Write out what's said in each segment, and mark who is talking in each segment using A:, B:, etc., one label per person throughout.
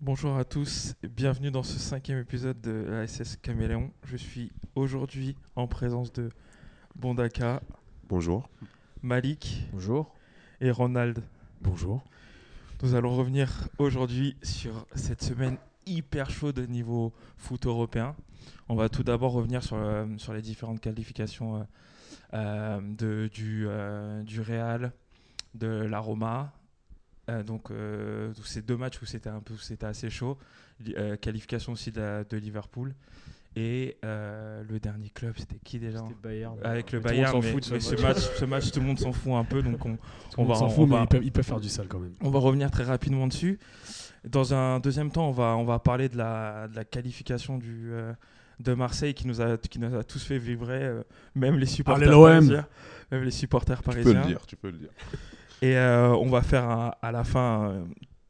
A: Bonjour à tous, et bienvenue dans ce cinquième épisode de l'ASS Caméléon. Je suis aujourd'hui en présence de Bondaka,
B: Bonjour.
A: Malik
C: Bonjour.
A: et Ronald.
C: Bonjour.
A: Nous allons revenir aujourd'hui sur cette semaine hyper chaude au niveau foot européen. On va tout d'abord revenir sur, euh, sur les différentes qualifications euh, euh, de, du, euh, du Real, de la Roma. Euh, donc, euh, tous ces deux matchs où c'était un peu où c'était assez chaud. Li- euh, qualification aussi de, la- de Liverpool. Et euh, le dernier club, c'était qui déjà
C: C'était Bayern.
A: Avec le
C: Mais tout le
A: Bayern,
C: monde s'en
A: mais,
C: fout de ce
A: mais ce,
C: match.
A: match, ce match, tout le monde s'en fout un peu. Donc, on,
D: On,
A: va-
D: s'en
A: on
D: fout, mais
A: va-
D: ils peuvent, ils peuvent faire du sale quand même.
A: on va revenir très rapidement dessus. Dans un deuxième temps, on va, on va parler de la, de la qualification du, euh, de Marseille qui nous, a, qui nous a tous fait vibrer, euh, même les supporters
D: Allez, l'OM.
A: parisiens. Même les supporters
B: Tu peux
A: parisiens.
B: le dire, tu peux le dire.
A: Et euh, on va faire un- à la fin euh,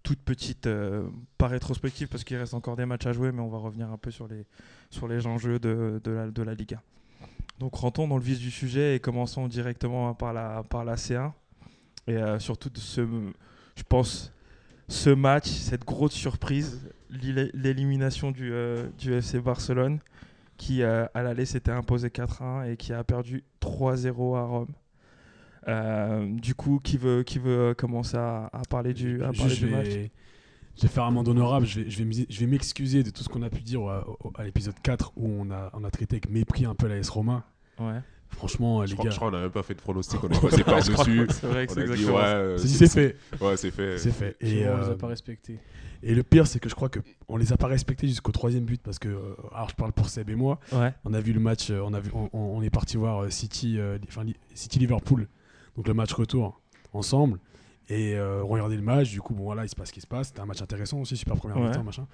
A: toute petite, euh, pas rétrospective parce qu'il reste encore des matchs à jouer, mais on va revenir un peu sur les, sur les enjeux de, de la, de la Ligue 1. Donc rentrons dans le vif du sujet et commençons directement par la, par la C1. Et euh, surtout de ce, je pense, ce match, cette grosse surprise, l'il- l'élimination du, euh, du FC Barcelone qui euh, à l'aller s'était imposé 4-1 et qui a perdu 3-0 à Rome. Euh, du coup, qui veut, qui veut commencer à, à parler du, à
D: Juste,
A: parler
D: je,
A: du match
D: vais, je vais faire un monde honorable, je vais, je vais m'exi- je vais m'excuser de tout ce qu'on a pu dire au- au- à, l'épisode 4 où on a, on a traité avec mépris un peu la S Roma.
A: Ouais.
D: Franchement, les
B: Je crois,
D: gars,
B: je crois qu'on n'a même pas fait de pronostic, on est passé par-dessus.
A: C'est vrai que
B: On
A: c'est
B: a dit,
A: exactement
B: ouais,
A: ça.
B: euh,
D: c'est c'est fait.
B: ouais, c'est fait.
D: C'est fait.
C: Et
D: Et,
C: on les
D: euh,
C: a pas respectés.
D: et le pire, c'est que je crois qu'on les a pas respectés jusqu'au troisième but parce que, euh, alors je parle pour Seb et moi,
A: Ouais.
D: on a vu le match, euh, on, a vu, on, on- on est parti voir euh, City, euh, li- enfin, li- City Liverpool, donc le match retour ensemble. Et euh, on regardait le match, du coup, bon voilà, il se passe ce qui se passe. C'était un match intéressant aussi, super première
A: Ouais.
D: mi-temps, machin.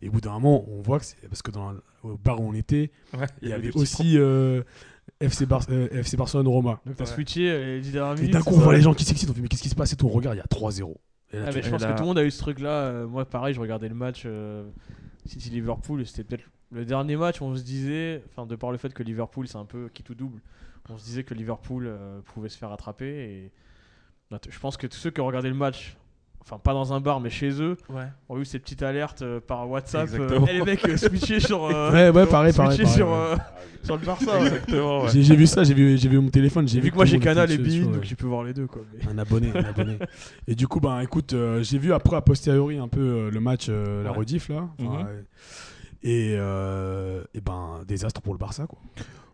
D: Et au bout d'un moment, on voit que c'est parce que dans la- au bar où on était,
A: Ouais.
D: il y
A: des
D: avait
A: petits
D: aussi euh, FC, Bar- euh, FC Barcelone-Roma.
C: Donc t'as
A: Ouais.
C: switché euh, les 10 dernières
D: Et
C: minutes.
D: d'un coup, on voit les gens qui s'excitent, on fait mais qu'est-ce qui se passe et tout, on regarde, il y a 3-0. Et là,
C: Ah,
D: tu-
C: mais je pense
A: là-
C: que tout le monde a eu ce truc-là. Euh, Moi, pareil, je regardais le match euh, City-Liverpool. et C'était peut-être le dernier match où on se disait, enfin, de par le fait que Liverpool, c'est un peu qui tout double, on se disait que Liverpool euh, pouvait se faire attraper. Et bah, t- je pense que tous ceux qui ont regardé le match, enfin, pas dans un bar, mais chez eux,
A: Ouais.
C: ont eu ces petites alertes euh, par WhatsApp.
A: Exactement.
C: et les mecs, euh, switchés sur. euh,
D: Ouais, ouais, pareil, pareil,
C: switchés
D: pareil,
C: sur,
D: ouais.
C: euh, sur le Barça. ouais.
A: Exactement, ouais.
D: J'ai j'ai vu ça, j'ai vu, j'ai vu mon téléphone.
C: J'ai vu
D: tout
C: que moi
D: le
C: j'ai
D: monde était euh,
C: Canal et
D: dessus,
C: Bein,
D: ouais.
C: donc tu peux voir les deux quoi. mais-
D: Un abonné, un abonné. Et du coup, ben écoute, euh, j'ai vu après, a posteriori, un peu euh, le match, euh, la
A: Ouais.
D: rediff, là. Enfin,
A: Mhm.
D: euh, et, euh, et ben, désastre pour le Barça, quoi.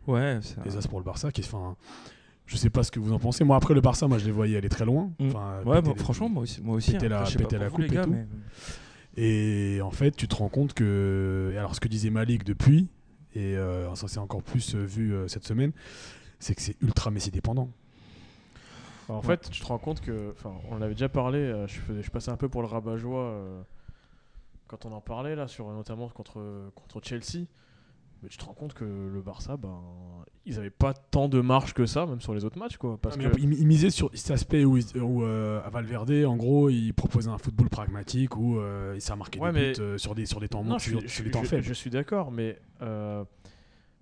A: Ouais, c'est un-
D: Désastre pour le Barça, qui est, enfin, je sais pas ce que vous en pensez. Moi, après, le Barça, moi, je les voyais aller très loin.
A: Mm.
D: Enfin,
A: Ouais,
D: péter
A: bon,
D: les-
A: franchement, moi aussi. Moi aussi
D: péter la-
A: Après, je sais pas
D: péter la
A: pour vous,
D: coupe
A: les
D: et
A: gars,
D: tout.
A: mais-
D: Et en fait, tu te rends compte que. et Alors, ce que disait Malik depuis, et euh, ça s'est encore plus euh, vu euh, cette semaine, c'est que c'est ultra Messi dépendant.
C: En fait, tu te rends compte que, enfin, on l'avait déjà parlé, euh, je, faisais- je passais un peu pour le rabat-joie euh, quand on en parlait là, sur, notamment contre, contre Chelsea. Mais tu te rends compte que le Barça, ben, ils avaient pas tant de marge que ça, même sur les autres matchs, quoi. Parce
D: Ah, mais
C: que
D: après, il, il misait sur cet aspect où, il- où, euh, à Valverde, en gros, il proposait un football pragmatique où euh, il s'est marqué
C: Ouais,
D: des
C: mais-
D: buts euh, sur, des, sur des temps,
C: Non,
D: monts-
C: je
D: sur,
C: suis-
D: sur
C: je-
D: des temps
C: je-
D: faibles.
C: Je suis d'accord, mais euh,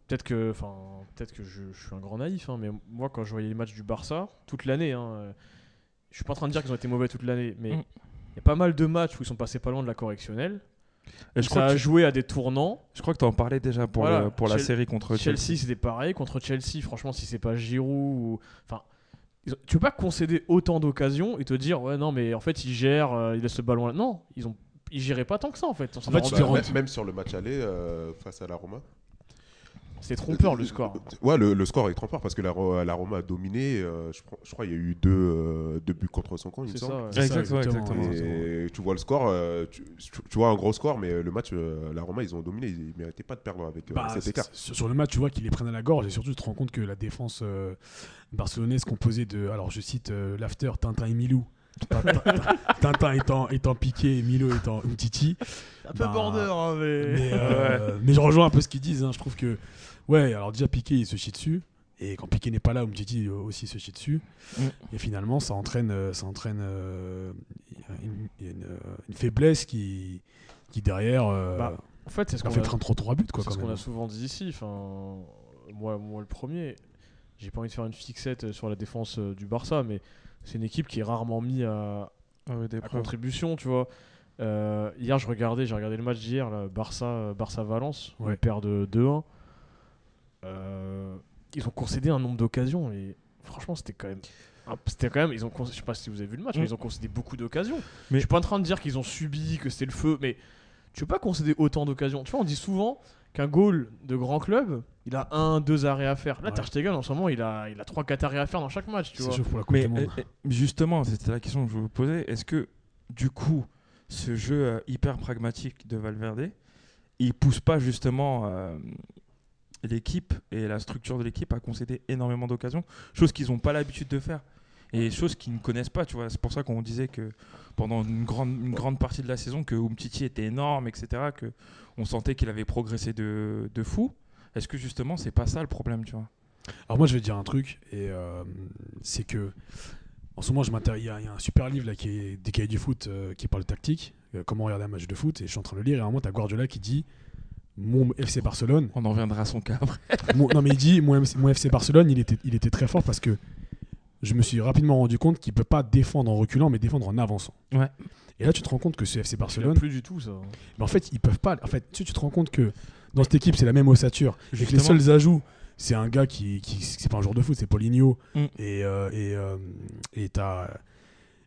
C: peut-être que, enfin, peut-être que je, je suis un grand naïf, hein, mais moi, quand je voyais les matchs du Barça toute l'année, hein, euh, je suis pas en train de dire qu'ils ont été mauvais toute l'année, mais il
A: Mm.
C: y a pas mal de matchs où ils sont passés pas loin de la correctionnelle.
A: Et je,
C: ça
A: crois
C: a
A: que,
C: joué à des tournants.
A: je crois que tu en parlais déjà pour,
C: Voilà,
A: le- pour la
C: Chel-
A: série contre
C: Chelsea,
A: Chelsea.
C: c'était pareil. Contre Chelsea, franchement, si c'est pas Giroud ou. Enfin, ils ont- tu peux pas concéder autant d'occasions et te dire, ouais, non, mais en fait, ils gèrent, euh, ils laissent le ballon là. Non, ils ont. Ils géraient pas tant que ça en fait. On s'en
D: En fait,
C: est
D: tu
C: rendu
D: te
B: Bah,
D: rends-
C: compte.
B: même- même sur le match aller euh, face à la Roma. Euh,
C: C'était trompeur le score.
B: Ouais, le, le score est trompeur parce que la, Ro- la Roma a dominé. euh, je, crois- je crois qu'il y a eu deux, euh, deux buts contre son camp, il me
C: C'est
B: semble.
C: ça. ouais.
D: C'est ça,
A: Exactement, exactement.
B: Et tu vois le score, euh, tu, tu- tu vois un gros score, mais le match, euh, la Roma, ils ont dominé. Ils ne méritaient pas de perdre avec euh,
D: Bah,
B: cet écart.
D: sur, sur le match, tu vois qu'ils les prennent à la gorge et surtout, tu te rends compte que la défense euh, barcelonaise composée de. Alors, je cite euh, l'after Tintin et Milou. Tintin, Tintin étant, étant piqué et Milou étant Umtiti.
C: Un
D: peu Bah, border,
C: mais.
D: Mais, euh, mais je rejoins un peu ce qu'ils disent. hein. Je trouve que, ouais, alors déjà Piqué, il se chie dessus. Et quand Piqué n'est pas là, Umtiti euh, aussi se chie dessus.
A: Mm.
D: Et finalement, ça entraîne, euh, ça entraîne euh, une, une, euh, une faiblesse qui, qui derrière, euh,
C: Bah, En fait, c'est ce
D: on
C: qu'on
D: fait
C: a,
D: prendre trop trois buts. Quoi,
C: c'est
D: quand
C: ce qu'on
D: même.
C: a souvent dit ici. Enfin, moi, moi, le premier, j'ai pas envie de faire une fixette euh, sur la défense euh, du Barça, mais c'est une équipe qui est rarement mise à,
A: Ah oui, des
C: à
A: preuves.
C: contribution, tu vois. Euh, hier, je regardais, j'ai regardé le match d'hier, là, Barça, euh, Barça-Valence, on
D: Ouais.
C: perd de 2-1. Euh, ils ont concédé un nombre d'occasions et franchement, c'était quand même. ah, C'était quand même, ils ont, con- je sais pas si vous avez vu le match,
A: Mm.
C: mais ils ont concédé beaucoup d'occasions.
A: Mais-
C: Je suis pas en train de dire qu'ils ont subi, que c'était le feu, mais tu peux pas concéder autant d'occasions. Tu vois, on dit souvent qu'un goal de grand club, il a un, deux arrêts à faire. Là,
D: Ouais.
C: Ter Stegen, en ce moment, il a, il a trois, quatre arrêts à faire dans chaque match. Tu
D: C'est
C: vois.
D: chaud pour la Coupe
A: Mais
D: du Monde.
A: euh, euh, justement, c'était la question que je vous posais. Est-ce que, du coup, ce jeu euh, hyper pragmatique de Valverde, il pousse pas justement euh, l'équipe et la structure de l'équipe à concéder énormément d'occasions, chose qu'ils n'ont pas l'habitude de faire et chose qu'ils ne connaissent pas. Tu vois, c'est pour ça qu'on disait que pendant une grande, une grande partie de la saison, que Umtiti était énorme, etc., que on sentait qu'il avait progressé de, de fou. Est-ce que justement, c'est pas ça le problème, tu vois
C: euh,
D: Alors moi je vais te dire un truc et euh, c'est que en ce moment je m'intéresse. Il y, a il y a un super livre là qui est des cahiers du foot euh, qui parle de tactique, euh, comment regarder un match de foot et je suis en train de le lire et à un moment t'as Guardiola qui dit mon FC Barcelone.
A: On en reviendra à son cas après.
D: mon- non mais il dit mon, MC mon FC Barcelone il était il était très fort parce que je me suis rapidement rendu compte qu'il peut pas défendre en reculant mais défendre en avançant.
A: Ouais.
D: Et là tu te rends compte que ce FC
C: Il a
D: Barcelone,
C: plus du tout ça.
D: mais en fait ils peuvent pas. En fait tu, sais, tu te rends compte que dans cette équipe c'est la même ossature. Et que les
A: Justement.
D: seuls ajouts, c'est un gars qui, qui c'est pas un joueur de foot, c'est Poligno.
A: Mm.
D: Et euh, et euh, et t'as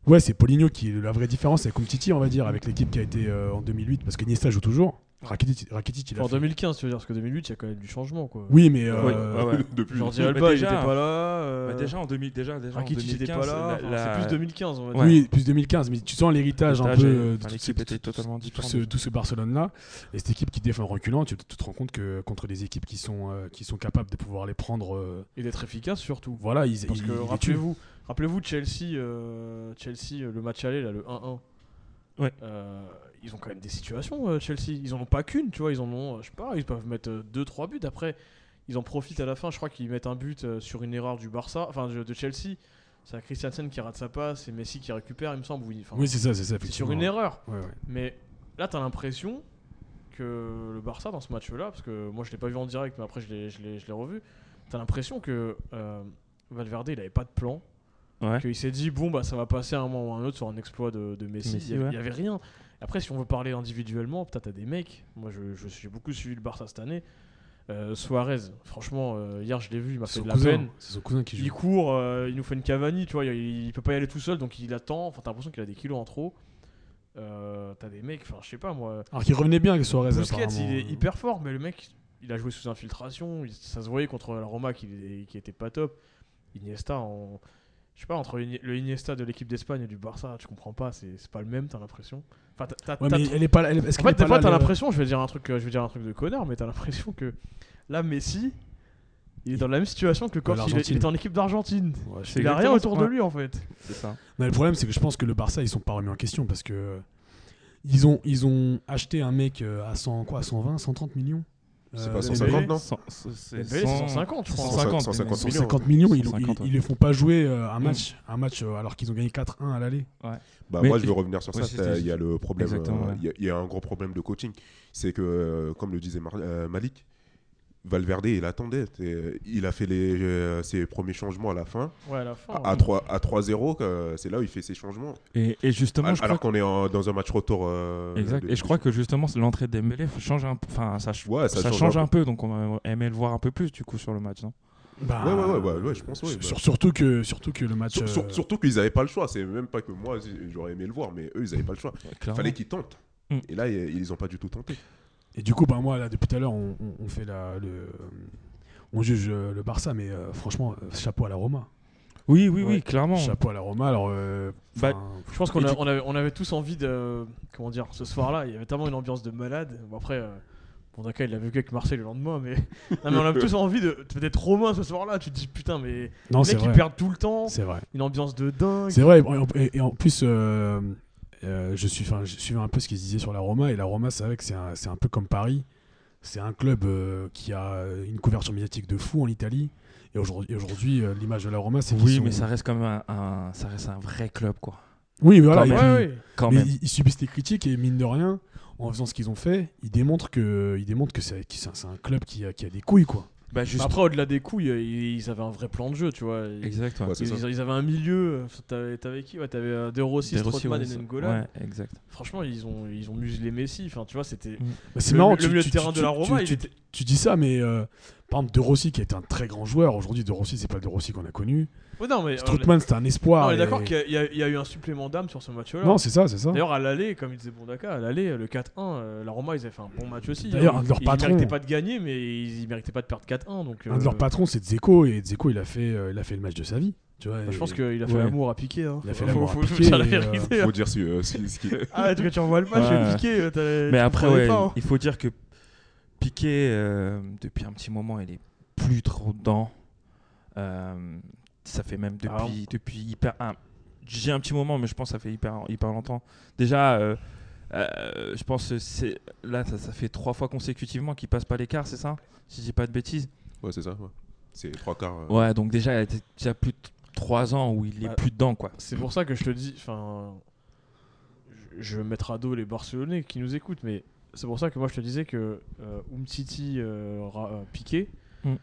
D: ouais, c'est Poligno qui est la vraie différence, c'est comme Titi, on va dire, avec l'équipe qui a été euh, en 2008, parce que Niesta joue toujours. Rakitic, Rakitic il a
C: en
D: fait-
C: 2015, tu veux dire, parce que 2008, il y a quand même du changement. Quoi.
D: Oui, mais euh,
A: Ouais, ouais, ouais.
B: Depuis.
C: Jordi
A: Bah,
C: Alba,
A: déjà,
C: il était pas là.
A: Bah,
C: euh,
A: déjà en 2000, déjà, déjà en
C: Rakitic, il était
A: 2015,
C: pas là.
A: la-
C: enfin,
A: la-
C: C'est plus 2015, on va dire.
A: Ouais.
D: oui, plus 2015, mais tu sens l'héritage un
A: L'héritage,
D: peu
A: euh,
D: euh, de
A: enfin,
D: toute
A: l'équipe
D: cette-
A: était totalement
D: tout ce,
A: différente.
D: tout ce Barcelone-là, et cette équipe qui défend en reculant, tu, tu te rends compte que contre des équipes qui sont, euh, qui sont capables de pouvoir les prendre, euh,
C: Et d'être efficace surtout.
D: voilà, ils,
C: Parce
D: ils-
C: que
D: ils les tuent.
C: rappelez-vous, rappelez-vous Chelsea, euh, Chelsea, euh, le match aller là, le 1-1.
A: Ouais.
C: Euh, ils ont quand même des situations euh, Chelsea. Ils en ont pas qu'une, tu vois. Ils en ont, euh, je sais pas, ils peuvent mettre 2-3 buts. Après, ils en profitent à la fin. Je crois qu'ils mettent un but euh, sur une erreur du Barça, enfin de, de Chelsea. C'est Christiansen qui rate sa passe et Messi qui récupère, il me semble. Oui, enfin,
D: Oui, c'est ça, c'est ça.
C: c'est sur
D: effectivement.
C: une erreur.
D: Ouais, ouais.
C: Mais là, t'as l'impression que le Barça, dans ce match-là, parce que moi, je l'ai pas vu en direct, mais après, je l'ai- je l'ai je l'ai revu, t'as l'impression que euh, Valverde, il avait pas de plan.
A: Ouais.
C: Qu'il s'est dit, bon, bah, ça va passer à un moment ou à un autre sur un exploit de, de Messi.
A: Messi,
C: il, y avait,
A: ouais.
C: il y avait rien. Après, si on veut parler individuellement, peut-être t'as des mecs. Moi, je- je- j'ai beaucoup suivi le Barça cette année. Euh, Suarez, franchement, euh, hier, je l'ai vu, il m'a
D: C'est
C: fait
D: son,
C: de la peine.
D: cousin, c'est son cousin qui joue.
C: Il court, euh, il nous fait une Cavani, tu vois, il, il peut pas y aller tout seul, donc il attend. Enfin, t'as l'impression qu'il a des kilos en trop. Euh, t'as des mecs, enfin, je sais pas moi.
D: Alors qu'il revenait bien avec Suarez.
C: Busquets,
D: apparemment. euh,
C: il est hyper fort, mais le mec, il a joué sous infiltration. il- ça se voyait contre la Roma qu'il est- qu'il était pas top. Iniesta, en- je sais pas, entre Ini- le Iniesta de l'équipe d'Espagne et du Barça, tu comprends pas, c'est c'est pas le même, t'as l'impression. Enfin, t'as- t'as-
D: Ouais,
C: t'as
D: mais
C: trop-
D: elle est pas là. elle- Est-ce
C: en
D: qu'elle
C: fait,
D: est pas
C: des fois,
D: là,
C: t'as
D: le-
C: l'impression, je vais dire un truc, euh, je vais dire un truc de connard, mais t'as l'impression que là, Messi, il est dans la même situation que quand il est- il
D: l'Argentine.
C: est en équipe d'Argentine.
D: Ouais, je sais.
A: C'est
C: Il a rien
A: exactement
C: autour
A: ça,
C: de
A: ouais.
C: lui en fait.
A: C'est ça.
D: Non, le problème, c'est que je pense que le Barça, ils sont pas remis en question parce que euh, ils ont, ils ont acheté un mec euh, à 100, quoi, à 120, 130 millions.
B: C'est
D: Euh,
B: pas
D: Dembélé.
B: 150, non
A: Cent- c'est- c'est
C: Dembélé, c'est
A: cent-
C: 150, je crois.
A: 150,
B: 150 millions.
D: 150 millions, ils,
A: 150,
D: ils-
A: ouais.
D: ils les font pas jouer euh, un
A: Mm.
D: match, un match euh, alors qu'ils ont gagné 4-1 à l'aller.
B: Bah,
A: Mais-
B: moi, je veux revenir sur
A: Ouais,
B: ça.
A: c'est-
B: t'as-
A: c'est-
B: Il y a le problème. euh,
A: Exactement, ouais.
B: Il y a- il y, a un gros problème de coaching. C'est que, euh, comme le disait Mar- euh, Malik, Valverde, il attendait. t'es- Il a fait les, euh, ses premiers changements à la fin.
C: Ouais, à la fin.
B: À, à 3, à 3-0, que- euh, c'est là où il fait ses changements.
A: Et, et justement,
B: Al-
A: je
B: Alors
A: crois,
B: qu'on est en- dans un match retour. euh,
A: exact.
B: de-
A: Et je crois que justement, c'est l'entrée de Dembélé faut- change un, peu- enfin, ça, ch-
B: Ouais, ça change un
A: un peu. Donc, on aimait le voir un peu plus du coup sur le match. non
D: Bah,
B: Ouais, ouais, ouais, ouais, ouais, je pense, ouais,
D: sur-
B: bah.
D: sur- surtout que, surtout que le match.
B: Sur- sur-
D: euh,
B: surtout qu'ils n'avaient pas le choix. C'est même pas que moi, j'aurais aimé le voir, mais eux, ils n'avaient pas le choix. Il
A: Clairement.
B: fallait qu'ils tentent.
A: Mm.
B: Et là, ils ils ont pas du tout tenté.
D: Et du coup, bah, moi, là, depuis tout à l'heure, on, on- on fait la, le, on juge euh, le Barça, mais euh, franchement, euh, chapeau à la Roma.
A: Oui, oui,
D: Ouais.
A: oui, clairement.
D: Chapeau à la Roma. Alors, euh,
A: Bah,
D: enfin,
C: Je pense qu'on
A: Et
C: a-
A: du-
C: on avait, on avait tous envie de. Comment dire Ce soir-là, il y avait tellement une ambiance de malade. Bon, après, euh, bon, d'accord, il l'a vécu avec Marseille le lendemain, mais. non, mais on avait tous envie de. Peut-être Romain ce soir-là, tu te dis putain, mais.
D: non,
C: les
D: c'est
C: mecs, ils
D: vrai.
C: perdent tout le temps.
D: C'est vrai.
C: Une ambiance de dingue.
D: C'est vrai. Et en, et- et en plus, euh, euh, je, suis, enfin, je suivais un peu ce qu'ils disaient sur la Roma. Et la Roma, c'est vrai que c'est un, c'est un peu comme Paris. C'est un club euh, qui a une couverture médiatique de fou en Italie. Et aujourd'hui, et aujourd'hui, euh, l'image de la Roma, c'est qu'ils
A: Oui,
D: sont-
A: mais ça reste quand même un, un- ça reste un vrai club, quoi.
D: Oui, mais voilà.
A: Quand
D: et
A: même.
D: puis-
C: Ouais, ouais.
A: Quand
D: mais
A: même.
D: ils, ils subissent les critiques et mine de rien, en faisant ce qu'ils ont fait, ils démontrent que, ils démontrent que c'est que c'est un, c'est un club qui a, qui a des couilles, quoi.
A: Bah, juste...
C: Après, au-delà des couilles, euh, ils, ils avaient un vrai plan de jeu, tu vois. Ils,
A: Exact, ouais.
B: Ouais, c'est
C: ils-
B: ça.
C: ils avaient un milieu. euh, T'avais t'avais qui ouais, T'avais euh, De Rossi,
A: Des Rossi,
C: Strootman
A: ouais,
C: et
A: ça-
C: N'Gola.
A: Ouais, exact.
C: Franchement, ils ont, ils ont muselé Messi. Enfin, tu vois, c'était.
D: Bah, c'est
C: Le-
D: marrant,
C: le
D: tu,
C: milieu
D: tu-
C: de terrain
D: tu-
C: de la
D: tu-
C: Roma,
D: tu,
C: il était-
D: tu dis ça, mais euh, par exemple, De Rossi, qui est un très grand joueur, aujourd'hui, De Rossi, c'est pas le De Rossi qu'on a connu.
C: Ouais, Oh, non, mais. on est-
D: Strootman, c'était un
C: non,
D: espoir.
C: on est
D: et-
C: d'accord qu'il y, a- il y a- il y a eu un supplément d'âme sur ce match-là.
D: Non, c'est ça, c'est ça.
C: D'ailleurs, à l'aller, comme il disait Bondaka, à l'aller, le 4-1, euh, la Roma, ils avaient fait un bon match aussi.
D: D'ailleurs,
C: hein.
D: un de leurs
C: ils
D: patrons-
C: méritaient pas de gagner, mais ils, ils méritaient pas de perdre 4-1. Donc,
D: Un de
C: euh,
D: leurs patrons, c'est Dzeko, et Dzeko, il a fait, euh, il a fait le match de sa vie. Tu vois,
C: bah, je
D: et-
C: pense qu'il a fait
A: Ouais.
C: l'amour à hein. piquer.
D: Il a fait l'amour à Piqué,
C: dire la
D: et, euh,
C: vérité.
B: Faut dire si, euh, si- ce qui-
C: Ah, tu, tu revois le match,
A: Ouais.
C: piqué. euh,
A: Mais après, ouais,
C: hein.
A: il faut dire que Piqué, euh, depuis un petit moment, il est plus trop dedans. Euh, ça fait même depuis,
C: Ah,
A: depuis hyper. un- J'ai un petit moment, mais je pense que ça fait hyper, hyper longtemps. Déjà, euh, euh, je pense que c'est là, ça, ça fait trois fois consécutivement qu'il passe pas l'écart, c'est ça Si je dis pas de bêtises.
B: Ouais, c'est ça. ouais. C'est trois quarts. euh,
A: Ouais, donc déjà, il y a déjà plus de trois ans où il est
C: Ah.
A: plus dedans, quoi.
C: C'est pour ça que je te dis, enfin, je- je vais mettre à dos les Barcelonais qui nous écoutent, mais c'est pour ça que moi je te disais que euh, Umtiti euh, Ra- euh, Piqué,
A: Mm.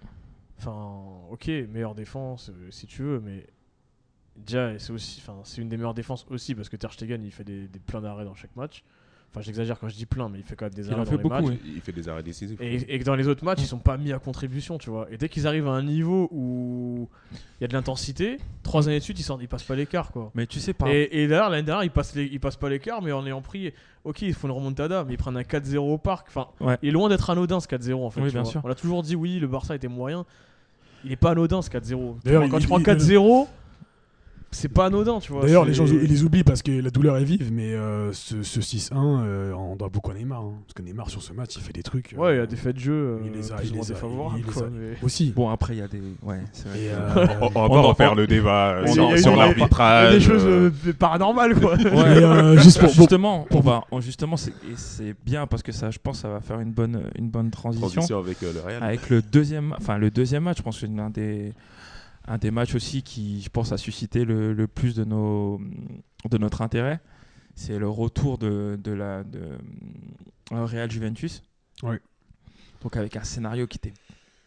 C: enfin, ok, meilleure défense euh, si tu veux, mais déjà c'est aussi, enfin, c'est une des meilleures défenses aussi parce que Ter Stegen il fait des, des pleins d'arrêts dans chaque match. Enfin, j'exagère quand je dis plein, mais il fait quand même des
A: Il
C: arrêts
A: en
C: dans
A: fait
C: les
A: beaucoup,
C: matchs.
A: oui.
B: Il fait des arrêts décisifs.
C: Et, et que dans les autres matchs, ils sont pas mis à contribution, tu vois. Et dès qu'ils arrivent à un niveau où il y a de l'intensité, trois années de suite, ils, sortent, ils passent pas l'écart, quoi.
A: Mais tu sais, par
C: Et, et d'ailleurs, l'année dernière, ils passent, les, ils passent pas l'écart, mais en ayant pris. Ok, ils font une remontada, mais ils prennent un 4-0 au parc. Enfin,
A: Ouais.
C: il est loin d'être anodin ce 4-0, en fait.
A: Oui,
C: tu
A: bien
C: vois.
A: sûr.
C: On a toujours dit, oui, le Barça était moyen. Il est pas anodin ce 4-0. Tu
D: D'ailleurs,
C: vois, Quand
D: il-
C: tu prends
D: il-
C: 4-0, c'est pas anodin, tu vois.
D: D'ailleurs,
C: c'est-
D: les gens ils les oublient parce que la douleur est vive, mais euh, ce, ce 6-1, euh, on doit beaucoup à Neymar. hein. parce que Neymar, sur ce match, il fait des trucs. euh,
C: Ouais, il y a des faits de jeu.
D: Il
C: euh,
D: les a-
C: plus
D: il
C: ou moins
D: les a-
C: défavorables,
D: il les
C: quoi,
D: a-
C: mais-
D: Aussi.
A: Bon, après, il y a des. Ouais, c'est vrai.
D: Et,
A: que-
D: euh,
B: On, on
A: On
B: va
A: en
B: refaire
A: par-
B: le débat euh,
C: Il y a-
B: sur,
C: il y a-
B: sur
C: il y a- Il y a
B: l'arbitrage.
C: des choses
B: euh,
C: euh, paranormales, quoi.
A: Ouais.
D: Et, euh, juste pour, pour-
A: Bah, justement, on va, on- justement, c'est, et c'est bien parce que ça, je pense, ça va faire une bonne, une bonne transition, Ah,
B: Transition avec euh, le Real.
A: avec le deuxième, enfin le deuxième match. Je pense que c'est l'un des, un des matchs aussi qui, je pense, a suscité le, le plus de nos, de notre intérêt. C'est le retour de, de la de, euh, Real Juventus.
D: Ouais.
A: Donc avec un scénario qui était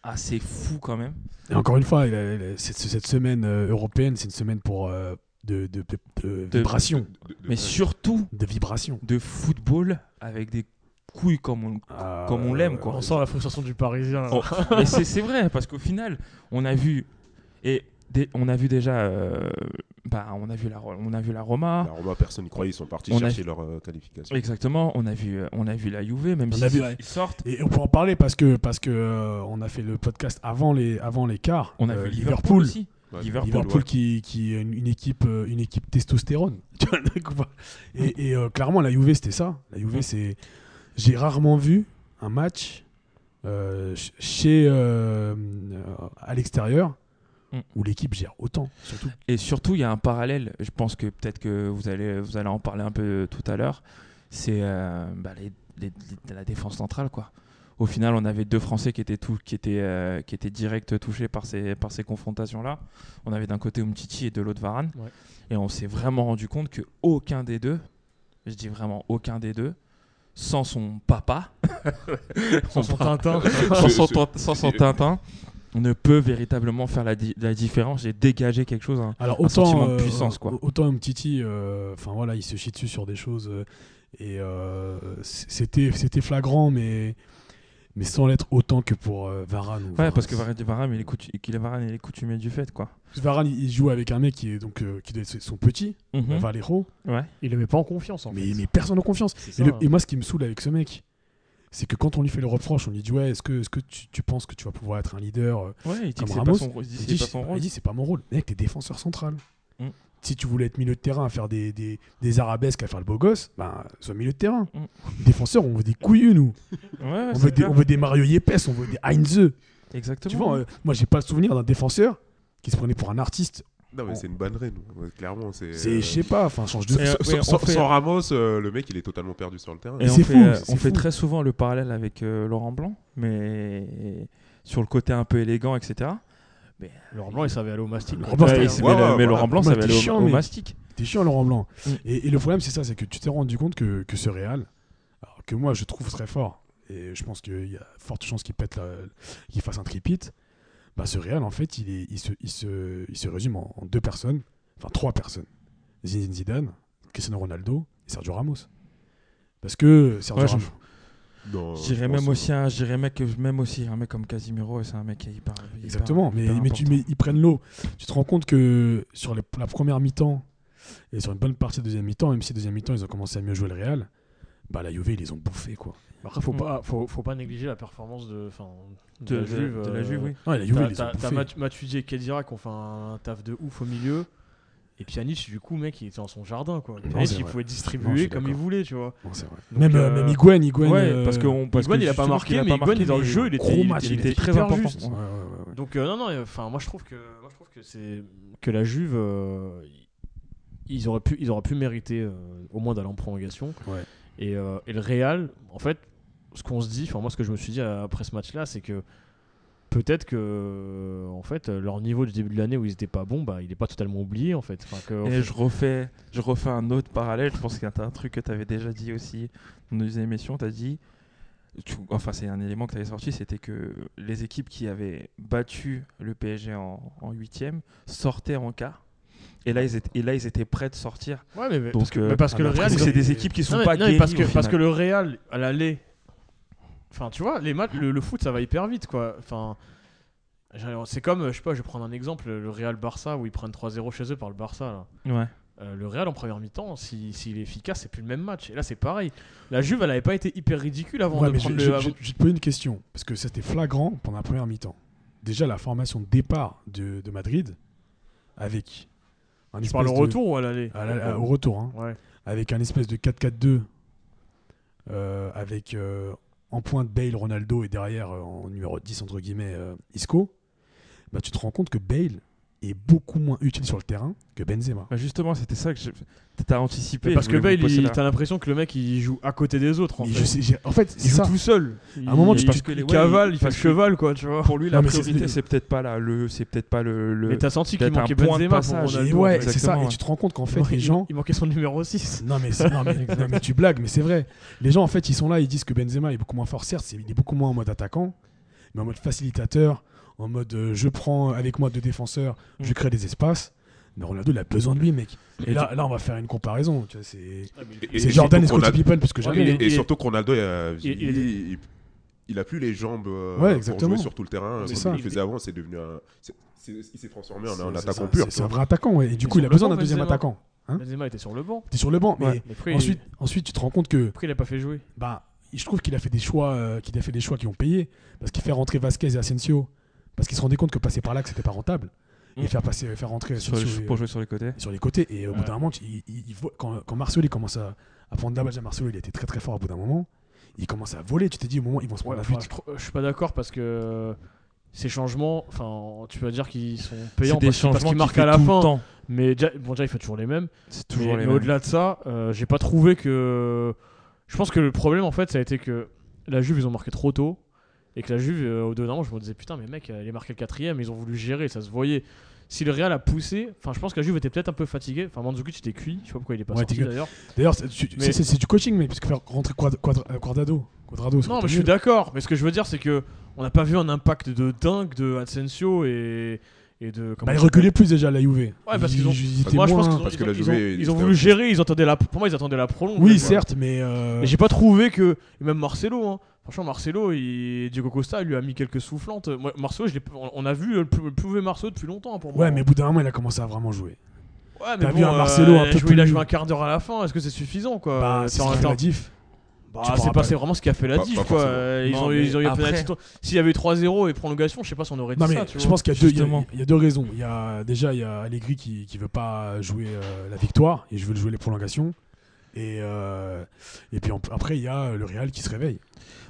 A: assez fou quand même.
D: et encore une fois, il a- il a- cette, cette semaine euh, européenne, c'est une semaine pour euh, de, de, de- de
A: De-
D: vibrations.
B: De- de-
A: Mais surtout
D: De vibrations.
A: de football avec des couilles comme on,
D: Ah,
A: Comme on l'aime, quoi.
C: On sent la frustration du Parisien. là.
A: Oh, mais c'est c'est vrai parce qu'au final, on a vu et dé- on a vu déjà, euh, bah, on a vu la, Ro- on a vu la Roma.
B: La Roma, personne n'y croyait. Ils sont partis
A: On a-
B: chercher leur euh, qualification.
A: Exactement, on a vu, euh, on a vu la Juve, même
D: On
A: si
D: a vu,
A: ils-
D: ouais.
A: ils sortent.
D: Et on peut en parler parce que parce que euh, on a fait le podcast avant les avant les quarts.
A: On a
D: Euh,
A: vu Liverpool, aussi.
B: Ouais.
A: Liverpool,
D: Liverpool qui, qui est une, une équipe euh, une équipe testostérone. Tu vois, donc, on va- et et, euh, clairement la Juve c'était ça. La Juve c'est j'ai rarement vu un match euh, ch- chez euh, euh, à l'extérieur
A: Mm.
D: où l'équipe gère autant surtout.
A: Et surtout, il y a un parallèle. Je pense que peut-être que vous allez, vous allez en parler un peu tout à l'heure. C'est euh, bah, les- les- les- la défense centrale, quoi. Au final, on avait deux Français qui étaient tout, qui étaient, euh, qui étaient direct touchés par ces, par ces confrontations-là. On avait d'un côté Umtiti et de l'autre Varane.
C: Ouais.
A: Et on s'est vraiment rendu compte que aucun des deux, je dis vraiment aucun des deux, sans son papa,
C: Sans son Tintin.
A: sans
B: Ce-
A: son,
B: ce-
A: tin- sans son Tintin, ne peut véritablement faire la, di- la différence et dégager quelque chose. hein.
D: Alors
A: Un
D: autant
A: sentiment de
D: euh,
A: puissance, quoi.
D: autant Umtiti, euh, enfin voilà, il se chie dessus sur des choses euh, et euh, c- c'était c'était flagrant, mais mais sans l'être autant que pour euh, Varane. ou
A: Ouais,
D: Varane.
A: parce que Varane, Varane, il est coutu- qu'il est Varane, il est coutumier du fait, quoi.
D: Varane, il il joue avec un mec qui est donc euh, qui doit être son petit,
A: Mhm.
D: Valero,
A: Ouais.
C: Il le met pas en confiance, en
D: mais,
C: fait.
D: mais personne en confiance.
C: C'est
D: Et,
C: ça,
D: le-
C: hein.
D: et moi, ce qui me saoule avec ce mec, c'est que quand on lui fait le reproche, on lui dit ouais, est-ce que est-ce que tu, tu penses que tu vas pouvoir être un leader euh,
A: Ouais, il dit
D: Comme
A: que c'est pas
D: Ramos,
A: son, il dit
D: Il
A: c'est
D: dit,
A: pas son
D: je-
A: rôle.
D: il dit, c'est pas mon rôle. Mec, t'es défenseur central.
A: Mm.
D: Si tu voulais être milieu de terrain à faire des, des, des arabesques, à faire le beau gosse, ben, sois milieu de terrain.
A: Mm.
D: Défenseur, on veut des couillus, nous.
A: Ouais, ouais,
D: on,
A: c'est
D: veut des,
A: clair.
D: on veut des Mario Yepes, on veut des Heinze.
A: Exactement.
D: Tu vois, euh, moi, j'ai pas le souvenir d'un défenseur qui se prenait pour un artiste.
B: Non, mais c'est une bannerie. nous. Ouais, Clairement, c'est.
D: C'est,
B: euh,
D: je sais pas, enfin, change de.
A: Et, euh,
B: Sans,
A: ouais, on
B: sans-
A: fait-
B: sans Ramos, euh, le mec, il est totalement perdu sur le terrain.
A: Et on
D: c'est
A: fait,
D: fou,
A: euh,
D: c'est
A: on fait
D: fou.
A: très souvent le parallèle avec euh, Laurent Blanc, mais sur le côté un peu élégant, etc.
C: Laurent Blanc, il savait aller au mastic.
D: Laurent Blanc,
A: Ouais,
D: c'était-
A: il s'est- mais,
B: ouais, ouais,
A: le- mais
B: voilà.
A: Laurent Blanc,
D: Bah,
A: ça va
D: t'es
A: aller au,
D: chiant,
A: au
D: mais-
A: mastic.
D: T'es chiant, Laurent Blanc.
A: Mm.
D: Et, et le problème, c'est ça, c'est que tu t'es rendu compte que, que ce Real, alors que moi, je trouve très fort, et je pense qu'il y a forte chance qu'il pète la- qu'il fasse un tripit. Bah, ce Real, en fait, il, est, il, se, il, se, il se résume en, en deux personnes, enfin trois personnes. Zinedine Zidane, Cristiano Ronaldo et Sergio Ramos. Parce que Sergio
A: Ouais, je-
D: Ramos...
B: Non, je
A: J'irais
B: pense
A: même
B: que-
A: aussi, un, j'irais mec, même aussi un mec comme Casimiro, et c'est un mec qui est hyper. hyper-
D: Exactement, mais,
A: hyper
D: mais, tu,
A: important.
D: mais ils prennent l'eau. Tu te rends compte que sur les- la première mi-temps et sur une bonne partie de la deuxième mi-temps, même si deuxième mi-temps ils ont commencé à mieux jouer le Real, bah la Juve ils les ont bouffés quoi.
C: Après, faut
A: Mm.
C: pas, faut, faut pas négliger la performance de, enfin, de,
A: de,
C: la
A: de-
C: Juve.
A: de la
C: euh,
A: Juve, oui.
D: Ouais, la Juve
C: T'as-
D: ils les ont
C: T'as t'as
D: bouffés.
C: Mat- Matuidi et Kedira qui ont fait un taf de ouf au milieu. Et Pjanic, du coup, mec, il était dans son jardin, quoi. Pjanic,
D: c'est
C: il
D: vrai.
C: pouvait
D: Non, je
C: distribuer
D: suis
C: comme il
D: d'accord.
C: voulait, tu vois.
D: Non, c'est vrai.
C: Donc,
D: même,
C: euh,
D: euh, même Higuain, Higuain,
A: Ouais,
D: euh,
A: parce qu'on parce
C: Higuain,
A: que
C: il a pas
A: justement,
C: marqué,
A: qu'il a
C: mais
A: pas
C: Higuain,
A: marqué,
C: il est dans le
A: mais
C: jeu, il était-
A: gros
C: il
A: match,
C: était-
A: il
C: il
A: était
C: était
A: très
C: hyper
A: important.
C: juste.
A: Ouais.
D: Ouais, ouais, ouais, ouais.
C: Donc, euh, non, non, et, enfin, moi, je trouve que, moi, je trouve que c'est que la Juve, euh, ils auraient pu, ils auraient pu mériter euh, au moins d'aller en prolongation.
D: Ouais.
C: Et, euh, et le Real, en fait, ce qu'on se dit, enfin, moi, ce que je me suis dit euh, après ce match-là, c'est que peut-être que, en fait, leur niveau du début de l'année où ils étaient pas bons, bah, il est pas totalement oublié, en fait. Enfin, que, en fait,
A: Et je refais, je refais un autre parallèle. Je pense qu'il y a un truc que tu avais déjà dit aussi dans nos émissions. Tu as dit, tu- enfin, c'est un élément que tu avais sorti c'était que les équipes qui avaient battu le PSG en en huitième sortaient en quart. Et là, ils étaient, et là, ils étaient prêts de sortir.
C: Ouais, mais, mais
A: Donc,
C: parce que,
A: euh,
C: mais parce que
D: on
C: le
D: a
A: Parce
C: Real,
A: que
C: ils
A: c'est
C: ont-
A: des équipes qui sont
C: Non, mais-
A: pas
C: non, mais
A: guéries
C: parce
A: au
C: que parce
A: final.
C: que le Real à l'aller, enfin, tu vois, les matchs, le, le foot, ça va hyper vite, quoi. Enfin, j'ai- c'est comme, euh, je sais pas, je vais prendre un exemple, le Real Barça où ils prennent 3-0 chez eux par le Barça. Là.
A: Ouais.
C: Euh, le Real en première mi-temps, si- s'il est efficace, c'est plus le même match. Et là, c'est pareil. La Juve, elle avait pas été hyper ridicule avant
D: Ouais,
C: de
D: mais je,
C: prendre
D: je-
C: le.
D: je-
C: avant-
D: je te pose une question, parce que c'était flagrant pendant la première mi-temps. Déjà, la formation de départ de, de Madrid, avec un
C: Je parle au
D: espèce de-
C: retour ou à l'aller
D: à la- à- au retour, hein,
C: Ouais.
D: avec un espèce de 4-4-2, euh, avec euh, en pointe Bale, Ronaldo et derrière euh, en numéro 10, entre guillemets, euh, Isco, bah, tu te rends compte que Bale est beaucoup moins utile sur le terrain que Benzema.
A: Bah, justement, c'était ça que je- t'as anticipé.
C: Mais
A: je
C: parce que
A: voulais
C: Bale,
A: vous poser
C: il-
A: la-
C: t'as l'impression que le mec, il joue à côté des autres. En
D: Mais
C: fait.
D: je sais- j'ai- en fait, c'est
C: il joue
D: ça.
C: tout seul.
D: À un moment,
C: Il-
D: tu- tu-
C: il
A: ouais, il-
C: cavale, il fait le
A: parce que-
C: cheval, quoi, tu vois.
A: pour lui, la
D: Non, mais c'est-
A: priorité, c'est peut-être pas là. Le, c'est peut-être pas le. le-
C: Mais t'as senti qu'il
A: peut-être un
C: manquait
A: point de
C: Benzema pour
A: passage.
D: Et
C: Ronaldo. hein.
D: ouais,
C: en fait.
D: c'est ça.
A: Exactement,
D: Et tu te rends compte qu'en fait,
C: Il-
D: les gens.
C: Il manquait son numéro 6.
D: Non mais, c'est- non, mais, non, mais tu blagues, mais c'est vrai. Les gens en fait ils sont là, ils disent que Benzema est beaucoup moins fort, certes, c'est- il est beaucoup moins en mode attaquant, mais en mode facilitateur, en mode euh, je prends avec moi deux défenseurs, je
A: Mm.
D: crée des espaces. Mais Ronaldo il a besoin de lui mec. Et là, là on va faire une comparaison, tu vois, c'est
B: Et- et-
D: c'est
B: et
D: Jordan et
B: surtout
D: Scottie
B: Ronaldo-
D: Pippen parce que
C: Ouais,
D: jamais.
C: mais
D: les-
C: il-
B: Et
C: il-
B: surtout que Ronaldo, euh,
C: il-
B: il,
C: il-
B: il- il a plus les jambes euh,
D: Ouais,
B: pour
D: exactement.
B: jouer sur tout le terrain.
D: C'est
B: Comme
D: ça.
B: il faisait avant, c'est devenu un. c'est- c'est- il s'est transformé en
D: c'est-
B: un
D: c'est
B: attaquant
D: ça,
B: pur.
D: c'est-
B: tu
D: C'est un
B: vois.
D: vrai attaquant ouais. et du
C: Mais
D: coup il
C: sur le
D: a besoin
C: banc,
D: d'un deuxième
C: Benzema.
D: attaquant.
C: Benzema était sur le banc.
D: T'es sur le banc, mais
A: Ouais.
C: Mais pourquoi il-
D: ensuite, ensuite tu te rends compte que
C: pourquoi il a pas fait jouer
D: bah, je trouve qu'il a fait des choix, euh, qu'il a fait des choix qui ont payé, parce qu'il fait rentrer Vasquez et Asensio, parce qu'il se rendait compte que passer par là que c'était pas rentable,
A: Mm.
D: et faire passer, faire rentrer
A: sur
D: Asensio
A: les-
D: et-
A: pour jouer sur les côtés.
D: sur les côtés. Et au bout
C: Ouais.
D: d'un moment, tu- il- il- il voit- quand, quand Marcelo il commence à, à prendre la balle à Marcelo, il était très très fort au bout d'un moment. Il commence à voler. Tu t'es dit au moment, ils vont se prendre
C: Ouais, bah,
D: la
C: enfin, je,
D: fuite.
C: trou- Euh, je suis pas d'accord parce que euh, ces changements, enfin, tu vas dire qu'ils sont payants
A: C'est des
C: parce, parce
A: changements
C: qu'ils
A: qu'il
C: marquent
A: fait
C: à la
A: tout le
C: fin.
A: temps.
C: Mais déjà, bon, déjà, il fait toujours les mêmes.
A: C'est
C: Mais,
A: toujours les
C: mais
A: mêmes.
C: au-delà de ça, euh, j'ai pas trouvé que. Je pense que le problème, en fait, ça a été que la Juve, ils ont marqué trop tôt. Et que la Juve, euh, au delà, je me disais, putain, mais mec, elle est marquée le quatrième, ils ont voulu gérer, ça se voyait. Si le Real a poussé, enfin, je pense que la Juve était peut-être un peu fatiguée. Enfin, Mandzukic était cuit, je sais pas pourquoi il est pas
D: Ouais,
C: sorti
D: t'es que-
C: d'ailleurs.
D: D'ailleurs, c'est- tu-
C: Mais-
D: c'est- c'est c'est du coaching, mais parce que faire rentrer Quad- Quadra- euh, Quadrado, Quadrado, c'est
C: Non,
D: contre
C: mais je suis
D: nul.
C: d'accord. Mais ce que je veux dire, c'est que on n'a pas vu un impact de dingue de Asensio et, et de. comment
D: Bah, ils
C: ça s'appelle
D: reculaient plus déjà la Juve.
C: Ouais, parce qu'ils ont-
D: Ils étaient
C: Moi, je pense
D: moins-
C: qu'ils ont,
B: parce
C: ils
B: que
C: ont-
B: la
C: ils
B: Juve,
C: ont-
B: ils
C: ils ont
B: étaient
C: voulu
B: au-
C: gérer. Ils attendaient la. Pour moi, ils attendaient la prolongue.
D: Oui,
C: quoi.
D: certes, mais euh,
C: Mais j'ai pas trouvé que. Et même Marcelo, hein. Franchement, Marcelo, il... Diego Costa il lui a mis quelques soufflantes. Moi, Marcelo, je l'ai- on on a vu le plus le plus mauvais Marcelo depuis longtemps hein, pour moi.
D: ouais, mais au bout d'un moment, il a commencé à vraiment jouer.
C: Ouais, mais
D: t'as
C: bon,
D: vu un
C: euh,
D: Marcelo un
C: il a joué-
D: peu
C: Il a
D: plus-
C: joué un quart d'heure à la fin. Est-ce que c'est suffisant quoi
D: bah,
C: Euh,
D: c'est
C: t'es en-
D: ce qui
C: t'es
D: fait
C: en-
D: la diff.
C: Bah,
D: Tu
C: c'est
D: pourras
C: pas,
D: pas-
C: c'est vraiment ce qui a fait la
B: Pas-
C: diff
B: pas
C: quoi.
B: forcément.
C: Euh, Ils
A: Non,
C: ont
A: mais
C: eu, ils ont eu un
A: après-
C: penalty. S'il y avait eu 3-0 et prolongation, je sais pas si on aurait dit
D: Non, mais
C: ça. tu
D: je
C: vois.
D: pense qu'il y, a deux- il y a-
A: Justement.
D: il y a deux raisons. Il y a, déjà, il y a Allegri qui ne veut pas jouer euh, la victoire et je veux jouer les prolongations. Et, euh, et puis en- après, il y a le Real qui se réveille.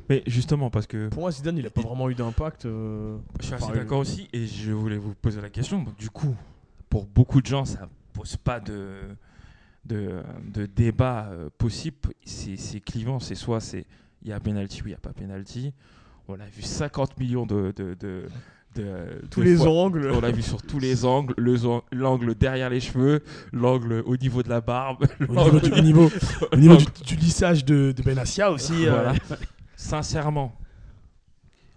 A: Mais justement, parce que
C: Pour moi, Zidane, il a pas vraiment eu d'impact. euh,
A: je suis assez
C: enfin,
A: d'accord aussi, et je voulais vous poser la question. Donc, du coup, pour beaucoup de gens, ça pose pas de de, de débat euh, possible. C'est c'est clivant. C'est soit c'est il y a penalty ou il y a pas penalty. On a vu 50 millions de de, de, de-
C: Tous
A: de
C: les
A: fois.
C: angles.
A: On l'a vu sur tous les angles, le zo- l'angle derrière les cheveux, l'angle au niveau de la barbe,
D: Au niveau du, au niveau, au niveau du, du lissage de, de Benassia aussi. euh,
A: Voilà. sincèrement,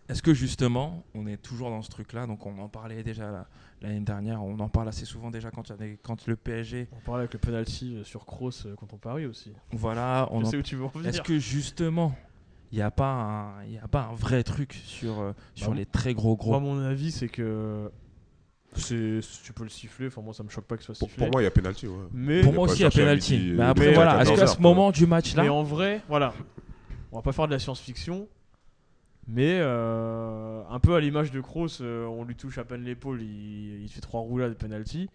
A: est-ce que justement, on est toujours dans ce truc-là Donc on en parlait déjà l'année dernière, on en parle assez souvent déjà quand, il y a des- quand le PSG,
C: On parlait avec le penalty euh, sur Kroos euh, contre Paris aussi.
A: voilà, on
C: Je
A: en
C: sais où tu veux en venir.
A: Est-ce que justement, il n'y a, pas un- il y a pas un vrai truc sur,
D: Bah
A: euh, sur
C: moi-
A: les très gros gros
C: Moi, mon avis, c'est que c'est tu peux le siffler. Enfin, moi, ça me choque pas que ce soit
B: Pour,
C: sifflé.
B: pour moi, il y a pénalty. Ouais.
C: mais
A: Pour
B: y a
A: Bah, moi
B: pas
A: aussi, il y a
B: cherché à
A: penalty.
B: midi,
A: Mais
B: euh,
A: après,
C: midi à
A: voilà, est-ce qu'à
B: 14,
A: ce moment du
C: Mais
A: match-là,
C: en vrai, voilà, on va pas faire de la science-fiction, mais euh, un peu à l'image de Kroos, euh, on lui touche à peine l'épaule, il, il fait trois roulades penalty.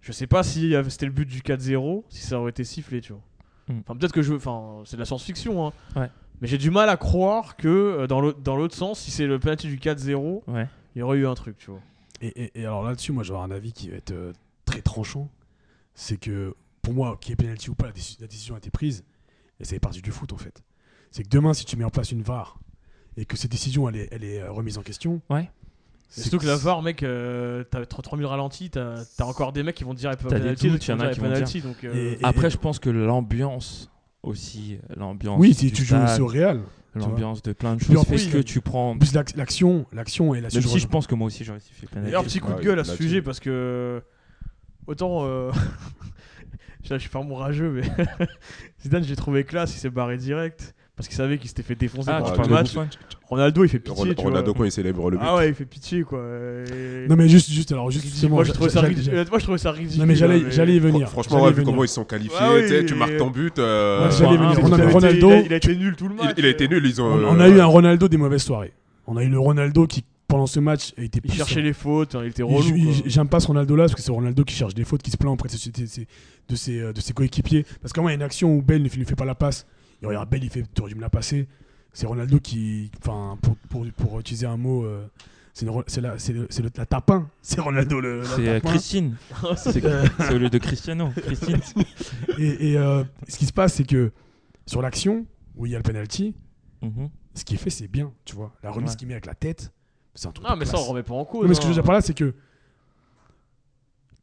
C: Je sais pas si euh, c'était le but du 4-0, si ça aurait été sifflé, tu vois.
A: Mm.
C: Enfin, peut-être que je, enfin, c'est de la science-fiction, hein.
A: Ouais.
C: Mais j'ai du mal à croire que euh, dans l'autre dans l'autre sens, si c'est le penalty du 4-0,
A: ouais.
C: il y aurait eu un truc, tu vois.
D: Et, et- et alors là-dessus, moi, j'aurais un avis qui va être euh, très tranchant. C'est que pour moi, qu'il y ait penalty ou pas, la, déci- la décision a été prise. Et c'est parti du foot, en fait. C'est que demain, si tu mets en place une VAR et que cette décision, elle est, elle est euh, remise en question.
A: Ouais.
C: Et
D: c'est
C: surtout que la
D: c'est-
C: VAR, mec, euh, t'as 3000 ralentis, t'as t'as encore des mecs qui vont te dire elle peut
A: T'as des
C: penalty, d'autres
A: doutes, y en
C: vont
A: a
C: dire,
A: qui
C: elle est
A: vont
C: penalty, donc. euh,
D: Et- et-
A: Après, je pense que l'ambiance aussi, l'ambiance
D: Oui,
A: du
D: si tu joues
A: stade,
D: au Real.
A: l'ambiance de plein de
D: Puis en
A: choses fait
D: plus,
A: que tu prends...
D: En
A: Même
D: plus, l'ac- l'action, l'action est la
A: si je pense que moi aussi, j'aurais sifflé penalty.
C: D'ailleurs, petit coup de
B: Ouais,
C: gueule à ce
B: là-dessus.
C: sujet parce que euh, autant euh, je je suis pas mon rageux, mais Zidane, j'ai trouvé classe, il s'est barré direct parce qu'il savait qu'il s'était fait défoncer
A: Ah,
C: pendant
A: tu
B: Ah,
C: tout
A: parles de
C: le match.
A: Bouffe, ouais.
C: Ronaldo, il fait pitié,
B: Ron-
C: tu
B: Ronaldo,
C: vois.
B: quand il célèbre le but.
C: Ah ouais, il fait pitié quoi. Et-
D: Non, mais juste, juste, alors, juste,
C: Moi,
D: justement,
C: je trouvais ça
D: j'allais-
C: ridicule.
D: j'allais-
C: Honnêtement, je trouvais ça ridicule.
D: Non, mais
C: hein,
D: j'allais j'allais y
B: Fran-
D: venir.
B: Franchement,
D: J'allais
B: ouais,
D: y
B: vu
D: venir.
B: comment ils se sont qualifiés,
C: Ah oui,
B: tu sais, tu
C: et-
B: marques ton but. euh,
D: Ouais, j'allais
B: il-
D: venir.
C: Ah,
D: On a
C: il
D: vu
C: été-
D: Ronaldo.
C: il a- Il a été nul tout le match.
B: il, a été nul. Ils ont,
D: On, on
B: euh,
D: a eu un Ronaldo des mauvaises soirées. On a eu le Ronaldo qui, pendant ce match, a été
C: Il
D: plus-
C: cherchait les fautes, hein, il était
D: Il-
C: relou.
D: il-
C: quoi.
D: J'aime pas ce Ronaldo-là parce que c'est Ronaldo qui cherche des fautes, qui se plaint auprès de ses, de ses- de ses, euh, de ses coéquipiers. Parce qu'au moins, il y a une action où Ben ne lui fait pas la passe. Et regarde, Bell, il fait, tu aurais dû me la passer. C'est Ronaldo qui, enfin, pour, pour, pour utiliser un mot, euh, c'est une Ro- c'est la, c'est le- c'est le- la tapin. C'est Ronaldo le. la
A: C'est euh,
D: tapin.
A: Christine. C'est c'est au lieu de Cristiano. Christine.
D: Et, et, euh, ce qui se passe, c'est que sur l'action où il y a le penalty,
A: Mhm.
D: ce qui est fait, c'est bien, tu vois. La remise
A: Ouais.
D: qu'il met avec la tête, c'est un truc.
C: Non,
D: de
C: mais ça,
D: classe.
C: on remet pas en cause.
D: Non, mais ce que je veux
C: hein.
D: dire par là, c'est que,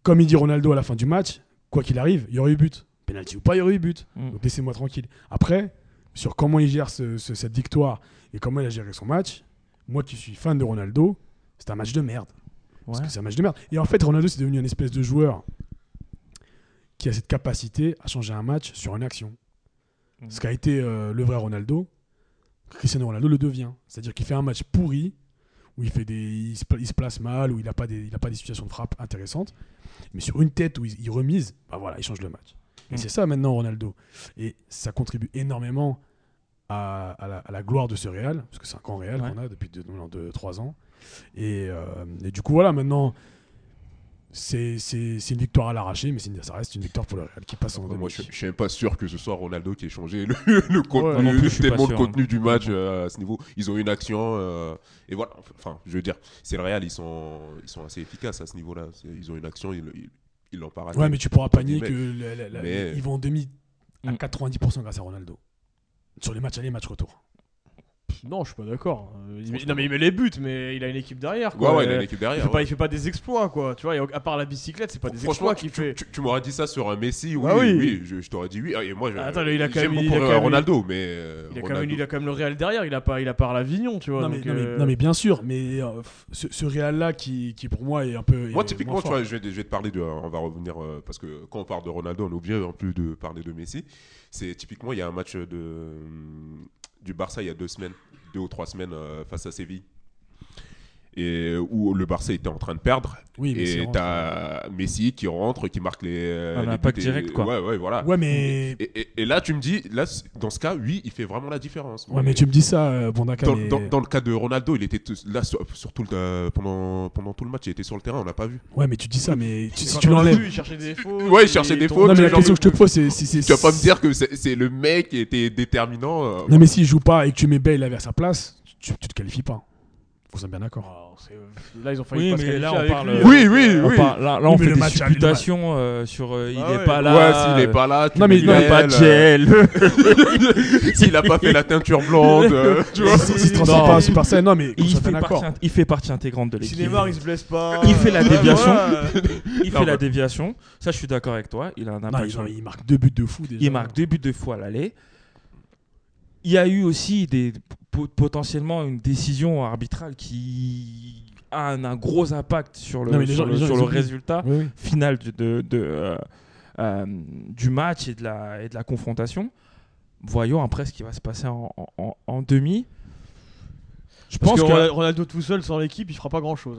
D: comme il dit Ronaldo à la fin du match, quoi qu'il arrive, il y aurait eu but. Penalty ou pas, il y aurait eu but.
A: Mm.
D: Donc laissez-moi tranquille. Après, sur comment il gère ce- ce- cette victoire et comment il a géré son match, moi qui suis fan de Ronaldo, c'est un match de merde. Parce
A: Ouais.
D: que c'est un match de merde. Et en fait, Ronaldo, c'est devenu une espèce de joueur qui a cette capacité à changer un match sur une action.
A: Mhm.
D: Ce qu'a été euh, le vrai Ronaldo, Cristiano Ronaldo le devient. C'est-à-dire qu'il fait un match pourri, où il, fait des, il, se, pla- il se place mal, où il n'a pas, des- il a pas des situations de frappe intéressantes. Mais sur une tête où il, il remise, bah voilà, il change le match. Et
A: Mhm.
D: c'est ça maintenant Ronaldo. Et ça contribue énormément à, à la, à la gloire de ce Real, parce que c'est un grand Real
A: Ouais.
D: qu'on a depuis 3 ans. Et, euh, et du coup, voilà, maintenant, c'est c'est- c'est une victoire à l'arraché, mais c'est une- ça reste une victoire pour le Real qui passe en
B: Moi,
D: demi.
B: je, je suis même pas sûr que ce soit Ronaldo qui ait changé le, le contenu,
A: Ouais, non plus, je suis pas
B: tellement le
A: sûr,
B: contenu
A: hein.
B: du match euh, à ce niveau. Ils ont une action euh, et voilà. Enfin, je veux dire, c'est le Real, ils sont, ils sont assez efficaces à ce niveau-là. C'est- Ils ont une action, ils ils- ils l'ont pas raté.
D: Ouais, mais tu pourras pas nier
B: Mais-
D: que la- la- la-
B: mais-
D: ils vont en demi à
A: Mm.
D: 90% grâce à Ronaldo. Sur les matchs aller, matchs retour.
C: Non, je suis pas d'accord. Euh, il met- Non, mais il met les buts, mais il a une équipe derrière.
B: Ouais,
C: Quoi.
B: ouais, il
C: Et-
B: a une équipe
C: Il
B: derrière.
C: fait,
B: ouais.
C: pas, il fait pas des exploits, quoi. Tu vois, il y a- à part la bicyclette, c'est pas des
B: Franchement,
C: exploits
B: tu,
C: qu'il fait.
B: tu- tu m'aurais dit ça sur un Messi, oui,
C: Ah oui.
B: oui. je, je t'aurais dit oui. Ah, Et moi, je-
C: Attends, il a quand
B: j'aime
C: même- il
B: beaucoup
C: a quand même-
B: Ronaldo, mais euh,
C: Il a, quand
B: Ronaldo-
C: même, il a quand même le Real derrière, il a pas, il a pas l'Avignon, tu vois.
D: Non mais,
C: donc,
D: non, mais-
C: euh,
D: non, mais bien sûr, mais euh, f- ce, ce Real-là qui, qui pour moi est un peu...
B: Moi,
D: est
B: typiquement,
D: moins
B: tu
D: fort.
B: vois, je vais, je vais te parler de. On va revenir. euh, parce que quand on parle de Ronaldo, on est obligé en plus de parler de Messi. C'est typiquement, il y a un match de, hum, du Barça il y a deux semaines, deux ou trois semaines euh, face à Séville. Et euh, où le Barça était en train de perdre.
D: Oui, mais c'est
B: et
D: vraiment-
B: t'as Messi qui rentre, qui marque les. euh,
A: Un
B: les
A: impact
B: buts et-
A: direct, quoi.
B: Ouais, ouais, voilà.
D: Ouais, mais...
B: Et, et- et là, tu me dis, là, c- dans ce cas, oui, il fait vraiment la différence.
D: Ouais, mais tu me dis ça, euh, Bondaka,
B: Dans,
D: mais-
B: dans- dans le cas de Ronaldo, il était t- là sur, sur tout le, euh, pendant, pendant tout le match, il était sur le terrain, on l'a pas vu.
D: Ouais, mais tu dis ça, mais tu-
C: quand
D: si
C: on
D: tu
C: l'a
D: l'enlèves...
C: vu, Il cherchait des fautes.
B: Ouais, il cherchait
C: et
B: des
C: ton-
B: fautes,
D: Non, mais la
B: genre-
D: question que je te pose, c'est... c'est- c'est-
B: Tu vas pas me dire que c'est c'est le mec qui était déterminant. euh,
D: Non, mais s'il joue pas et que tu mets Bale à sa place, tu, tu te qualifies pas. Vous êtes bien d'accord.
C: Ah, c'est- Là, ils ont failli
A: Oui,
C: pas se
A: mais là,
C: qualifier
A: on
C: avec
A: parle-
C: lui,
A: Oui,
B: oui,
C: euh,
A: On
B: oui.
A: parle- là, là,
D: Oui,
A: on
D: mais
A: fait
D: le
A: des
D: match, il-
A: supputations euh, sur euh, il
C: Ah
A: n'est
C: ouais.
A: pas
B: ouais,
A: là.
B: s'il
A: euh,
B: est pas là, tu
D: non, mais
B: mets
D: il a
B: Bale,
A: pas de
B: euh,
A: gel.
B: S'il a pas fait la teinture blonde, euh, tu vois.
D: Il se
A: Non.
D: transforme pas en Super Saiyan, non, mais qu'on
A: Il
D: soit
A: fait,
D: bien d'accord.
A: partie, int- il fait partie intégrante de l'équipe.
C: Cinéma, il se blesse pas.
A: Il fait la
C: Ouais,
A: déviation.
C: voilà.
A: Il
B: Non,
A: fait la
B: bah.
A: déviation. Ça, je suis d'accord avec toi. Il a un
D: Ah Non,
A: impact.
D: il,
A: sur-
D: il marque deux buts de fou déjà.
A: Il marque deux buts de fois à l'aller. il y a eu aussi des, po- potentiellement une décision arbitrale qui a un, un gros impact sur le,
D: Non, mais les
A: sur
D: gens-
A: le,
D: les gens,
A: sur
D: ils
A: le
D: oublient.
A: résultat
D: Oui, oui.
A: final de, de- de, euh, euh, du match et de, la, et de la confrontation. Voyons après ce qui va se passer en, en- en- en demi. Je
C: Parce
A: pense
C: que
A: que-
C: Ronal- Ronaldo tout seul sans l'équipe, il fera pas grand chose.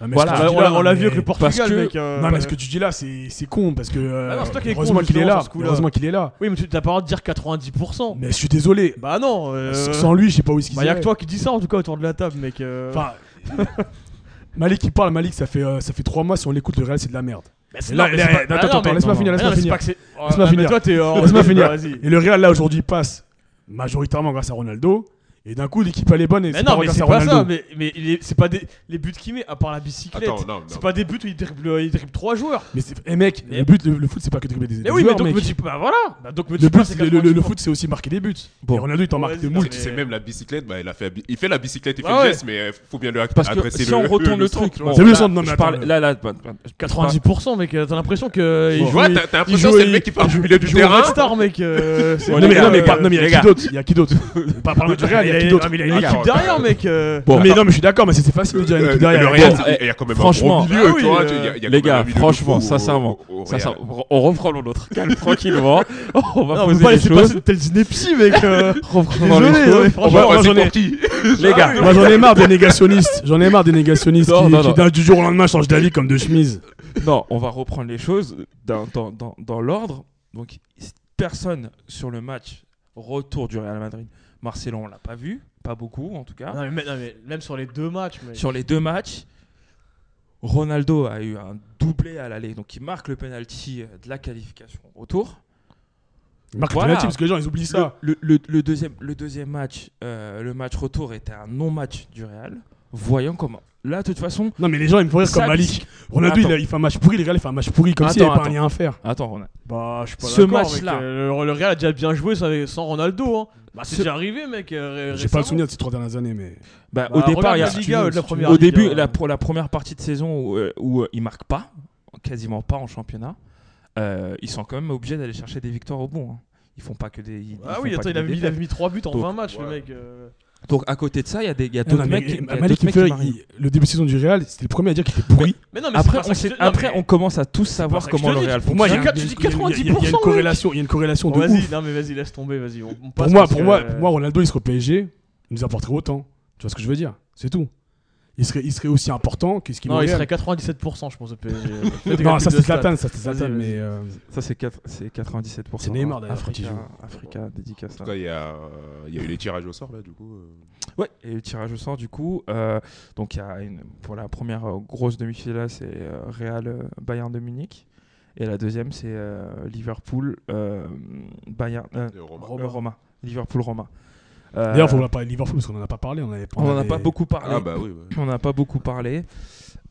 D: Ah, mais
A: Voilà.
D: ce que
A: Ah,
D: tu
C: on
D: dis
C: l'a
D: là,
C: on l'a
D: mais-
C: vu avec le Portugal,
A: parce que-
C: mec. euh,
D: Non, mais ce que tu dis là, c'est c'est con parce que. euh,
C: Ah non, c'est toi qui es con,
D: heureusement
C: moi,
D: qu'il est
C: justement,
D: là.
C: sur ce coup-là.
D: Heureusement qu'il est là.
C: Oui, mais tu t'as pas le droit de dire 90%.
D: Mais je suis désolé.
C: Bah non. Euh...
D: Sans lui, je sais pas où est-ce qu'il
C: Bah, y a
D: serait.
C: que toi qui dis ça en tout cas autour de la table, mec. euh.
D: Enfin, Malik qui parle, Malik, ça fait, euh, ça fait 3 mois, si on l'écoute, le Real, c'est de la merde.
C: Mais c'est-
D: Et
C: non,
D: là-
C: mais
D: là-
C: c'est pas-
D: attends,
C: Ah non,
D: attends,
C: mais-
D: laisse-moi
C: non,
D: finir,
C: non,
D: laisse-moi
C: mais c'est
D: finir.
C: pas que c'est-
D: Laisse-moi
C: Ah, mais
D: finir.
C: Toi, t'es en-
D: Laisse-moi finir.
C: Vas-y.
D: Et le Real, là, aujourd'hui, il passe majoritairement grâce à Ronaldo. Et d'un coup, l'équipe, elle est bonne et
C: Mais
D: c'est pas
C: non, mais
D: grâce
C: c'est
D: à
C: pas ça.
D: Ronaldo.
C: Mais, mais il est- c'est pas des, les buts qu'il met, à part la bicyclette.
B: Attends, non, non.
C: c'est pas des buts où il dribble, euh, il dribble 3 joueurs.
D: Mais c'est- eh, mec,
C: Mais-
D: le but, le, le foot, c'est pas que dribbler des, des
C: Mais oui, mais
D: joueurs,
C: donc
D: mec.
C: me dis bah voilà. Bah, donc me dis
D: Le,
C: pas,
D: but,
C: c'est
D: le, le- le
C: 90%.
D: foot, c'est aussi marquer des buts.
A: Bon.
D: Et Ronaldo, il t'en marque
C: Vas-y,
D: de
C: non,
D: moult.
B: C'est
C: mais-
B: même la bicyclette, bah, il, a fait, la bi- il fait la bicyclette, il fait
C: Ah
B: le
C: ouais.
B: geste, mais euh, faut bien lui ad-
A: Parce que
B: adresser
A: si
B: le,
A: on retourne le,
B: sang,
A: truc,
B: tu
A: bon,
B: vois.
D: C'est mieux
A: là,
D: ça, non, mais
A: je
D: attends,
A: parle-
D: mais-
A: là, là, bah, bah, je-
C: 90% mec, euh, t'as l'impression que il
B: Tu
C: joue,
B: vois, t'as t'as
C: il
B: l'impression
C: joue-
B: que c'est le mec qui part du milieu du
C: il joue au
B: terrain.
C: Red Star mec. euh, c'est-
D: Non,
A: les
D: mais
A: gars,
D: non, mais
A: euh,
D: par- non, mais il
A: les
D: y
A: gars.
D: a qui d'autre Il y a qui d'autre Pas parlant du Real, il y a qui d'autre
C: Il y a une équipe derrière mec. euh.
A: Bon.
D: Non, mais non, mais je suis d'accord, mais c'était facile de dire il y a
B: Euh,
D: une
B: le
D: équipe derrière. il y a
B: Real,
D: qui-
B: il y a quand même
A: Franchement.
B: un gros milieu,
C: Ah oui,
B: tu vois,
C: euh,
B: tu- il y a- il y a
A: les
B: quand même un
A: gars,
B: milieu de
A: franchement,
B: fou au-
A: sincèrement,
B: au- au
A: sincèrement,
B: Real.
A: on reprend l'eau l'autre, calme, tranquillement. On va
C: Non, on peut
A: poser
C: pas
A: les
C: laisser passer
A: choses.
C: de telles inepties mec. euh.
A: Reprenons les
C: Désolé,
A: choses.
C: ouais,
B: On va
C: franchement.
B: passer
D: j'en ai-
B: pour qui
A: Les gars,
D: Moi j'en ai marre des négationnistes, j'en ai marre des négationnistes
A: Non,
D: qui,
A: non,
D: qui,
A: non.
D: d'un- du jour au lendemain changent d'avis comme de chemise.
A: Non, on va reprendre les choses dans, dans- dans- dans l'ordre. Donc, personne sur le match retour du Real Madrid. Marcelo, on l'a pas vu, pas beaucoup en tout cas.
C: Non, mais- non, mais même sur les deux matchs mec.
A: Sur les deux matchs, Ronaldo a eu un doublé à l'aller, donc il marque le penalty de la qualification au retour.
D: Marc
A: Voilà.
D: penalty, parce que les gens ils oublient ça.
A: Le, le- le deuxième, le deuxième match, euh, le match retour était un non-match du Real. Voyons comment. Là, de toute façon,
D: Non mais les gens ils me font rire
A: ça-
D: comme Malik. Ronaldo
A: Attends.
D: il, a- il fait un match pourri, les gars il fait un match pourri comme s'il n'y
A: Attends,
D: avait pas un
A: attends.
D: lien à faire.
A: Attends, Ronaldo.
C: Bah, je suis pas
A: Ce
C: d'accord,
A: match-là.
C: mec, euh, Le, le Real a déjà bien joué sans, sans Ronaldo. Hein. Bah, c'est
A: Ce-
C: déjà arrivé, mec. euh, ré-
D: J'ai pas le
C: récemment.
D: souvenir de ces trois dernières années mais.
A: Bah,
C: Bah,
A: au départ,
C: regarde
A: il y a,
C: la Liga,
D: si tu veux,
C: euh, de la
D: si tu
C: première
A: Au
C: Ligue,
A: début,
C: euh,
A: la, pro- la première partie de saison où, euh, où, euh, ils marquent pas, quasiment pas en championnat, euh, ils sont quand même obligés d'aller chercher des victoires au bon. hein. Ils font pas que des. ils- ils
C: Ah
A: font
C: oui,
A: pas
C: attends,
A: que
C: il avait,
A: des
C: mis- il
A: défaites.
C: avait mis 3 buts en
A: Donc,
C: 20 matchs,
B: ouais.
C: le mec. euh.
A: Donc à côté de ça, il y a des il y a
D: Ah Non,
A: d'autres
D: mais
A: mecs. qui- il y a
D: Malik
A: d'autres
D: il
A: mecs
D: fait
A: qui
D: rire,
A: marient.
D: il- le début de saison du Real c'était le premier à dire qu'il était pourri.
C: Mais non, mais
A: Après,
C: c'est pas
A: on,
C: ça que
A: sait-
C: je te- non,
A: après
C: mais-
A: on commence à tous savoir
C: ça que je
A: comment
C: te
A: le
C: dis.
A: Real
D: Pour moi il y
A: fonctionne.
D: a un-
C: quatre- tu
D: il y
C: dis
D: a- il y a- il y a- il y a
C: 90%,
D: une corrélation, il y a une corrélation
C: Bon,
D: de
C: vas-y,
D: ouf.
C: non, mais vas-y, laisse tomber, vas-y. On, on passe
D: Pour moi,
C: parce
D: pour
C: que,
D: moi,
C: euh,
D: pour moi, Ronaldo, il serait au PSG, il nous apporterait autant. Tu vois ce que je veux dire C'est tout. Il serait, il serait aussi important que ce qu'il est au
C: Non, il
D: Real.
C: serait 97%, je pense, au PSG.
D: Non, ça c'est
C: Zlatan.
D: Zlatan, ça c'est Zlatan,
C: Vas-y, vas-y.
D: mais euh,
A: Ça, c'est quatre- c'est 97%.
D: C'est Neymar, d'ailleurs,
A: Africa-
D: quand il joue.
A: Africa, dédicace.
B: En
A: là.
B: tout cas, il y a, il y a eu les tirages au sort, là, du coup. euh.
A: Ouais, et le tirage au sort, du coup, euh, donc il y a une, pour la première euh, grosse demi-finale, c'est euh, Real euh, Bayern de Munich. Et la deuxième, c'est euh, Liverpool euh, Bayern euh,
B: Et Roma.
A: euh, Roma. Liverpool Roma. Euh,
D: D'ailleurs, faut pas Liverpool parce qu'on en a pas parlé, on avait
A: on n'en a
D: avait-
A: pas beaucoup parlé.
B: Ah, bah oui. ouais.
A: On n'a pas beaucoup parlé.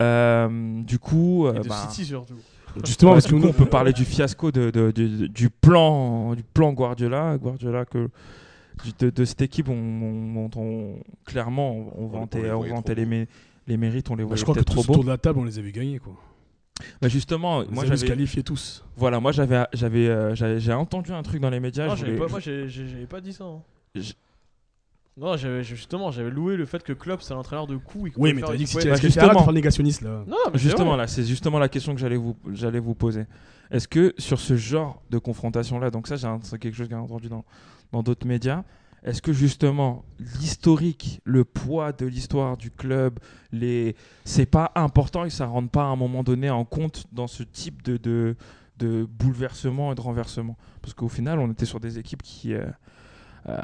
A: Euh, du coup, euh,
C: Et de
A: bah,
C: City, surtout.
D: Justement,
A: Ouais,
D: parce que
A: du coup,
D: nous,
A: on peut parler du fiasco de, de- du- du plan du plan Guardiola, Guardiola que du- de, de cette équipe on, on- on- on- clairement on, on
B: On- on
A: vantait,
B: les
A: on
B: voyait
A: vantait
B: trop
A: les, mé- les mérites, on les
D: bah,
A: voyait
D: je crois que
A: peut-être
D: tous
A: trop beaux.
D: autour de la table, on les avait gagnés quoi.
A: Mais justement, moi
D: je se
A: j'avais
D: qualifier tous.
A: voilà, moi j'avais j'avais euh, j'avais- j'ai entendu un truc dans les médias,
C: Non,
A: je
C: j'avais
A: voulais-
C: pas, moi, j'ai- j'ai- j'avais pas dit ça. hein.
A: Je-
C: Non, j'avais justement, j'avais loué le fait que Klopp, c'est l'entraîneur de coup. il
D: Oui,
C: pouvait
D: mais
C: faire-
D: t'as dit
C: il
D: que
C: pouvait-
D: c'était parce que
A: justement.
D: t'arrêtes de faire le négationniste là.
C: Non, Ah, mais c'est
A: Justement
C: vrai.
A: là, c'est justement la question que j'allais vous j'allais vous poser. Est-ce que sur ce genre de confrontation là, donc ça j'ai un- c'est quelque chose que j'ai entendu dans dans d'autres médias, est-ce que justement l'historique, le poids de l'histoire du club, les c'est pas important et ça rentre pas à un moment donné en compte dans ce type de de, de bouleversement et de renversement parce qu'au final on était sur des équipes qui euh, euh,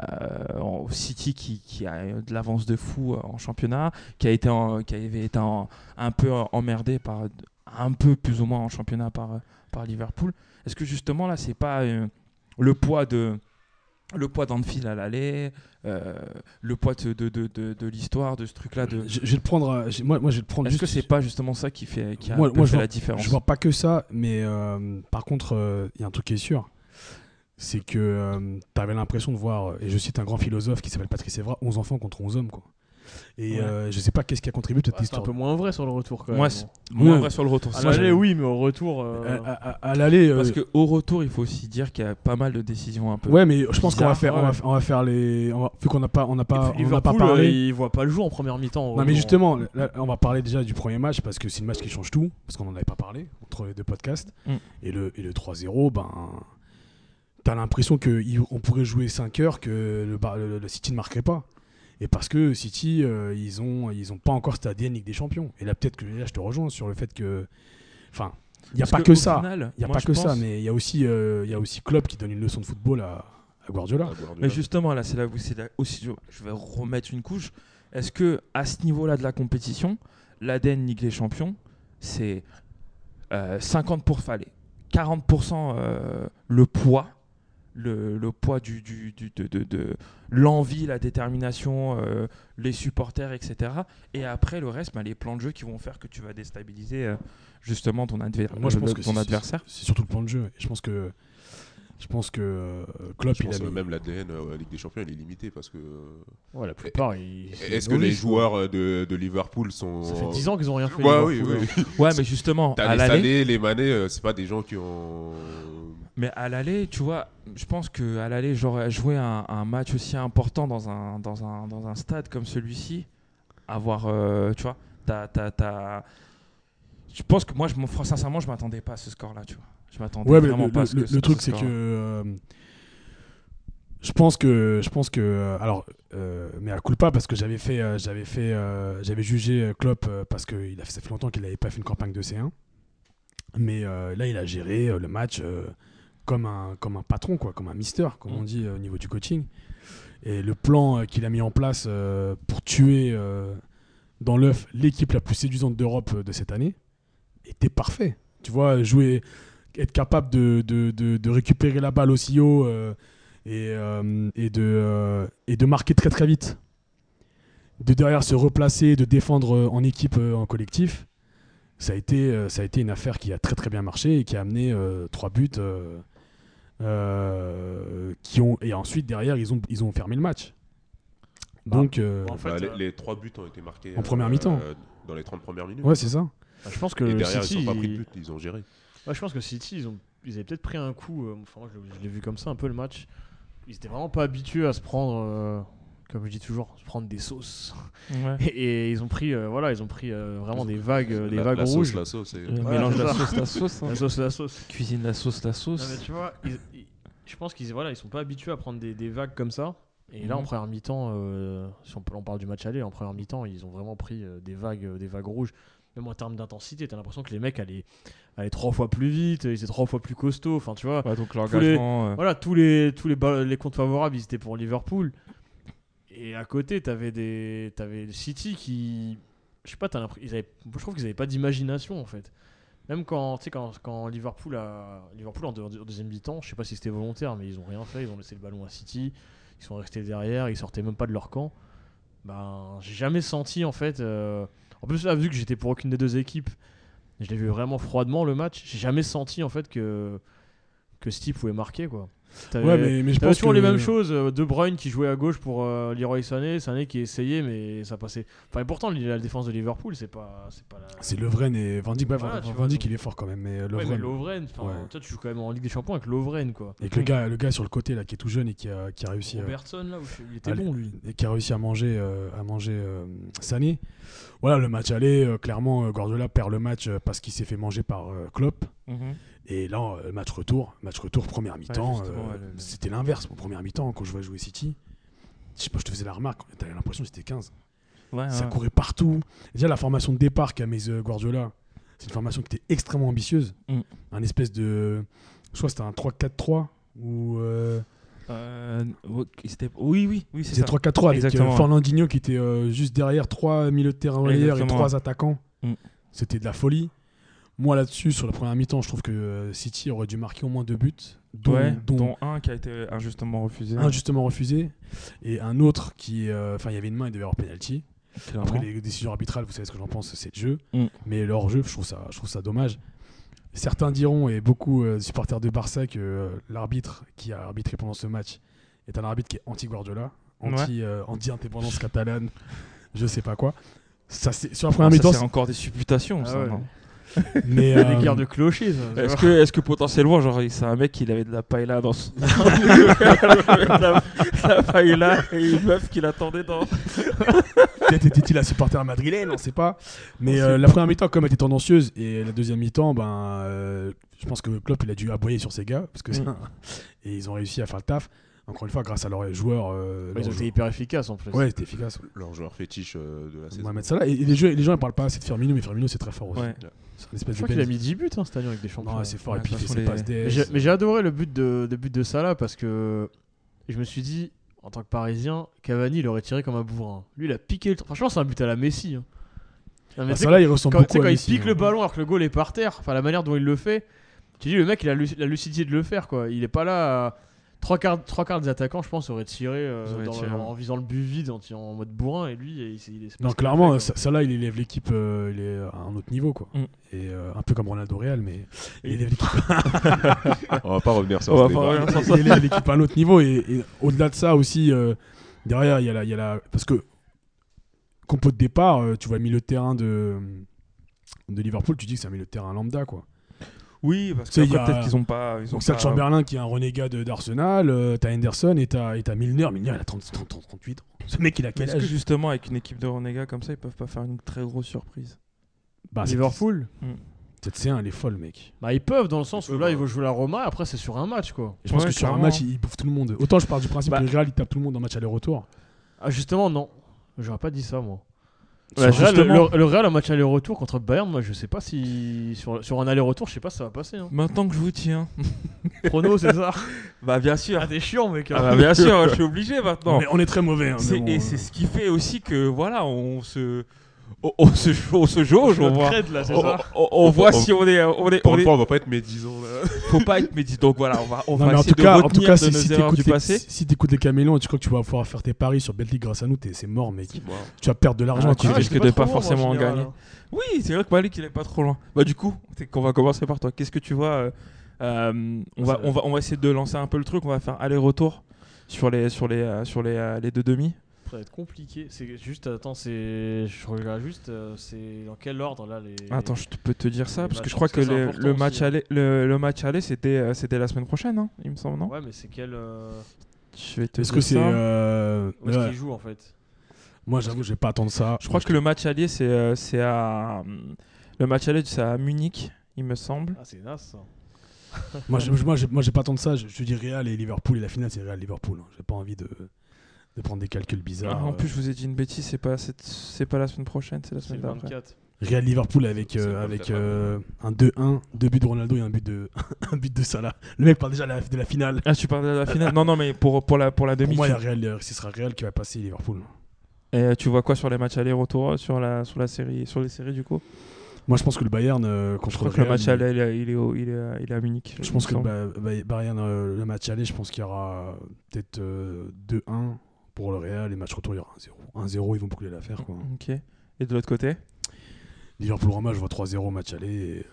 A: en- City qui, qui a eu de l'avance de fou euh, en championnat, qui a été en- qui avait été en, un peu euh, emmerdé par un peu plus ou moins en championnat par euh, par Liverpool. Est-ce que justement là c'est pas euh, le poids de le poids d'Anfield à l'aller, euh, le poids de de, de, de- de l'histoire de ce truc là de
D: Je, je vais le prendre, à- je- moi, moi, je vais le prendre.
A: est-ce
D: juste-
A: que c'est pas justement ça qui fait qui a un
D: Moi-
A: peu
D: moi, je
A: fait
D: vois-
A: la différence
D: Je vois pas que ça, mais euh, par contre, euh, il y a un truc qui est sûr. C'est euh, que tu avais l'impression de voir, et je cite un grand philosophe qui s'appelle Patrice Evra, 11 enfants contre 11 hommes. Quoi. Et
C: Ouais.
D: euh, je sais pas qu'est-ce qui a contribué à cette
C: Bah, c'est un
D: histoire.
C: peu moins vrai sur le retour quand
A: Moi,
C: même.
A: c'est-
C: Bon.
A: Moi,
D: Ouais.
A: vrai, sur le retour.
C: À
A: c'est ça,
C: l'aller,
A: j'aime.
C: oui, mais au retour. euh,
D: À, à- à- à l'aller. euh,
A: Parce que au retour, il faut aussi dire qu'il y a pas mal de décisions un peu.
D: Ouais, mais je pense qu'on va
C: bizarre,
D: faire, on va,
C: ouais.
D: on va faire les, on va- vu qu'on n'a pas, on n'a
C: et
D: pas,
C: puis
D: on n'a pas
C: Liverpool, euh,
D: parlé.
C: il voit pas le jour en première mi-temps.
D: Non mais
C: On-
D: justement, là, on va parler déjà du premier match parce que c'est le match qui change tout, parce qu'on n'en avait pas parlé entre les deux podcasts.
A: Mm.
D: Et le, et le 3-0, ben, t'as l'impression qu'on pourrait jouer 5 heures que le, Bar- le- le City ne marquerait pas. Et parce que City, euh, ils ont ils ont pas encore cet ADN Ligue des Champions. Et là peut-être que là je te rejoins sur le fait que, enfin, il y a
A: Parce
D: pas que
A: au
D: ça,
A: final,
D: il y a
A: moi,
D: pas
A: je
D: que ça,
A: pense-
D: mais il y a aussi euh, il y a aussi Klopp qui donne une leçon de football à, à Guardiola.
B: Ah, Guardiola.
A: Mais justement, là, c'est là où c'est là aussi. je- Je vais remettre une couche. Est-ce que à ce niveau-là de la compétition, l'ADN Ligue des Champions, c'est euh, 50 pour fallait 40% euh, le poids, le, le poids du, du- du- de, de- de l'envie, la détermination, euh, les supporters, etc. Et après le reste, bah, les plans de jeu qui vont faire que tu vas déstabiliser euh, justement ton, adver-
D: Moi, je
A: le-
D: pense que
A: ton
D: c'est-
A: adversaire.
D: C'est surtout le plan de jeu. Et je pense que je pense que euh, Klopp
B: Je
D: il a
B: pense que
D: mis-
B: même l'ADN euh, Ligue des Champions, elle est limitée parce que. euh,
C: hein. Ouais, la plupart, ils- c'est
B: Est-ce
C: des
B: que les
C: novices, quoi.
B: joueurs euh, de, de Liverpool sont.
C: Ça fait 10 ans qu'ils ont rien fait.
B: Ouais, oui,
C: Liverpool, hein.
B: oui.
A: Ouais, mais justement,
B: T'as
A: à
B: les
A: l'aller.
B: Sané, les Mané, euh, c'est pas des gens qui ont.
A: Mais à l'aller, tu vois, je pense que à l'aller, j'aurais joué un, un match aussi important dans un, dans un, dans un stade comme celui-ci. Avoir, euh, tu vois, t'as, t'as- t'as- je pense que moi, je, m'en- sincèrement, je m'attendais pas à ce score-là, tu vois. Je m'attendais
D: Ouais, mais
A: vraiment
D: le,
A: pas à
D: le-
A: ce que
D: le-
A: ce-
D: le truc
A: ce
D: c'est que
A: score-là.
D: euh, je pense que je pense que euh, alors euh, mais à culpa parce que j'avais fait euh, j'avais fait euh, j'avais jugé euh, Klopp euh, parce que il a fait ça fait longtemps qu'il n'avait pas fait une campagne de C1. Mais euh, là il a géré euh, le match euh, comme un comme un patron quoi, comme un mister comme
A: Mm.
D: on dit euh, au niveau du coaching. Et le plan euh, qu'il a mis en place euh, pour tuer euh, dans l'œuf l'équipe la plus séduisante d'Europe euh, de cette année était parfait. Tu vois, jouer, être capable de, de, de- de récupérer la balle aussi haut euh, et, euh, et, de, euh, et de marquer très très vite. De derrière se replacer, de défendre euh, en équipe, euh, en collectif. Ça a, été, euh, ça a été une affaire qui a très très bien marché et qui a amené euh, trois buts. euh, euh, qui ont, et ensuite, derrière, ils ont, ils ont fermé le match. Donc, euh,
C: En fait,
B: Bah, les,
C: euh,
B: les trois buts ont été marqués. euh,
D: en première mi-temps.
B: Dans les 30 premières minutes.
D: ouais, c'est ça.
C: bah, Je pense que
B: Et derrière,
C: City,
B: ils n'ont pas pris de
C: ils-
B: but, ils ont géré.
C: Ouais, je pense que City, ils, ont... ils avaient peut-être pris un coup. euh, Enfin, moi, je l'ai- je l'ai vu comme ça un peu le match. Ils étaient vraiment pas habitués à se prendre, euh, comme je dis toujours, se prendre des sauces.
A: Ouais.
C: Et, et ils ont pris, euh, voilà, ils ont pris euh, vraiment des vagues, euh, des
B: la,
C: vagues
B: la
C: rouges.
B: Sauce, la sauce, c'est-
A: Le
C: Ouais,
A: mélange
C: c'est
A: la
C: ça.
A: sauce, la sauce. hein.
C: La sauce, la sauce.
A: Cuisine la sauce, la
C: Non, mais
A: sauce.
C: tu vois, ils- ils- je pense qu'ils voilà, ils sont pas habitués à prendre des, des vagues comme ça. Et là,
A: Mhm.
C: en première mi-temps, euh, si on, peut- on parle du match aller, en première mi-temps, ils ont vraiment pris euh, des vagues, euh, des vagues rouges. Même en termes d'intensité, t'as l'impression que les mecs allaient, allaient trois fois plus vite, ils étaient trois fois plus costauds. Enfin, tu vois,
A: Ouais, donc
C: Tous les-
A: l'engagement. euh,
C: voilà, tous les tous les, ba- les comptes favorables, ils étaient pour Liverpool. Et à côté, t'avais des t'avais le City qui, je sais pas, t'as l'impr- ils avaient- je trouve qu'ils avaient pas d'imagination en fait. Même quand tu sais quand, quand Liverpool a Liverpool en, deux- en deuxième mi-temps, je sais pas si c'était volontaire, mais ils ont rien fait, ils ont laissé le ballon à City, ils sont restés derrière, ils sortaient même pas de leur camp. Ben, j'ai jamais senti en fait. euh, En plus là, vu que j'étais pour aucune des deux équipes, je l'ai vu vraiment froidement le match. J'ai jamais senti en fait que que City pouvait marquer quoi. T'avais-
D: Ouais, mais, mais je
C: T'avais
D: pense
C: euh, toujours
D: que-
C: les mêmes choses. euh, De Bruyne qui jouait à gauche pour euh, Leroy Sané, Sané qui essayait mais ça passait. Enfin et pourtant la défense de Liverpool c'est pas c'est pas la.
D: C'est Lovren et Van Dijk. Bah,
A: Ah,
C: Voilà,
D: Van-
C: tu
D: Van
C: vois,
D: Dijk,
C: donc-
D: il est fort quand même. Mais euh,
C: Ouais,
D: Lovren.
C: mais Lovren, enfin,
D: Ouais.
C: toi tu joues quand même en Ligue des Champions avec Lovren quoi.
D: et que le gars, le gars sur le côté là, qui est tout jeune et qui a, qui a réussi, à,
C: Robertson là, où je- il était
D: Allez.
C: bon lui.
D: et qui a réussi à manger, euh, à manger euh, Sané. Voilà, le match aller, euh, clairement, euh, Guardiola perd le match euh, parce qu'il s'est fait manger par euh, Klopp.
A: mhm.
D: Et là, euh, match retour, match retour, première mi-temps,
A: justement,
D: euh,
A: ouais, le- le-
D: c'était l'inverse. Mon première mi-temps, quand je vois jouer City, je sais pas, je te faisais la remarque, t'avais l'impression que c'était 15.
A: Ouais, hein.
D: Ça
A: ouais.
D: courait partout. Déjà, la formation de départ qu'a mis euh, Guardiola, c'est une formation qui était extrêmement ambitieuse.
A: Mm.
D: Un espèce de. Soit c'était un 3-4-3, ou. euh,
A: Euh, ouais, c'était- Oui, oui, oui, c'est
D: c'était
A: ça.
D: 3-4-3 avec euh,
A: Exactement.
D: Fernandinho qui était euh, juste derrière, trois milieux de terrain relayeurs et
A: Exactement.
D: trois attaquants.
A: Mm.
D: C'était de la folie. Moi, là-dessus, sur la première mi-temps, je trouve que euh, City aurait dû marquer au moins deux buts, dont,
A: Ouais,
D: dont
A: dont un qui a été injustement refusé.
D: un justement refusé, et un autre qui. euh, Enfin, il y avait une main, il devait y avoir penalty. Après, les décisions arbitrales, vous savez ce que j'en pense, c'est le jeu.
A: Mm.
D: Mais leur jeu, je trouve ça, je trouve ça dommage. Certains diront, et beaucoup euh, de supporters de Barça, que euh, l'arbitre qui a arbitré pendant ce match est un arbitre qui est anti-Guardiola, anti, euh, anti-indépendance catalane. je sais pas quoi. Ça, c'est- sur la première
A: Ah, Ça,
D: mi-temps,
A: c'est encore des supputations.
C: Ah
A: ça,
C: ouais.
A: non
D: c'est-
C: Il
D: mais
C: y a des
D: euh,
C: guerres de clochers. ça.
A: Est-ce que, est que potentiellement, genre, c'est un mec qui avait de la paella dans son. la, la paella et une meuf qui l'attendait dans.
D: peut-être était-il un supporter madrilène, on sait pas. Mais euh, la première mi-temps, comme elle était tendancieuse, et la deuxième mi-temps, ben, euh, je pense que Klopp il a dû aboyer sur ses gars parce que
A: Mm.
D: ça- et ils ont réussi à faire le taf. Encore une fois, grâce à leurs joueurs. euh,
C: Ils
D: leurs
C: ont été
D: joueurs.
C: hyper efficaces en plus.
D: Ouais, c'était efficace.
B: Leur joueur fétiche euh, de la saison.
D: Mohamed Salah. Et, et les, jeux- les gens ils parlent pas assez de Firmino, mais Firmino c'est très fort aussi.
A: Ouais.
D: C'est une espèce
C: Je crois qu'il
D: de
C: a
D: Benz.
C: mis 10 buts hein, cette année avec des champions.
D: Non, c'est fort.
A: Ouais,
D: et puis il
A: de toute
D: fait
A: façon,
D: ses
A: les-
D: passes
C: Mais
D: des.
C: j'ai- mais j'ai adoré le but de, le but de Salah parce que je me suis dit, en tant que parisien, Cavani il aurait tiré comme un bourrin. Lui il a piqué le. Franchement, c'est un but à la Messi. hein. Non, mais tu sais,
D: Ah, Bah, Salah il ressemble
C: quand, tu sais,
D: beaucoup
C: quand
D: à
C: il
D: Messi,
C: pique le
D: hein.
C: ballon alors que le goal est par terre, enfin la manière dont il le fait, tu dis le mec il a lu- la lucidité de le faire quoi. Il est pas là. à- Trois quarts, trois quarts des attaquants, je pense, auraient tiré, euh,
A: Ils auraient
C: dans-
A: tiré, ouais.
C: en visant le but vide, en, tirant en mode bourrin, et lui, il, il, il- c'est pas
D: Non,
C: ce qu'il a
D: clairement,
C: fait, quoi.
D: Sa- Salah il élève l'équipe euh, il est à un autre niveau quoi.
A: Mm.
D: Et euh, un peu comme Ronaldo Real, mais il
A: Et-
D: élève l'équipe
B: On va pas revenir sur
A: On
B: ce
A: va pas
B: débat.
A: revenir sur ça.
D: Il élève l'équipe à un autre niveau. Et, et au-delà de ça aussi, euh, derrière, il y, a la- il y a la. Parce que, compo de départ, euh, tu vois, mis le terrain de, de Liverpool, tu dis que c'est un milieu de terrain lambda, quoi.
A: Oui, parce
D: Tu
A: que
D: sais, il y
A: après,
D: a-
A: peut-être qu'ils ont pas. Ils ont
D: Donc, ça,
A: pas-
D: Chamberlain qui est un renégat de- d'Arsenal, euh, t'as Henderson et t'as et t'as Milner. Milner, il a 30, 30, 30, 38 ans. Ce mec, il a
A: Mais
D: quel
A: est-ce que
D: âge
A: justement, avec une équipe de renégats comme ça, ils peuvent pas faire une très grosse surprise
D: Bah, cette-
C: Liverpool
D: Cette C1, elle est folle, mec.
C: Bah, ils peuvent dans le sens
B: Ils
C: où
B: peuvent,
C: là,
B: ouais.
C: ils vont jouer la Roma, après, c'est sur un match quoi.
D: Je pense
A: Ouais,
D: que sur un
A: clairement.
D: match, il, il bouffe tout le monde. Autant je pars du principe
C: Bah-
D: que le Real, il tape tout le monde en match aller-retour.
C: Ah, justement, non. J'aurais pas dit ça, moi.
A: Bah,
C: Sur le, Real,
A: justement.
C: le- le Real en match aller-retour contre Bayern, moi, je sais pas si. Sur, sur un aller-retour, je sais pas si ça va passer. Hein.
A: Maintenant que je vous tiens.
C: Prono, c'est ça
A: Bah, bien sûr.
C: Ah, t'es chiant, mec. hein.
A: Ah bah, bien sûr, je suis obligé maintenant.
D: Mais on est très mauvais. hein, mais
A: C'est-
D: bon,
A: et
D: euh,
A: c'est ce qui fait aussi que, voilà, on se. On, on se, on se jauge, on
C: Notre
A: voit. Oh,
C: crête, là, c'est
A: On,
C: ça
A: on- on voit
B: On-
A: si on est. On est,
B: Pour
A: on
B: une
A: est-
B: fois, on va pas être médisants là.
A: faut pas être médit. Donc voilà, on va, on
D: Non,
A: va
D: mais en
A: essayer
D: tout
A: de
D: cas, en
A: retenir
D: tout cas,
A: de
D: si,
A: nos
D: si
A: erreurs
D: t'écoutes
A: du
D: les,
A: passé.
D: si- si t'écoutes les camélons et tu crois que tu vas pouvoir faire tes paris sur Bentley grâce à nous, t'es- c'est mort, mec.
B: Wow.
D: Tu vas perdre de l'argent.
A: Ah,
D: tu
A: tu
D: vas-
A: risques
C: j'étais
A: de
C: trop
A: pas
C: bon, moi,
A: forcément en
C: général,
A: gagner.
C: hein.
A: Oui, c'est vrai que Malik il est pas trop loin. Bah du coup, c'est qu'on va commencer par toi. Qu'est-ce que tu vois euh, euh, on, va, on, va, on va essayer de lancer un peu le truc. On va faire aller-retour sur les sur les euh, sur les, euh, les deux demi.
C: Ça va être compliqué. C'est juste, attends, c'est. Je regarde juste, euh, c'est dans quel ordre là les.
A: Attends, je te- peux te dire ça
C: les
A: parce que
C: matchs,
A: je crois
C: parce
A: que
C: que c'est
A: le,
C: important
A: le match
C: aussi, hein.
A: aller le, le match aller c'était euh, c'était la semaine prochaine, hein, il me semble non
C: Ouais, mais c'est quel. euh,
A: Je vais te
D: Est-ce
A: dire
D: que c'est.
A: ça.
D: euh,
C: Où est-ce
D: ouais.
C: qu'il joue en fait
D: Moi, j'avoue, je vais pas attendre ça.
A: Je crois que le match aller c'est euh, c'est à hum, le match aller c'est à Munich, il me semble.
C: Ah, c'est naze ça.
D: Moi, je- moi, j'ai- moi, j'ai pas attendre ça. Je, je dis Real et Liverpool. Et la finale, c'est Real-Liverpool. hein. J'ai pas envie de, de prendre des calculs bizarres.
A: Ah, en plus, je vous ai dit une bêtise, c'est pas cette- c'est pas la semaine prochaine, c'est la
C: C'est
A: semaine
C: le
A: d'après.
C: 24.
D: Real-Liverpool avec,
B: C'est
D: euh,
B: pas le
D: avec
B: Real.
D: euh, un 2-1, deux buts de Ronaldo et un but de, un but de Salah. Le mec parle déjà de la, de la finale.
A: Ah, tu parles de la finale Non, non, mais pour, pour, la, pour la
D: Pour
A: demi,
D: moi, il
A: tu,
D: y a Real, euh, ce sera Real qui va passer Liverpool.
A: Et euh, tu vois quoi sur les matchs aller-retour euh, sur la, sur, la série, sur les séries du coup
D: Moi, je pense que le Bayern euh, contre
A: Je crois que
D: le
A: le
D: Real,
A: match aller, il est, il est au- il est à, il est à Munich.
D: Je pense
A: il
D: que
A: me semble.
D: bah, bah, Bayern, euh, le match aller, je pense qu'il y aura euh, peut-être euh, 2-1 pour le Real. Et match retour, il y aura 1-0. 1-0, ils vont boucler l'affaire. quoi.
C: Mm.
A: Ok. Et de l'autre côté
D: Liverpool-Roma, je vois 3-0 match aller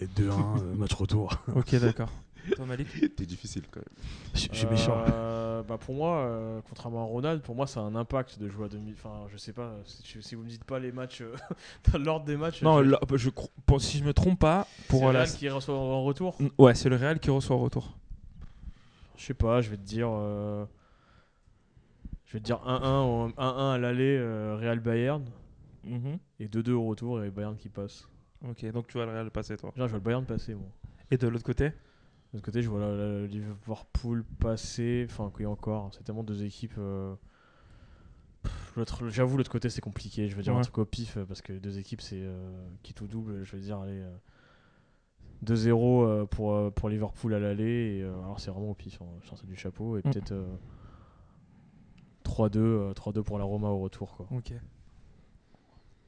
D: et, et 2-1 euh, match retour.
A: Ok, d'accord. Toi, Malik
B: T'es difficile quand même.
D: Je je suis méchant.
C: Euh, bah pour moi, euh, contrairement à Ronald, pour moi, ça a un impact de jouer à demi. Enfin, je sais pas, si, si vous me dites pas les matchs, euh, dans l'ordre des matchs.
A: Non,
C: je,
A: là, bah, je, cro- pour- si je me trompe pas,
C: pour
A: pour euh, la.
C: qui reçoit en retour
A: Mm, Ouais, c'est le Real qui reçoit en retour.
C: Je sais pas, je vais te dire. euh, je vais te dire 1-1 ou 1-1 à l'aller, euh, Real Bayern, et 2-2 au retour, et Bayern qui passe.
A: Ok, donc tu vois le Real passer, toi.
C: Genre, je vois le Bayern passer, moi.
A: Et de l'autre côté
C: De l'autre côté, je vois la- la- le Liverpool passer. Enfin, oui, encore. hein. C'est tellement deux équipes. euh, pff, l'autre- J'avoue, l'autre côté, c'est compliqué. Je veux dire un
A: Ouais.
C: truc au pif euh, parce que les deux équipes, c'est euh, qui tout double. Je veux dire, allez. euh, 2-0 euh, pour, euh, pour Liverpool à l'aller. et, euh, alors, c'est vraiment au pif. hein, je sors ça du chapeau. Et
A: Mm.
C: peut-être. euh, 3-2 euh, 3-2 pour la Roma au retour. Quoi.
A: Ok.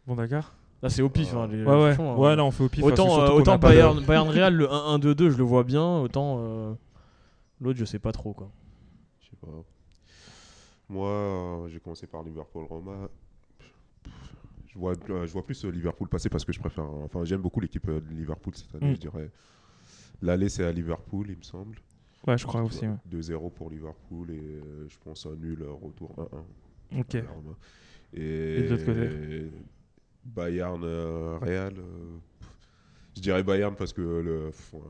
A: Bon, d'accord
C: Là, c'est au pif. hein,
A: Ouais,
C: les-
A: ouais.
C: franchement,
A: ouais,
C: euh,
A: là, on fait au pif. parce que
C: Autant,
A: surtout
C: euh,
A: qu'on
C: autant
A: a pas de-
C: Bayern, Bayern Real, le 1-1-2-2, je le vois bien. Autant euh, l'autre, je sais pas trop. quoi.
B: Je sais pas. Moi, euh, j'ai commencé par Liverpool-Roma. Je vois, euh, je vois plus euh, Liverpool passer parce que je préfère. Enfin, j'aime beaucoup l'équipe euh, de Liverpool cette année,
A: Mm.
B: je dirais. L'aller, c'est à Liverpool, il me semble.
A: Ouais, je crois aussi. ouais.
B: 2-0 pour Liverpool et euh, je pense un nul euh, retour 1-1.
A: Ok.
B: à la Roma. Et,
A: Et de l'autre côté
B: Bayern, euh, Real. euh, pff, je dirais Bayern parce que le, pff, ouais,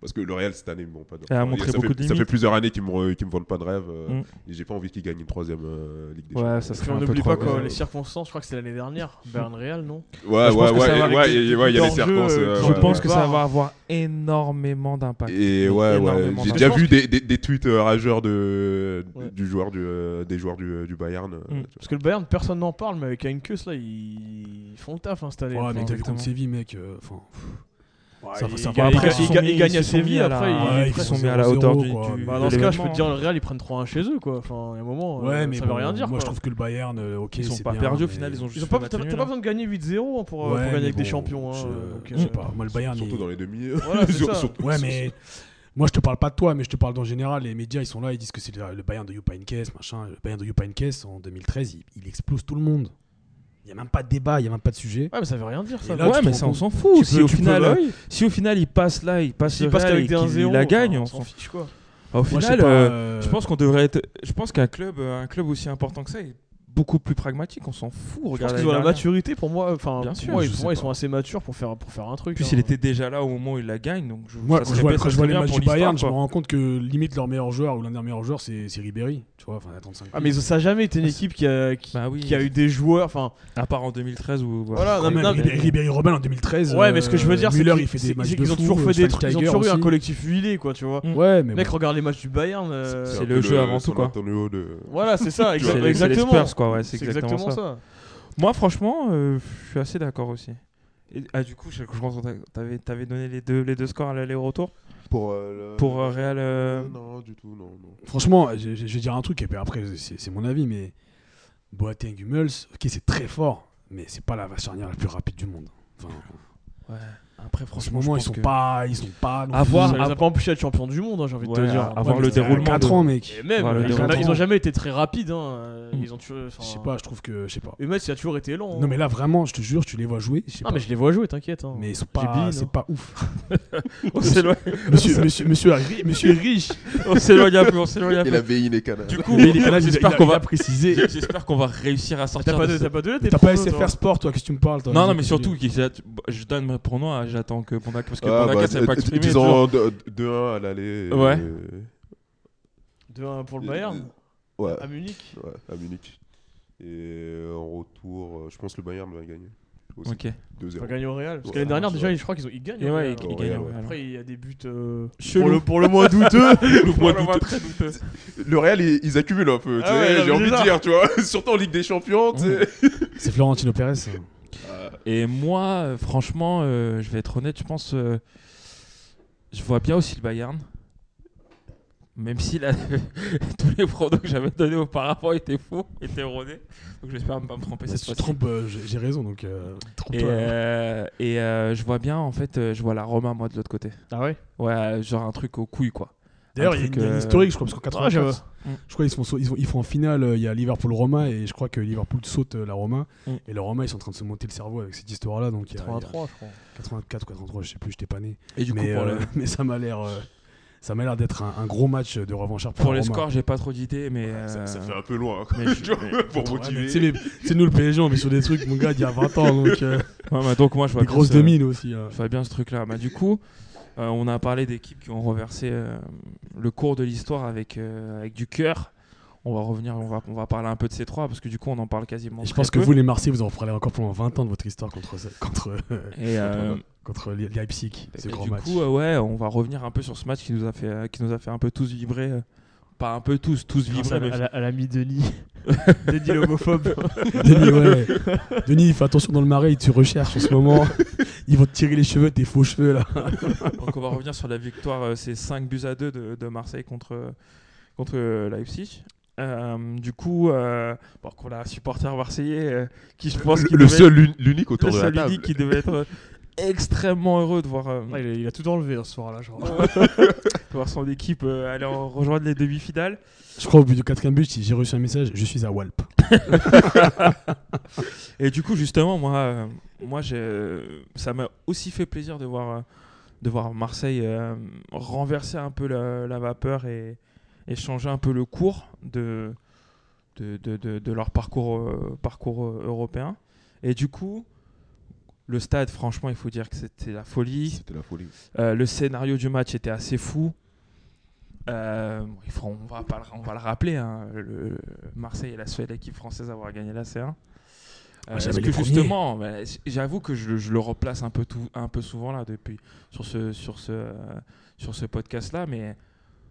B: parce que le Real cette année, ils m'ont pas de
A: Elle a
B: ça
A: montré
B: fait-
A: beaucoup de
B: Ça fait
A: limites.
B: plusieurs années qu'ils me, re- qu'ils me vendent pas de rêve. euh,
A: Mm.
B: Et j'ai pas envie qu'ils gagnent une troisième euh, Ligue des
A: Ouais,
B: Champions.
A: ça serait-
C: Puis on
A: un peu
C: n'oublie
A: trop
C: pas quoi,
A: gros.
C: les circonstances, je crois que c'est l'année dernière, Bern Real, non
A: Bah,
B: Ouais,
C: je
B: ouais,
C: pense que ça
B: ouais,
C: va
B: et-
C: avec
B: ouais,
C: les
B: et- ouais, il y a les
C: petits
B: circonstances.
C: hors-jeux,
B: euh,
A: Je
C: Ouais, hein.
A: pense
C: ouais.
A: que ça va avoir énormément d'impact.
B: Et ouais, ouais,
A: Énormément
B: j'ai
A: d'impact.
B: déjà
C: Je
B: vu
C: pense
B: des, des, des tweets euh, rageurs de,
C: Ouais.
B: du joueur du, euh, des joueurs du, euh, du Bayern. euh,
A: Mm.
B: tu
C: Parce que le Bayern, personne n'en parle, mais avec Heinkus, là, ils... ils font le taf hein, cette année.
D: Ouais, mais t'as vu
A: exactement.
D: contre Séville, mec. euh, enfin,
C: Ouais,
D: ça-
C: ils-
D: ça
C: ils-
D: va
C: ils-
D: après,
C: ils-
D: ils
C: ils-
D: sont
C: ils gagnent à Séville, après,
D: la- Ouais,
C: ils-
D: ils
A: se
D: se
C: ils
A: sont
D: sont mis
A: mis à la hauteur du.
D: quoi.
A: du-
C: Bah,
A: de
C: dans ce cas, je peux
A: l'événement.
C: te dire, le Real, ils prennent 3-1 chez eux, quoi. Enfin, il y a un moment,
D: ouais,
C: euh,
D: mais
C: ça
D: bon,
C: veut rien dire.
D: Moi,
C: quoi.
D: je trouve que le Bayern, euh, ok,
A: Ils ont
D: c'est
A: pas
D: bien,
A: perdu au
D: mais-
A: final, ils ont
C: Ils ont
A: juste.
C: pas,
A: fait match
C: t'as, t'as
A: nul,
C: pas
A: hein.
C: besoin de gagner 8-0 hein, pour, euh,
D: Ouais,
C: pour
D: mais
C: gagner avec des
D: bon,
C: champions. hein,
D: je-
C: euh, donc,
D: Je
C: euh,
D: sais pas. Moi, le
B: vois.
D: Bayern.
B: Surtout
D: il-
B: dans les demi.
C: Voilà, c'est
B: sur-
C: ça.
B: surtout-
D: Ouais,
B: sur-
D: mais moi je te parle pas de toi, mais je te parle d'en général. Les médias ils sont là, ils disent que c'est le le Bayern de Youpinkes, machin. Le Bayern de Youpinkes en 2013, il, il explose tout le monde. Il n'y a même pas de débat, il n'y a même pas de sujet.
C: Ouais, mais ça veut rien dire, ça.
D: Et là,
A: Ouais,
D: tu te
A: mais
D: rends
A: ça, on
D: compte.
A: s'en fout.
D: Tu
A: Si
D: peux-
A: au
D: tu peux
A: final,
D: l'œil.
A: si au final il passe là, il passe
C: S'ils
A: le
C: passent
A: Real
C: qu'avec
A: et
C: des
A: qu'il
C: 1-0,
A: la
C: enfin,
A: gagne, on
C: on
A: s'en
C: s'en
A: fout.
C: fiche, quoi.
A: Au
D: Moi, je sais
A: final,
D: pas,
A: euh,
D: euh,
A: je pense qu'on devrait être. Je pense qu'un club, euh, un club aussi important que ça est beaucoup plus pragmatique. On s'en fout.
C: Je pense
A: Regarde.
C: qu'ils ont la
A: l'année dernière.
C: maturité pour moi. Enfin,
A: Bien
C: pour
A: sûr,
C: moi,
D: je
C: pour
D: sais
C: moi, ils
D: pas.
C: sont assez matures pour faire, pour faire un
A: En
C: truc.
A: plus,
C: hein.
A: il était déjà là au moment où il la gagne, donc je,
D: Moi,
A: ça
D: quand
A: serait
D: je vois,
A: bien-
D: quand
A: ça
D: je vois
A: serait
D: les
A: bien
D: matchs
A: pour
D: du Bayern, je me
A: l'histoire,
D: rends compte que limite leur meilleur joueur ou l'un de leurs meilleurs joueurs c'est c'est Ribéry. Tu vois, enfin, à 35
C: Ah, mais ils ont- ça a jamais été une équipe qui a, qui,
A: Bah oui.
C: qui a eu des joueurs. Enfin,
A: quoi. À part en 2013 où
C: Voilà,
D: Quand
C: non,
D: même,
C: non,
D: Ribéry,
C: mais-
D: Ribéry Robin en 2013.
C: ouais, mais ce que je veux dire, c'est
D: euh, Müller,
C: qu'ils
D: il fait des
C: c'est-
D: matchs
C: c'est
D: de
C: qu'ils ont
D: fou,
C: toujours fait des trucs.
D: Schweinsteiger
C: Ils ont toujours eu un
D: aussi.
C: collectif huilé, quoi, tu vois.
D: Ouais, mais
C: Mec,
D: bon.
C: regarde les matchs du Bayern. euh,
B: un
A: c'est
B: peu
A: le jeu avant tout,
B: San
A: quoi.
B: Antonio de-
C: Voilà, c'est ça,
B: Tu
A: c'est les-
B: vois,
C: exa-
A: c'est les
C: exactement.
A: Spurs, quoi, ouais, c'est exactement ça.
C: ça.
A: Moi, franchement, euh, je suis assez d'accord aussi. Et- ah, du coup, je, je pense que t'a- t'avais, t'avais donné les deux, les deux scores à l'aller-retour
B: Pour, euh, le-
A: pour euh, Real. euh,
B: Non, du tout, non. non.
D: Franchement, je, je- je vais dire un truc, et puis après, c'est c'est mon avis, mais Boateng Hummels, ok, c'est très fort, mais c'est pas la vache charnière la plus rapide du monde. Enfin,
A: ouais. Après,
D: en ce
A: franchement, je
D: moment, ils
A: pense
D: sont
A: que-
D: pas. Ils sont pas non
A: À
D: plus-
A: voir,
C: Ça les a
A: av-
C: pas empêchés d'être champion du monde, hein, j'ai envie de
A: Ouais,
C: te dire.
A: à- avoir le
D: mais ça fait
A: déroulement
D: quatre
A: de-
D: ans, mec.
C: Et même,
A: Voilà,
C: ils,
A: le
C: ont,
D: déroulement.
C: ils ont jamais été très rapides. Hein.
A: Mm.
C: Ils ont toujours. enfin,
D: Mmh. Je sais pas, je trouve que. Je sais pas.
C: Et Metz, il a toujours été lent.
D: Non, mais là, vraiment, je te jure, tu les vois jouer. Je sais
C: Non,
D: pas.
C: mais je les vois jouer, t'inquiète. hein.
D: Mais ils sont
C: J'ai Bale,
D: pas.
C: hein.
D: C'est pas ouf.
A: on s'éloigne,
D: Monsieur, monsieur, monsieur, est ri- monsieur est riche.
A: on s'éloigne un peu, on s'éloigne un peu.
B: Et la VI les canards.
A: Du coup,
D: Mais il est là, il a- il
A: j'espère
D: a-
A: qu'on
D: il a
A: va
D: préciser.
A: J'espère qu'on va réussir à sortir.
C: T'as pas
A: de
C: de,
A: ce-
C: t'as pas de là, tes
D: T'as pas
C: pronos, toi.
D: SFR Sport, toi, qu'est-ce que tu me parles toi
A: Non, non,
D: Vas-y,
A: mais
D: continue.
A: surtout, qu'il- bah, je donne mes pronoms. à- J'attends que Pondaka, parce que
B: Ah,
A: Pondaka
B: bah,
A: s'est pas
B: d- d-
A: exprimé. tu vois.
B: Disons 2-1 à l'aller. et-
A: Ouais.
C: 2-1 pour le Bayern,
B: Ouais,
C: à Munich.
B: ouais, à Munich. Et en retour, euh, je pense que le Bayern va gagner. Aussi.
A: Ok.
C: Ils
B: 2-0.
C: vont gagner au Real. Parce
B: Ouais,
C: que l'année dernière,
B: c'est
C: déjà,
B: vrai.
C: je crois qu'ils ont- ils gagnent.
A: Et
C: au
A: ouais,
C: Real,
A: il,
C: hein.
A: il gagne. ouais,
C: Après, il y a des buts. euh,
A: Chelou.
C: Pour le, pour le euh. moins douteux.
A: ouais.
B: moins
A: On le voit très douteux.
B: Le Real, ils, ils accumulent un peu. tu
C: Ah
B: sais,
C: ouais, non,
B: J'ai
C: mais
B: envie de
C: déjà.
B: dire, tu vois. Surtout en Ligue des Champions. tu sais. Ah,
D: C'est Florentino Pérez. ça.
A: Et moi, euh, franchement, euh, je vais être honnête, je pense. euh, je vois bien aussi le Bayern. Même si là, tous les pronos que j'avais donnés auparavant étaient faux, étaient erronés. Donc j'espère ne pas me tromper cette
D: Si tu te
A: fois-ci.
D: trompes, euh, j'ai j'ai raison, donc. euh,
A: Et,
D: trompe-toi.
A: euh, et, euh, je vois bien, en fait, euh, je vois la Roma, moi, de l'autre côté.
C: Ah ouais
A: Ouais, euh, genre un truc aux couilles, quoi.
D: D'ailleurs,
A: Un
D: il y a une,
A: truc,
D: il y a une
A: euh,
D: historique, je crois, parce qu'en
C: Ah, j'avoue.
D: 94, je crois ils, se font sau- ils, vont- ils font en finale, euh, il y a Liverpool-Roma, et je crois que Liverpool saute euh, la Roma,
A: Mm.
D: et la Roma, ils sont en train de se monter le cerveau avec cette histoire-là, donc il y a, il y a
C: 83, je crois.
D: 84 83, je sais plus, j'étais pas né.
A: Et du coup,
D: mais,
A: pour,
D: euh,
A: le-
D: mais ça m'a l'air... euh, ça m'a l'air d'être un, un gros match de revanchard pour,
A: pour
D: la
A: les
D: Roma.
A: scores, j'ai pas trop d'idées, mais.
B: Ça, ça
A: euh,
B: fait un peu loin.
A: mais je-
B: tu vois, pour
D: Ouais, mais
B: motiver.
D: tu sais, les- tu sais, nous le PSG, on est sur des trucs, mon gars, il y a 20 ans, donc euh,
A: ouais, mais donc, moi, je vois
D: des
A: bien
D: grosses
A: ce-
D: demi nous aussi. hein.
A: Je vois bien ce truc-là. Bah, du coup, euh, on a parlé d'équipes qui ont reversé euh, le cours de l'histoire avec, euh, avec du cœur. On va revenir, on va, on va parler un peu de ces trois parce que du coup, on en parle quasiment.
D: Et je
A: très
D: pense que
A: peu.
D: vous, les Marseillais, vous en parlerez encore pendant 20 ans de votre histoire contre, ce- contre, euh,
A: Et, euh,
D: contre Le- Leipzig, ce
A: et
D: grand
A: du
D: match.
A: coup, euh, ouais, on va revenir un peu sur ce match qui nous a fait, euh, qui nous a fait un peu tous vibrer. euh, pas un peu tous, tous
C: Grâce
A: vibrer.
C: à,
A: mais-
C: la- à l'ami Denis. Denis l'homophobe.
D: Denis, ouais. Denis, fais attention dans le marais, tu recherches en ce moment. Ils vont te tirer les cheveux, tes faux cheveux là.
A: Donc, on va revenir sur la victoire, euh, c'est 5 buts à 2 de, de Marseille contre, contre euh, Leipzig. Euh, du coup, euh, bon, qu'on a un supporter marseillais euh, qui, je pense, qu'il
B: le
A: devait-
B: seul, l'un- l'unique autour
A: Le
B: de la
A: seul
B: table.
A: unique qui devait être euh, extrêmement heureux de voir, euh,
C: Ah, il, a, il a tout enlevé hein, ce soir-là, je crois.
A: de voir son équipe euh, aller en- rejoindre les demi-finales.
D: Je crois au bout du quatrième but, j'ai reçu un message, je suis à Walp.
A: Et du coup, justement, moi, euh, moi j'ai- euh, ça m'a aussi fait plaisir de voir, euh, de voir Marseille euh, renverser un peu la, la vapeur et, et changer un peu le cours de, de, de- de- de leur parcours, euh, parcours euh, européen. Et du coup, le stade, franchement, il faut dire que c'était la folie.
B: C'était la folie.
A: Euh, le scénario du match était assez fou. Euh, bon, il faut- on, va pas le- on va le rappeler, hein, le- Marseille est la seule équipe française à avoir gagné la C1. Euh,
D: Ah, j'avais
A: Est-ce
D: les
A: que
D: premiers.
A: justement, bah, j- j'avoue que je, le- je le replace un peu, tout, un peu souvent là depuis sur ce, sur ce, euh, sur ce podcast là, mais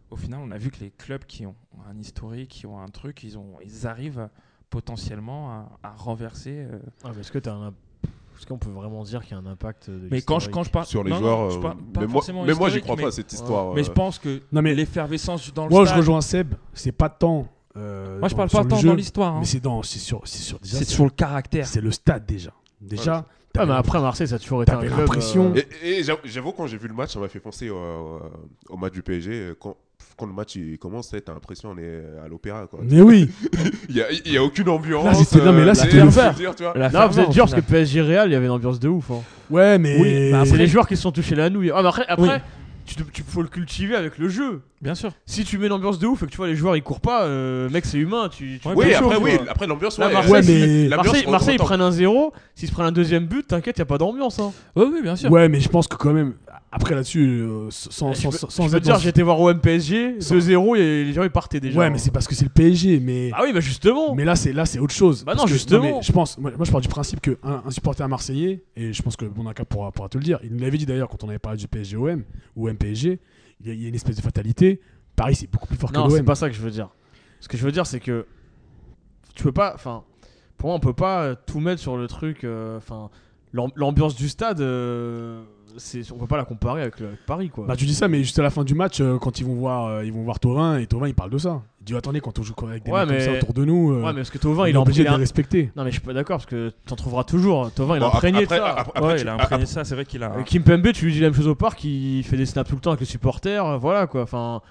A: au final on a vu que les clubs qui ont un historique, qui ont un truc, ils, ont, ils arrivent potentiellement à, à renverser. euh.
C: Ah, mais est-ce que t'as un. Est-ce qu'on peut vraiment dire qu'il y a un impact euh, de
A: Mais quand je, quand je parle
B: Sur les
A: Ah, non, non,
B: joueurs.
A: je
B: euh,
A: parle pas
B: mais moi,
A: forcément
B: mais moi, j'y
A: historique,
B: crois
A: mais-
B: pas à cette histoire.
A: Mais je
B: euh,
A: pense que
D: Non, mais
A: l'effervescence dans le
D: moi, je
A: stade.
D: rejoins Seb. C'est pas tant. euh,
A: Moi, je
D: dans-
A: parle
D: sur
A: pas
D: le
A: tant
D: jeu,
A: dans l'histoire. hein.
D: Mais c'est dans, c'est sur, c'est sur déjà.
A: C'est
D: c'est-
A: sur le caractère.
D: C'est le stade déjà. Déjà.
C: Ah, mais après Marseille, ça a toujours été un
D: T'avais
C: club.
D: l'impression-
C: euh,
B: Et, et j'avoue- j'avoue, quand j'ai vu le match, ça m'a fait penser au, au match du PSG. euh, Quand, quand le match il commence, t'as l'impression qu'on est à l'opéra. quoi.
D: Mais oui.
B: Il n'y a, il y a aucune ambiance.
D: Là, c'était- non, mais là,
B: euh,
D: c'était
B: je veux
D: l'enfer.
B: dire, tu vois.
A: La
C: Non,
A: ferveur,
C: vous êtes
A: au
C: dur parce que
A: final.
C: PSG Real, il y avait une ambiance de ouf. hein.
D: Ouais, mais.
A: Oui, mais
C: C'est
A: après-
C: les joueurs qui se sont touchés la nouille. Ah, mais après,
D: Oui.
C: après tu, te- tu faut le cultiver avec le jeu.
A: Bien sûr.
C: Si tu mets une ambiance de ouf et que tu vois les joueurs ils courent pas, euh, mec, c'est humain. Tu, tu
A: Ouais,
C: tu
B: Oui,
C: fais chaud,
B: après,
C: tu
B: oui,
C: vois.
B: après l'ambiance,
C: Là,
B: ouais,
C: Marseille,
D: Ouais,
B: elle-
D: mais.
B: l'ambiance,
C: Marseille,
B: on-
C: Marseille, ils
B: autant-
C: prennent un 0. S'ils se prennent un deuxième but, t'inquiète, y a pas d'ambiance. Hein.
A: Oui, oui, bien sûr.
D: Ouais, mais je pense que quand même. Après là-dessus,
A: Eh,
D: euh, sans,
C: Je
D: sans,
C: peux-
D: sans,
C: je
D: sans
C: peux
D: être
C: te dire,
D: dans-
C: j'étais voir OM PSG,
D: Sans-
C: 2-0 et les gens ils partaient déjà. hein.
A: hein.
D: Ouais, mais c'est parce que c'est le PSG. Mais.
C: Ah oui, bah justement.
D: Mais là, c'est là, c'est autre chose.
C: Bah
D: Parce
C: non,
D: que-
C: justement.
D: mais je pense, moi, moi, je pars du principe que un, un supporter marseillais, et je pense que Bonaca pourra, pourra te le dire. Il nous l'avait dit d'ailleurs quand on avait parlé du PSG OM ou MPSG. Il y, a, il y a une espèce de fatalité. Paris, c'est beaucoup plus fort
C: Non,
D: que
C: c'est
D: l'OM.
C: pas ça que je veux dire. Ce que je veux dire, c'est que tu peux pas. Enfin, pour moi, on peut pas euh, tout mettre sur le truc. euh, Enfin, l'am- l'ambiance du stade, euh, c'est- on peut pas la comparer avec, le- avec Paris, quoi.
D: Bah, tu dis ça, mais juste à la fin du match, euh, quand ils vont voir, euh, ils vont voir Thauvin et Thauvin, il parle de ça. Il dit attendez, quand on joue avec des
C: Ouais,
D: mecs
C: mais-
D: comme ça autour de nous, euh,
C: ouais, mais parce que Tovin,
D: on
C: il hein.
D: est
C: en
D: obligé
C: il
D: de les
C: a-
D: respecter.
C: Non, mais je suis pas d'accord parce que t'en trouveras toujours. Tovin, il est
B: Bon,
C: imprégné
B: après-
C: de ça.
B: après-
A: Ouais,
B: tu-
A: il a
B: après- hein.
A: imprégné ça. C'est vrai qu'il a.
C: Euh, Kim Pembe, tu lui dis la même chose au parc, il fait des snaps tout le temps avec les supporters, euh, voilà quoi. Enfin,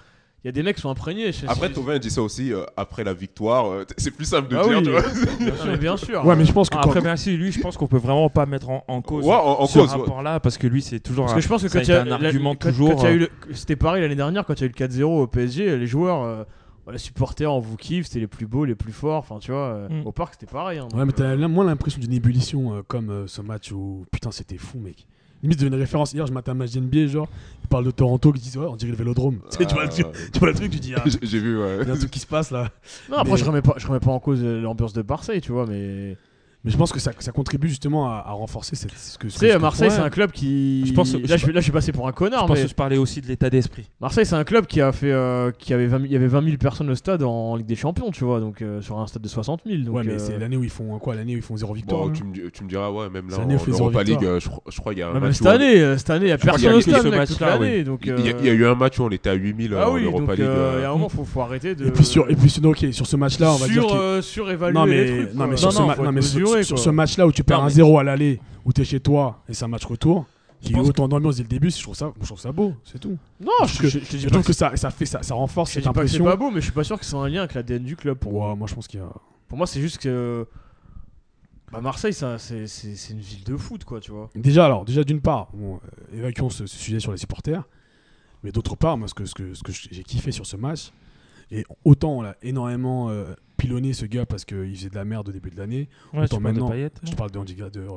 C: il y a des mecs qui sont imprégnés. je-
B: Après,
C: je-
B: Tovin dit ça aussi euh, après la victoire. euh, c'est plus simple de
C: Ah
B: dire,
C: oui.
B: tu vois.
C: Non, mais bien sûr.
D: Ouais, mais je pense que
A: Ah,
D: quand-
A: Après, merci. Lui, je pense qu'on peut vraiment pas mettre en, en cause
B: Ouais, en, en
A: ce
B: cause. ouais.
A: rapport-là parce que lui, c'est toujours.
C: Parce
A: un-
C: que je pense que
A: ça a
C: quand il y
A: été
C: a
A: un
C: la-
A: argument
C: quand- quand
A: toujours, euh.
C: il y a eu le- c'était pareil l'année dernière quand il y a eu le 4-0 au PSG, les joueurs, euh, voilà, les supporters, on vous kiffe, c'était les plus beaux, les plus forts. Enfin, tu vois, euh,
A: Mm.
C: au parc c'était pareil. hein, donc,
D: Ouais, mais
C: euh,
D: t'as la- moins l'impression d'une ébullition euh, comme euh, ce match où putain, c'était fou, mec. Limite, de une référence. Hier, je m'attends à un match NBA, genre, ils parlent de Toronto, qui disent, ouais, on dirait le vélodrome. Tu sais, tu vois le truc- tu vois le truc, tu dis, ah,
B: J'ai- J'ai vu. ouais.
D: il y a un truc qui se passe là.
C: Non, après
D: mais-
C: je remets pas, je remets pas en cause euh, l'ambiance de Marseille, tu vois, mais
D: Mais je pense que ça, ça contribue justement à, à renforcer cette, ce que ce
C: tu
D: que-
C: sais,
D: ce que-
C: Marseille
D: Ouais.
C: c'est un club qui,
A: Je pense-
C: là
A: je
C: je,
A: sais pas.
C: là, je suis passé pour un
A: je
C: connard,
A: pense
C: mais
A: que je parlais aussi de l'état d'esprit.
C: Marseille c'est un club qui a fait, euh, qui avait 20 000 il y avait 20 000 personnes au stade en Ligue des Champions, tu vois, donc euh, sur un stade de 60 000. Donc,
D: Ouais, mais
C: euh,
D: c'est l'année où ils font quoi L'année où ils font zéro victoire.
B: Bon,
D: hein.
B: tu, me, dis- tu me diras, ouais, même là,
D: Cette
B: en
D: année, on fait zéro
B: Europa
D: victoire.
B: League, euh, je, cro- je crois qu'il y a un
C: Même
B: match.
C: cette
B: où-
C: année, euh, cette année, il n'y a
B: crois
C: personne au
A: qu'il y a eu
C: stade,
A: ce
C: mec, toute
A: match-là,
C: l'année. Donc,
B: Il y, a-
C: euh,
B: il y a eu un match où on était à 8000 euh,
C: ah
B: en
C: oui, donc
B: Europa
C: euh, il
B: League. euh,
C: y a un moment, faut, faut arrêter de.
D: Et puis sur, et puis sur- ok, sur ce match-là, on va dire.
C: sur,
D: qu'il-
C: euh, surévaluer
D: non, mais,
C: les trucs.
D: non, mais
C: quoi.
D: sur ce,
C: Non, non,
D: ma-
C: faut
D: non, mais
C: être
D: sur-
C: mesuré,
D: sur
C: quoi.
D: ce match-là où tu perds
A: Non,
D: un
A: mais-
D: 0 à l'aller, où t'es chez toi et c'est un match retour, qui
A: pense
D: est autant d'ambiance dès le début, je trouve ça, je trouve ça beau, c'est tout.
C: Non,
D: Parce
C: je,
D: que
C: je- je te dis
D: Je
C: pas
D: trouve
C: que
D: que ça, ça fait, ça, ça renforce
C: je te
D: cette
C: dis pas que c'est
D: impression.
C: pas beau, mais je suis pas sûr que c'est un lien avec l'ADN du club. Pour,
D: Ouais, moi, je pense qu'il y a.
C: pour moi, c'est juste que. Bah, Marseille, ça, c'est, c'est, c'est une ville de foot, quoi, tu vois.
D: Déjà, alors, déjà d'une part, bon, euh, évacuons ce, ce sujet sur les supporters, mais d'autre part, moi, ce que, ce que, ce que j'ai kiffé sur ce match, et autant on l'a énormément euh, pilonné ce gars parce qu'il faisait de la merde au début de l'année,
A: Ouais,
D: Autant
A: tu parles de
D: maintenant,
A: Payet,
D: je te
A: non
D: parle de, Andy Ga- de, euh,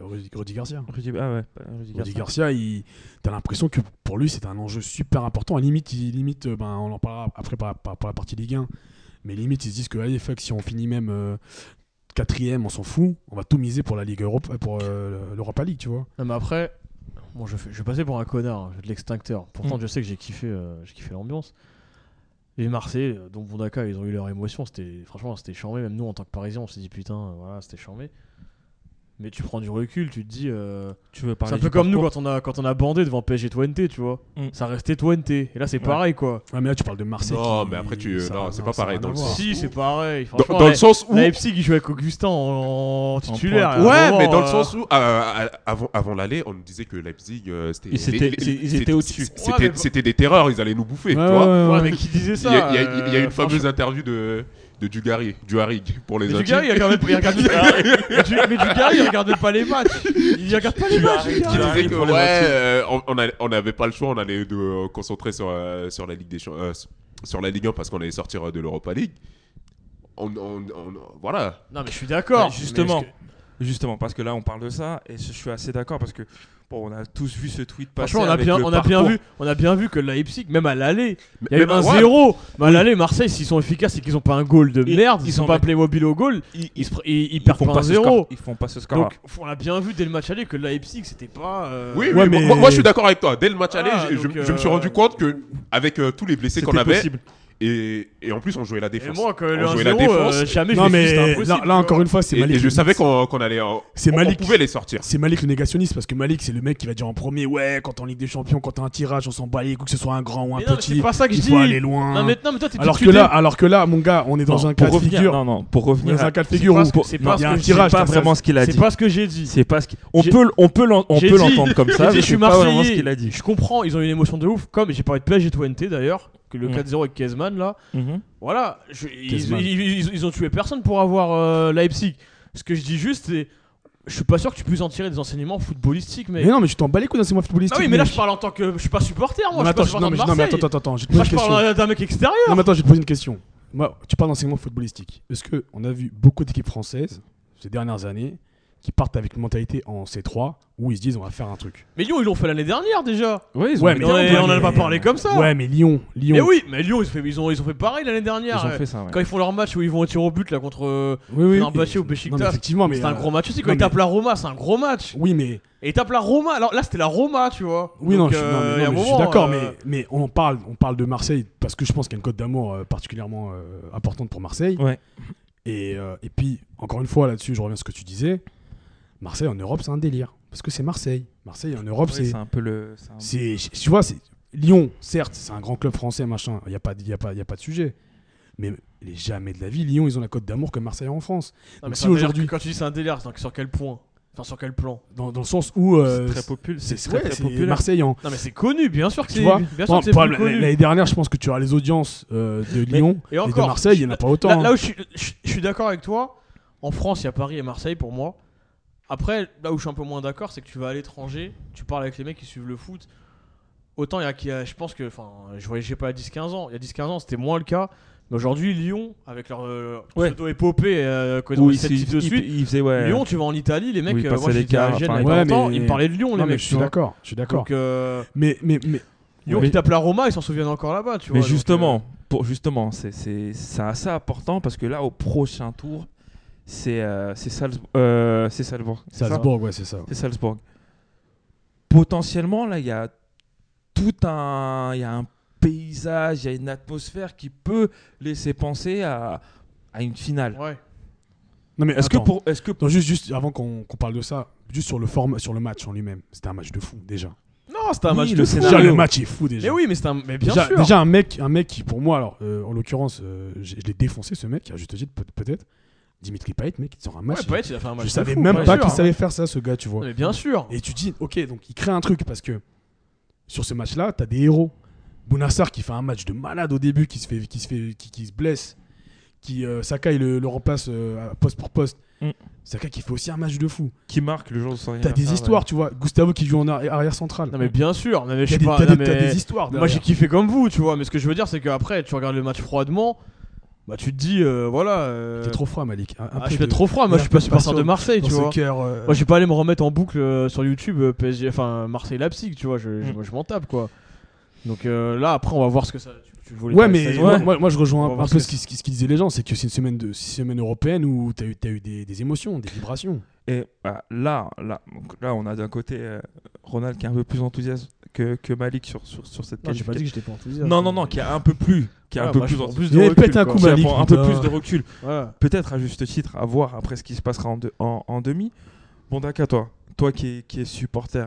D: Rudy- Rudy Garcia.
A: Rudy- Ah ouais, Rudy
D: Rudy
A: Garcia.
D: Garcia, il- t'as l'impression que pour lui, c'est un enjeu super important. À limite, il, limite euh, ben, on en parlera après par, par- par la partie Ligue 1, mais limite, ils se disent que allez, fuck, si on finit même euh, quatrième, on s'en fout, on va tout miser pour la Ligue Europe, pour euh, l'Europa League, tu vois.
C: Non, mais après, bon, je, fais- je vais passer pour un connard, hein, je vais de l'extincteur. Pourtant,
A: Mm.
C: je sais que j'ai kiffé, euh, j'ai kiffé l'ambiance. Les Marseillais, euh, dont Bondaka, ils ont eu leur émotion. C'était, franchement, c'était charmé. Même nous, en tant que Parisiens, on s'est dit putain, euh, voilà, c'était charmé. Mais tu prends du recul, tu te dis. euh,
A: Tu veux
C: C'est
A: parler
C: un peu
A: du
C: comme nous
A: parcours
C: quand on a quand on a bandé devant PSG 20, tu vois.
A: Mm.
C: Ça restait 20 et là c'est
A: Ouais.
C: pareil quoi.
D: Ouais, mais là, tu parles de Marseille.
B: Non,
D: qui-
B: mais après, tu-
D: ça-
B: non, c'est pas
D: ça a
B: pareil
D: rien
B: dans
D: à
B: le
D: voir.
B: sens.
C: Si, c'est pareil.
B: Dans,
C: Franchement,
B: dans le
C: la-
B: sens où.
C: Leipzig il jouait avec Augustin en, en titulaire.
A: pointe.
C: à un
B: Ouais,
C: moment,
B: mais dans le
C: euh,
B: sens où, euh, euh, avant, avant l'aller, on nous disait que Leipzig, euh, c'était.
A: Ils étaient-
B: les-
A: c'est- ils étaient
B: c'était-
A: au-dessus.
B: c'était-
C: Ouais, mais-
B: C'était des terreurs, ils allaient nous bouffer,
D: Ouais,
B: tu vois.
D: ouais, ouais,
C: Ouais,
D: ouais.
C: mais qui disait
B: Il
C: ça
B: y a, il y a- il y a
C: euh,
B: une fameuse
C: franchement-
B: interview de, de Dugarry, Duharig, pour les
C: Mais
B: intimes.
C: Dugarry, il regardait, il regardait- mais Du- mais Dugarry, il regardait pas les matchs. Il regarde pas les matchs.
A: Dugarry,
B: qui
C: Dugarry.
A: Dugarry.
B: disait que
A: pour les
B: ouais,
A: intimes.
B: euh, on- on allait- on n'avait pas le choix, on allait nous euh, concentrer sur, euh, sur la Ligue des Champ- euh, sur la Ligue 1 parce qu'on allait sortir euh, de l'Europa League. on- on- on- voilà.
C: Non, mais je suis d'accord.
A: Ouais, justement.
C: mais est-ce que-
A: Justement, parce que là, on parle de ça, et je suis assez d'accord, parce que, bon, on a tous vu ce tweet passer.
C: Franchement, on a,
A: avec
C: bien,
A: le
C: on, a bien
A: parcours.
C: vu, on a bien vu que Leipzig, même à l'aller, il y a eu
B: Mais-
C: un
B: ouais,
C: 0. Mais à l'aller, Marseille, s'ils sont efficaces et qu'ils n'ont pas un goal de
A: Ils-
C: merde,
A: ils
C: ils sont
A: sont
C: pas
A: avec-
C: Playmobil au goal,
A: Ils,
C: ils,
A: ils-
C: se pr- ils, ils
A: ils
C: perdent
A: font
C: pas un
A: pas ce score.
C: 0.
A: Ils font pas ce score.
C: Donc, on a bien vu dès le match aller que Leipzig, c'était pas. euh,
B: Oui, oui,
D: Ouais,
B: moi-
D: mais-
B: moi, moi, je suis d'accord avec toi. Dès le match
C: Ah,
B: aller, je, je-
C: donc,
B: je me suis
C: euh,
B: rendu compte que avec euh, tous les blessés qu'on avait
A: possible.
B: et, et en plus on jouait la
C: Et
B: défense.
C: moi, quand
B: on
C: le
B: jouait la
C: 1-0,
B: défense.
C: euh, jamais je
D: Non,
C: me suis dit,
D: mais
C: c'est impossible,
D: là, là, encore une fois, c'est
B: et, et
D: Malik.
B: je savais qu'on qu'on allait, euh,
D: C'est
B: on- on
D: Malik.
B: pouvait les sortir.
D: C'est Malik le négationniste parce que Malik c'est le mec qui va dire en premier ouais quand t'es en Ligue des Champions quand t'as un tirage on s'en bat les couilles que ce soit un grand ou un
C: Mais non, mais
D: petit
C: c'est pas ça que je
D: il
C: dis.
D: faut aller loin
C: Non, mais, non, mais toi, t'es
D: alors que
C: persuadé.
D: là alors que là mon gars on est dans
A: Non,
D: un
A: pour
D: cas de
A: revenir-
D: figure
A: Non, non, pour revenir.
D: dans un
A: à-
D: cas de figure où
C: parce que
A: pour-
C: c'est
A: non,
C: parce
A: il y a
C: que
A: un
C: je-
A: tirage.
D: c'est
A: pas
D: pas
A: vraiment ce qu'il a
C: C'est
A: dit.
C: pas ce que j'ai dit.
A: C'est pas ce qu'il- on
C: J'ai-
A: peut, on peut, l'en- on
C: J'ai
A: peut
C: dit-
A: l'entendre comme ça.
C: j'ai dit,
A: mais
C: je suis
A: c'est pas vraiment
C: Marseillais.
A: ce qu'il a dit.
C: Je comprends, ils ont eu une émotion de ouf. Comme j'ai parlé de PSG 20 d'ailleurs, que le
A: Mm.
C: 4-0 avec Kezman là.
A: Mhm.
C: Voilà, je- ils,
D: Griezmann.
C: ils- ils- ils ont tué personne pour avoir euh, Leipzig. Ce que je dis juste, c'est. Je suis pas sûr que tu puisses en tirer des enseignements footballistiques,
D: mais
C: mais.
D: non mais tu t'en bats les couilles hein, dans ces mois footballistiques
C: ah oui, mais là
D: mec.
C: je parle en tant que. Je suis pas supporter, moi.
D: non, mais
C: je suis
D: attends
C: pas
D: je- non,
C: supporter
D: mais
C: de
D: non, mais
C: Marseille.
D: attends attends attends j'ai te
C: Moi,
D: posé
C: je
D: une question
C: parle d'un mec extérieur.
D: non mais attends je vais te poser une question moi tu parles d'enseignement footballistique est-ce que on a vu beaucoup d'équipes françaises ces dernières années qui partent avec une mentalité en C3 où ils se disent on va faire un truc
C: Mais Lyon, ils l'ont fait l'année dernière déjà.
A: Ouais, ils ont
D: Ouais,
A: fait-
D: mais-
C: on n'en
D: mais-
C: a pas parlé comme ça.
D: ouais mais Lyon Lyon
C: Mais oui, mais Lyon, ils, se fait- ils ont, ils ont fait pareil l'année dernière.
A: ils ont
C: Euh,
A: fait ça. ouais.
C: Quand ils font leur match où ils vont au tir au but là contre euh,
D: oui oui
C: Fenerbahçe
D: mais-
C: ou Beşiktaş,
D: non, mais effectivement mais
C: C'est un
D: euh,
C: gros match aussi. Quand
D: non,
C: ils
D: mais-
C: tapent la Roma, c'est un gros match.
D: oui mais
C: Et ils tapent la Roma. Alors là, c'était la Roma, tu vois.
D: Oui,
C: Donc,
D: non, je suis, non, mais-
C: euh, il y a
D: non,
C: un
D: mais je suis
C: moment,
D: d'accord,
C: euh,
D: mais, mais on en parle, on parle de Marseille parce que je pense qu'il y a une cote d'amour euh, particulièrement euh, importante pour Marseille.
A: Ouais.
D: Et, euh, et puis, encore une fois, là-dessus, je reviens à ce que tu disais. Marseille en Europe, c'est un délire. Parce que c'est Marseille. Marseille en Europe,
A: Ouais,
D: c'est.
A: C'est un peu le. c'est un-
D: c'est- Tu vois, c'est. Lyon, certes, c'est un grand club français, machin, il n'y a, pas de- y a, pas- y a pas de sujet. Mais les jamais de la vie, Lyon, ils ont la cote d'amour que Marseille a en France.
C: Non, mais
D: si
C: c'est un délire
D: aujourd'hui-
C: que Quand tu dis c'est un délire, c'est sur quel point Enfin, sur quel plan
D: Dans, dans le sens où. euh,
A: C'est très populaire.
D: c'est-
A: C'est très,
D: ouais,
A: très
D: c'est
A: populaire.
D: Marseille en.
C: Non, mais c'est connu, bien sûr que
D: Tu
C: c'est.
D: vois
C: Bien
D: Bon,
C: sûr que c'est
D: par-
C: plus connu.
D: L'année dernière, je pense que tu as les audiences euh, de
A: Mais-
D: Lyon
C: et
D: et,
C: encore,
D: de Marseille, il n'y en a pas autant.
C: Là,
D: hein.
C: là où je suis, je- je suis d'accord avec toi, en France, il y a Paris et Marseille pour moi. Après, là où je suis un peu moins d'accord, c'est que tu vas à l'étranger, tu parles avec les mecs qui suivent le foot. Autant il y a qui a- je pense que, enfin, je voyageais pas à 10-15 ans. Il y a 10-15 ans, c'était moins le cas. Mais aujourd'hui, Lyon, avec leur euh,
A: Ouais.
C: pseudo-épopée, euh, quand ils ont
A: Oui,
C: mis sept
A: c'est-
C: titres de
A: il-
C: suite.
A: il faisait, ouais.
C: Lyon, tu vas en Italie, les mecs,
A: Oui,
C: euh,
A: passer
C: moi
A: les
C: j'étais à
A: quarts,
C: Gênes
A: enfin,
C: il y a pas
D: ouais,
C: longtemps,
D: mais-
C: ils me parlaient de Lyon, les
D: non, mais
C: mecs.
D: je
C: tu
D: suis
C: vois.
D: d'accord, je suis d'accord.
C: Donc, euh,
D: Mais, mais, mais
C: Lyon
A: Mais-
C: qui tape la Roma, ils s'en souviennent encore là-bas, tu vois.
A: Mais
C: donc, euh,
A: justement, pour justement, c'est c'est c'est assez important parce que là, au prochain tour, c'est euh, c'est Salzbourg. euh, c'est Salzbourg. c'est ça
D: Salzbourg, ouais, c'est ça.
A: C'est Salzbourg. Potentiellement, là, il y a tout un, il y a un paysage, il y a une atmosphère qui peut laisser penser à, à une finale.
C: euh, ouais.
D: Non, mais
A: Est-ce que
D: attends.
A: pour, est-ce que
D: Attends, juste, juste avant qu'on qu'on parle de ça, juste sur le, form... sur le match en lui-même, c'était un match de fou déjà.
C: Non, c'était un
A: Oui,
C: match
A: le
C: de fou.
A: scénario.
D: Déjà, le match est fou déjà.
C: Mais oui, mais c'est un. Mais bien
D: déjà,
C: sûr.
D: déjà, un mec, un mec qui pour moi, alors euh, en l'occurrence, euh, j'ai- je l'ai défoncé ce mec, à juste titre peut- peut-être. Dimitri Payet, mec, il te sort un
C: Ouais,
D: match.
C: Payet, il a fait un match.
D: je
C: de
D: savais
C: fou,
D: même
C: bien
D: pas
C: sûr. hein.
D: qu'il savait faire ça, ce gars, tu vois.
C: Mais bien sûr.
D: Et tu dis, ok, donc il crée un truc parce que sur ce match-là, t'as des héros. Bounassar qui fait un match de malade au début, qui se fait, qui se fait, qui, qui se blesse, qui euh, Saka il le, le remplace euh, à poste pour poste.
A: Mm.
D: Saka qui fait aussi un match de fou.
A: qui marque le jour de son
D: T'as
A: anniversaire,
D: des
A: ouais.
D: histoires, tu vois. Gustavo qui joue en arri- arrière central.
C: Non, mais bien sûr. Non, mais je
D: T'as
C: sais
D: des,
C: pas.
D: t'as
C: non,
D: des- t'as
C: mais-
D: des histoires.
C: Moi, j'ai
D: derrière.
C: kiffé comme vous, tu vois. Mais ce que je veux dire, c'est qu'après, tu regardes le match froidement. Bah, tu te dis, euh, voilà. euh,
D: T'es trop froid, Malik. Un- un
C: ah,
D: peu
C: je fais
D: de-
C: trop froid. Moi,
D: un
C: je suis
D: peu
C: pas
D: de
C: supporter
D: passion
C: de Marseille,
D: dans
C: tu
D: ce
C: vois.
D: cœur, euh,
C: Moi, je vais pas aller me remettre en boucle euh, sur YouTube euh, PSG, enfin Marseille Leipzig, tu vois. Je, je-
A: Mm.
C: moi, je m'en tape, quoi. Donc euh, là, après, on va voir ce que ça. Tu, tu voulais
D: Ouais,
C: parler
D: mais
C: de
D: moi,
C: ça,
D: moi- moi, je
C: On
D: rejoins
C: va
D: un,
C: voir
D: un
C: ce
D: peu
C: que
D: ce qui, ce qui- ce qui disaient les gens, c'est que c'est une semaine, de, semaine européenne où t'as eu, t'as eu des, des émotions, des vibrations.
A: Et bah, là, là, donc là, on a d'un côté euh, Ronald qui est un peu plus enthousiaste que, que Malik sur, sur, sur cette
C: Non, j'ai pas dit
A: qualification.
C: que j'étais pas enthousiaste.
A: Non, non non, qui a un peu plus, qui a
C: Voilà,
A: un peu
C: moi, je
A: plus,
C: prends
A: en-
C: plus
D: Il
C: de recul,
D: pète un
C: quoi.
D: coup,
A: qui a
D: Malik.
A: un peu
D: putain.
A: plus de recul.
C: Voilà.
A: peut-être à juste titre, à voir après ce qui se passera en, de- en, en demi. Bon, d'accord, toi, toi qui es, qui es supporter,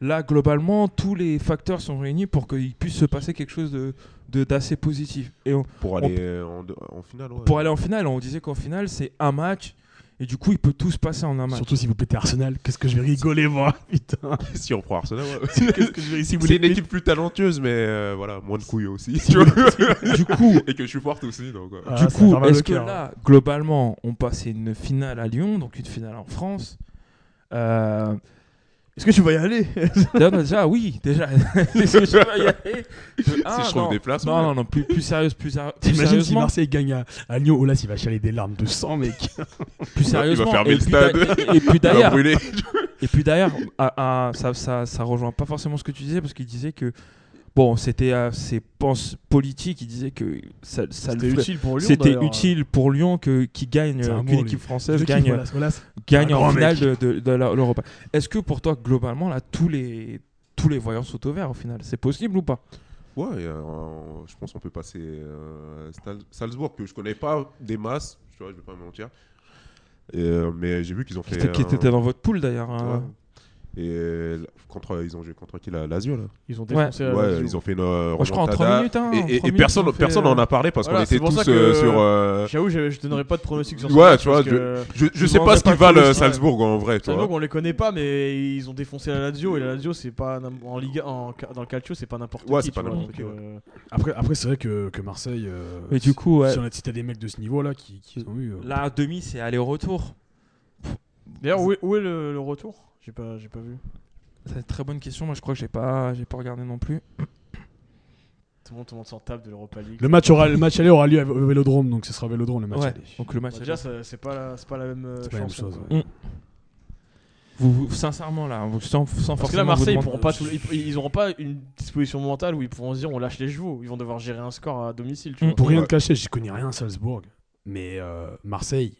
A: là, globalement, tous les facteurs sont réunis pour qu'il puisse se passer quelque chose de de- d'assez positif. Et on-
B: Pour aller euh, en, en finale. ouais.
A: pour aller en finale, on disait qu'en finale, c'est un match, et du coup, il peut tout se passer en un match.
D: Surtout si vous pétez Arsenal, qu'est-ce que je vais rigoler moi Putain
B: si on prend Arsenal, ouais.
D: Qu'est-ce que je vais si vous
B: c'est
D: les
B: une équipe plus talentueuse, mais euh, voilà, moins de couilles aussi. tu vois.
A: Du coup,
B: Et que je suis forte aussi, donc. euh.
D: Ah,
A: du
D: ça fait
A: coup,
D: mal au
A: est-ce que
D: cœur.
A: là, globalement, on passait une finale à Lyon, donc une finale en France euh,
C: Est-ce que tu vas y aller
A: Déjà, déjà, oui, déjà. Est-ce que je peux y aller Ah,
B: si je trouve
A: non.
B: des places,
A: Non,
B: ouais.
A: non, non, plus, plus sérieuse, plus, ser- plus
D: T'imagines si
A: sérieusement.
D: Marseille gagne à, à Lyon, oh là, il va chialer des larmes de sang, mec.
A: plus
B: Il va
A: sérieusement.
B: fermer
A: et,
B: le
A: puis
B: stade.
A: d'a- et- et puis
B: Il va
A: d'ailleurs,
B: brûler.
A: et puis d'ailleurs, à- à- ça, ça, ça rejoint pas forcément ce que tu disais parce qu'il disait que bon, c'était euh, ses penses politiques. Il disait que ça, ça le
C: C'était
A: ferait-
C: utile pour Lyon.
A: C'était
C: d'ailleurs. hein.
A: utile pour Lyon que qui gagne,
D: C'est un
A: euh,
D: mot,
A: qu'une
D: lui.
A: équipe
D: De
A: française
D: qui,
A: gagne, euh,
D: Wallace, Wallace
A: gagne
D: Un
A: en
D: grand
A: finale
D: mec.
A: de, de- de la- l'Europa. Est-ce que pour toi globalement là tous les tous les voyants sont au vert au final C'est possible ou pas
B: Ouais, et, euh, je pense qu'on peut passer euh, Stal- Salzbourg, que je connais pas des masses, tu vois, je vais pas me mentir. Et, euh, mais j'ai vu qu'ils ont fait.
A: Qui était- qui
B: un-
A: était dans votre poule d'ailleurs. hein.
B: ouais. Et euh, contre, ils ont joué contre qui la Lazio là
C: Ils ont défoncé la
B: Ouais,
C: Lazio.
B: ils ont fait une. euh,
A: Moi, je crois en
B: remontada.
A: 3 minutes. Hein,
B: Et,
A: en
B: et- et
A: 3 minutes, ils
B: personne n'en
A: ont fait, euh,
B: a parlé parce
C: Voilà,
B: qu'on était
C: c'est pour ça
B: tous
C: que-
B: euh, sur. euh,
C: J'avoue, je, je donnerais pas de pronostic sur
B: Ouais,
C: ça,
B: tu vois,
C: parce que
B: je, je
A: Ils
B: sais
A: m'en
B: pas
A: veulent
B: ce qu'ils
A: pas
B: valent
A: tous,
B: euh,
A: ouais.
B: Salzbourg en vrai, tu
C: Salzbourg,
B: vois.
C: on les connaît pas, mais ils ont défoncé la Lazio et la Lazio, c'est pas n'im- en Liga, en ca- dans le calcio, c'est pas n'importe
B: Ouais,
C: qui.
B: c'est
C: tu
B: pas
C: vois,
B: n'importe
C: donc,
B: qui, ouais.
C: euh,
D: Après, après c'est vrai que, que Marseille. euh,
A: Mais du coup, ouais.
D: Si on a cité des mecs de ce niveau-là qui, qui ont eu. euh,
A: Là, demi, c'est aller-retour.
C: D'ailleurs, où est, où est le, le retour J'ai pas, j'ai pas vu.
A: C'est une très bonne question. Moi, je crois que j'ai pas, j'ai pas regardé non plus.
C: Tout le monde, tout le monde s'en tape de l'Europa League.
D: Le match, aura, le match aller aura lieu à- au Vélodrome, donc ce sera Vélodrome le match
A: Ouais.
D: aller.
A: Donc le
C: Bah,
A: match.
C: déjà, ça- c'est pas, la- c'est pas la même euh,
D: C'est pas la même
C: chanson,
D: chose.
C: quoi.
D: ouais.
A: vous, vous- sincèrement là, vous- sans, sans
C: Parce que là,
A: forcément.
C: Marseille, ils
A: vous
C: pourront
A: demander-
C: pas, tout le- ils, ils auront pas une disposition mentale où ils pourront se dire on lâche les chevaux. Ils vont devoir gérer un score à domicile. Tu
A: Mm.
C: vois.
D: Pour rien
B: Ouais.
D: te cacher, j'y connais rien à Salzbourg, mais euh, Marseille,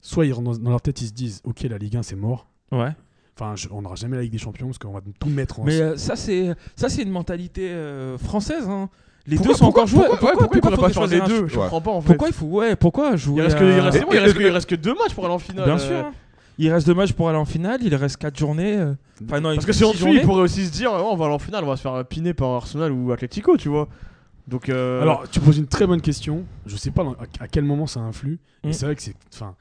D: soit ils, rentrent dans, dans leur tête, ils se disent Ok, la Ligue 1, c'est mort.
A: Ouais.
D: Enfin, je- on n'aura jamais la Ligue des Champions parce qu'on va tout mettre en.
A: Mais euh, ça, c'est ça, c'est une mentalité euh, française. hein. Les
C: Pourquoi-
A: deux sont encore joués.
C: pourquoi- ouais,
A: pourquoi
C: pourquoi ils
A: faudrait
C: pourraient pas faire
A: choisir
C: les
A: un-
C: deux Je
B: Ouais.
C: comprends pas en fait.
A: Pourquoi il faut ouais Pourquoi jouer
C: il reste, que, il,
A: à-
C: reste,
B: Et-
C: c'est bon, il
B: et-
C: reste que- il reste que deux matchs pour aller en finale.
A: Bien
C: euh,
A: sûr. Il reste deux matchs pour aller en finale. Il reste quatre journées. euh. Enfin non,
C: Parce
A: il-
C: que si on
A: six
C: dessus, ils
A: journées.
C: pourraient aussi se dire ouais, on va aller en finale, on va se faire piner par Arsenal ou Atletico, tu vois. Donc, euh,
D: Alors, tu poses une très bonne question. Je sais pas dans- à, à quel moment ça influe. mais
A: Mm.
D: c'est vrai que c'est. Enfin,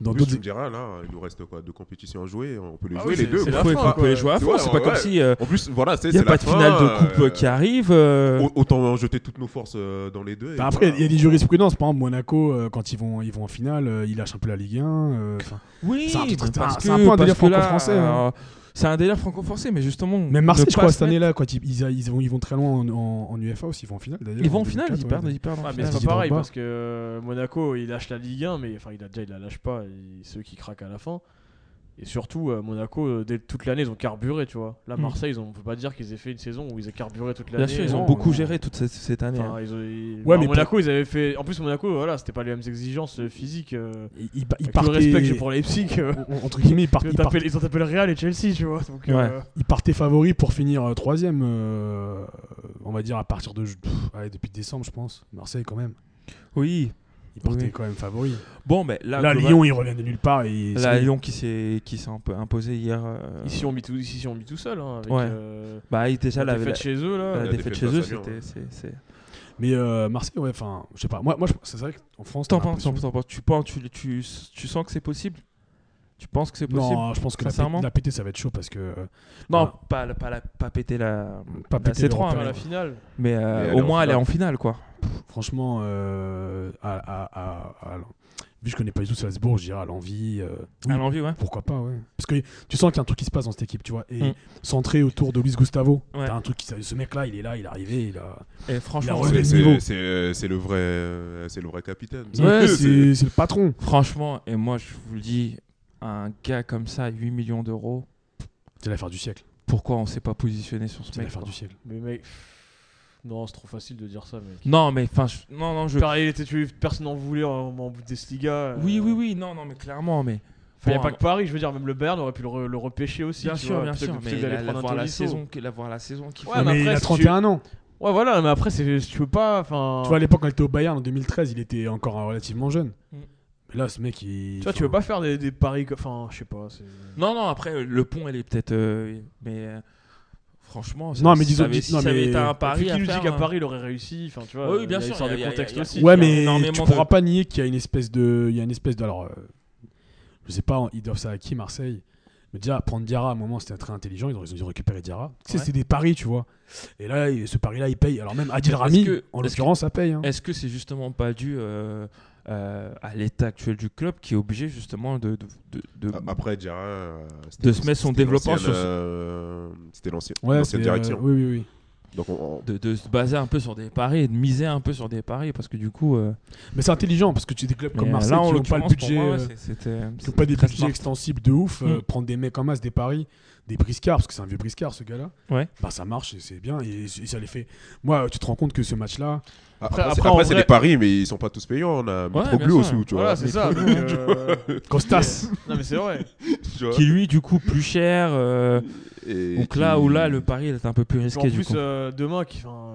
D: dans
B: En plus,
D: d'autres.
B: tu me diras, là, il nous reste quoi Deux compétitions à jouer, on peut les
C: Ah
B: jouer
C: oui,
B: les
C: c'est-
B: deux.
C: c'est
B: quoi.
C: la
A: Faut-
C: fin,
A: faut-
C: quoi.
A: faut les jouer à
B: C'est
A: fond.
B: vrai,
A: C'est
B: ouais,
A: pas comme
B: ouais.
A: si euh,
B: En plus, voilà, tu sais,
A: il n'y a
B: c'est
A: pas
B: la
A: de finale de
B: fin,
A: coupe
B: euh,
A: euh, qui arrive. euh,
B: au- Autant jeter toutes nos forces euh, dans les deux. et
D: Enfin, Bah, après,
B: voilà.
D: il y a des jurisprudences. Par exemple, Monaco, euh, quand ils vont, ils vont en finale, euh, ils lâchent un peu la Ligue 1. euh, enfin,
A: Oui,
D: C'est un truc-
A: mais
D: c'est
A: parce
D: un-
A: que-
D: c'est un peu un
A: parce
D: délire
A: que là,
D: franco-français, hein.
A: euh, C'est un délire franco-français, mais justement.
D: Même
A: ne
D: Marseille, je
A: pas
D: crois,
A: Mm. se
D: cette année-là, quand ils, ils, ils vont, ils vont très loin en, en- en UEFA aussi, ils vont en finale d'ailleurs.
A: mettre- Ils vont en
D: 2004,
A: finale, ils
D: euh, ouais.
A: perdent, ils perdent. en
C: Ah, mais
A: finale.
C: c'est
D: Ils
C: pas
D: y vont
C: pareil
D: pas.
C: parce que euh, Monaco il lâche la Ligue 1, mais enfin il a déjà il la lâche pas, et ceux qui craquent à la fin. Et surtout euh, Monaco euh, dès toute l'année ils ont carburé, tu vois. Là
A: Mm.
C: Marseille ils ont, on peut pas dire qu'ils aient fait une saison où ils aient carburé toute l'année. euh,
A: Bien sûr, ils
D: non,
A: ont beaucoup
D: non.
A: géré toute cette, cette année. hein.
C: Enfin, ils ont- ils-
D: Ouais,
C: enfin,
D: mais
C: Monaco ils avaient fait. En plus Monaco voilà c'était pas les mêmes exigences euh, physiques. euh,
D: Ils, ils, ils
C: avec tout le respect que j'ai
D: partaient.
C: pour Leipzig. euh,
D: en- Entre guillemets, ils partent-
C: ils, ont
D: ils
C: tapé,
D: partent
C: ils ont tapé le Real et Chelsea, tu vois. Donc,
A: Ouais.
C: euh,
D: il partait favori pour finir euh, troisième, euh, on va dire à partir de pff, ouais, depuis décembre, je pense. Marseille quand même.
A: Oui.
D: Il partait
A: Oui.
D: quand même favori.
A: Bon, mais là,
D: Là,
A: global-
D: Lyon, il revient de nulle part. Et
A: Là, Lyon qui s'est qui s'est un peu imposé hier. euh,
C: Ici on mis tout, ici on mis tout seul. Hein, avec,
A: Ouais.
C: euh,
A: Bah, il- déjà,
C: la
A: la,
C: défaite
A: la-
C: chez eux là. euh,
A: la
B: la
A: défaite
B: défaite
A: chez
B: face
A: eux,
B: à Lyon,
A: c'était.
B: ouais.
A: c'est- c'est-
D: Mais euh, Marseille, ouais, enfin, je sais pas. Moi, moi je- c'est vrai qu'en France,
A: T'en
D: t'as
A: penses-
D: l'impression-
A: t'en penses- Tu penses- tu- tu- tu sens que c'est possible Tu penses que c'est possible
D: Non, je pense que la,
A: Sincèrement
D: pét- la pété, ça va être chaud parce que euh,
A: Non,
D: Ouais.
A: pas, la- pas, la- pas péter la.
D: Pas
A: la
D: péter
A: C3,
D: l'Europe,
A: mais-
C: à la
D: ouais.
C: finale.
A: Mais euh,
B: Mais elle est
A: au
B: en
A: moins, elle est
B: finale.
A: en finale, quoi.
D: franchement, euh, à- à- à- à- vu que je connais pas du tout Salzbourg, je dirais à l'envie. euh, oui,
A: À l'envie, ouais.
D: Pourquoi pas, ouais. Parce que tu sens qu'il y a un truc qui se passe dans cette équipe, tu vois. Et
A: Mm.
D: centré autour de Luis Gustavo,
A: Ouais.
D: t'as un truc qui. Ce mec-là, il est là, il est arrivé, il a.
A: Et franchement,
D: relevé
B: C'est-
D: le
A: c'est-
B: c'est-
D: niveau.
B: C'est c'est le vrai, euh, c'est le vrai capitaine.
D: Ouais, c'est c'est le patron.
A: franchement, et moi, je vous le dis, un gars comme ça, 8 millions d'euros,
D: C'est l'affaire du siècle.
A: pourquoi on s'est pas positionné sur ce
D: C'est
A: mec
D: l'affaire
A: quoi.
D: du siècle.
C: Mais mec, non, c'est trop facile de dire ça, mec.
A: Non, mais enfin, je- non, non, je.
C: Pareil, il était tué, personne n'en voulait en, en Bundesliga. euh,
A: Oui, oui, oui, non, non, mais clairement, mais.
C: Enfin, il n'y
A: Bon,
C: a pas que Paris, je veux dire, même le Bayern aurait pu le, re- le repêcher aussi.
A: Bien
C: tu
A: sûr,
C: vois,
A: bien
C: plutôt
A: sûr,
C: que- plutôt
A: mais
C: que d'aller
A: la, la-
C: prendre un
A: voir la
C: Tolisso.
A: saison, que- la voir la saison qu'il
C: Ouais,
A: fait.
D: Non,
C: mais
D: mais il
C: après,
D: a
C: si tu-
D: 31 ans.
C: Ouais, voilà, mais après, c'est, tu peux pas. Enfin,
D: Tu vois, à l'époque, quand il était au Bayern en 2013, il était encore euh, relativement jeune.
A: Mm.
D: Mais là, ce mec, il.
C: tu vois, tu veux pas faire des, des paris. que- Enfin, je sais pas. c'est-
A: Non, non, après, euh, le pont, elle est peut-être. euh, mais. euh, Franchement, ça-
D: Non, mais
A: si
D: disons-
A: ça avait-
D: dis-
A: si
D: non,
A: ça avait
D: mais-
A: été un pari.
C: Puis
A: à
C: qui nous dit
A: faire,
C: qu'à
A: hein.
C: Paris, il aurait réussi. Enfin, tu vois,
A: Oui, oui, bien
C: il y a
A: sûr,
C: l'histoire
A: il y a-
C: des
A: il y a-
C: contextes
A: il y a-
C: aussi.
D: Ouais,
A: Il y a
D: mais tu
A: énormément de-
D: pourras pas nier qu'il y a une espèce de. Il y a une espèce de. Alors, euh, je sais pas, ils doivent ça à qui, Marseille Mais déjà, prendre Diarra, à un moment, c'était très intelligent. Ils ont, ils ont récupéré Diarra. Tu sais,
A: Ouais.
D: c'est des paris, tu vois. Et là, il- ce pari-là, il paye. Alors, même Adil
A: Est-ce
D: Rami,
A: que-
D: en
A: est-ce
D: l'occurrence, ça paye. hein.
A: Est-ce que c'est justement pas dû euh, euh, à l'état actuel du club qui est obligé justement de, de, de- de-
B: Après, euh, Djara.
A: De se mettre son développement sur ce-
B: euh, C'était l'ancien-
D: Ouais,
B: l'ancienne
D: c'est euh,
B: direction.
D: oui, oui, oui.
B: Donc, on- on-
A: de- de se baser un peu sur des paris et de miser un peu sur des paris parce que du coup. euh,
D: Mais c'est intelligent parce que tu as des clubs comme
A: mais, euh,
D: Marseille
A: là, en
D: qui n'ont pas le
A: l'occurrence, pour
D: budget.
A: moi, ouais,
D: euh,
A: c'est- c'était-
D: qui n'ont
A: c'était
D: pas des
A: très
D: budgets
A: smart.
D: extensibles de ouf, euh,
A: Mm.
D: prendre des mecs en masse, des paris, des briscards, parce que c'est un vieux briscard ce gars-là,
A: Ouais.
D: bah, ça marche et c'est bien. Et, et ça les fait. Moi, tu te rends compte que ce match-là,
B: Après,
C: après,
B: c'est-
C: en
B: après, c'est
C: vrai-
B: des paris, mais ils sont pas tous payants. On a
A: Ouais,
B: Mitroglou
A: bien
B: aussi,
A: sûr.
B: tu vois.
C: Voilà, c'est ça. donc, euh,
D: Costas,
C: Non, mais c'est vrai.
B: Tu vois.
A: Qui lui, du coup, plus cher. euh,
B: Et
A: donc là
B: qui-
A: où là, le pari il est un peu plus
C: En
A: risqué du
C: plus,
A: coup.
C: euh, demain, qui, enfin,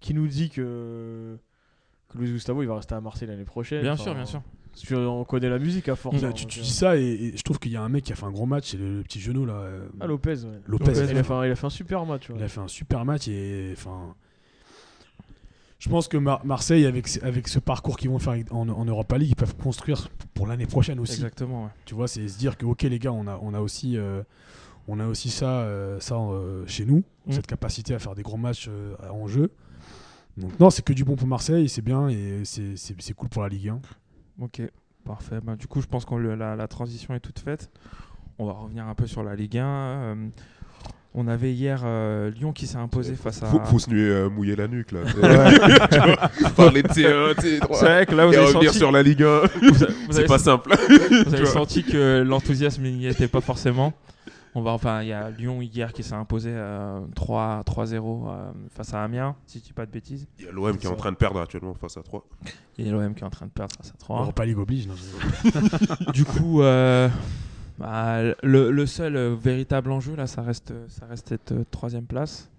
C: qui nous dit que, que Luis Gustavo il va rester à Marseille l'année prochaine
A: Bien
C: enfin,
A: sûr, bien sûr.
C: parce que on connaît la musique à force.
D: là,
C: hein,
D: Bah, tu, tu
C: donc,
D: dis ça et, et je trouve qu'il y a un mec qui a fait un gros match, c'est le, le petit genou là. euh,
C: euh, Ah, Lopez, ouais.
D: Lopez.
A: Lopez,
C: Il a, fait un, il a fait un super match. ouais.
D: Il a fait un super match et enfin. Je pense que Mar- Marseille, avec, ce- avec ce parcours qu'ils vont faire en, en Europa League, ils peuvent construire pour l'année prochaine aussi.
A: Exactement, ouais.
D: Tu vois, c'est se dire que ok les gars, on a, on a aussi, euh, on a aussi ça, euh, ça euh, chez nous,
A: Mm.
D: cette capacité à faire des gros matchs euh, en jeu. Donc non, c'est que du bon pour Marseille, c'est bien et c'est- c'est c'est cool pour la Ligue 1.
A: Ok, parfait. Bah, du coup, je pense que la, la transition est toute faite. On va revenir un peu sur la Ligue 1. euh, on avait hier euh, Lyon qui s'est imposé face à.
B: Faut, faut se nuer, euh, mouiller la nuque là. Tu vois, Parler de T1,
A: C'est
B: T3
A: vrai que là, vous
B: et
A: avez
B: revenir
A: senti,
B: sur la Ligue 1,
A: vous a- vous
B: c'est
A: avez
B: pas simple.
A: Vous avez
B: Tu vois.
A: senti que l'enthousiasme il n'y était pas forcément. On va enfin, il y a Lyon hier qui s'est imposé euh, 3 3-0 euh, face à Amiens, si je dis pas de bêtises.
B: Il y a l'OM qui est en
D: Ça.
B: train de perdre actuellement face à 3.
A: Et l'OM qui est en train de perdre face à 3.
D: Europa League oblige. non, je-
A: Du coup, euh, bah, le, le seul euh, véritable enjeu là, ça reste, ça reste cette euh, troisième place.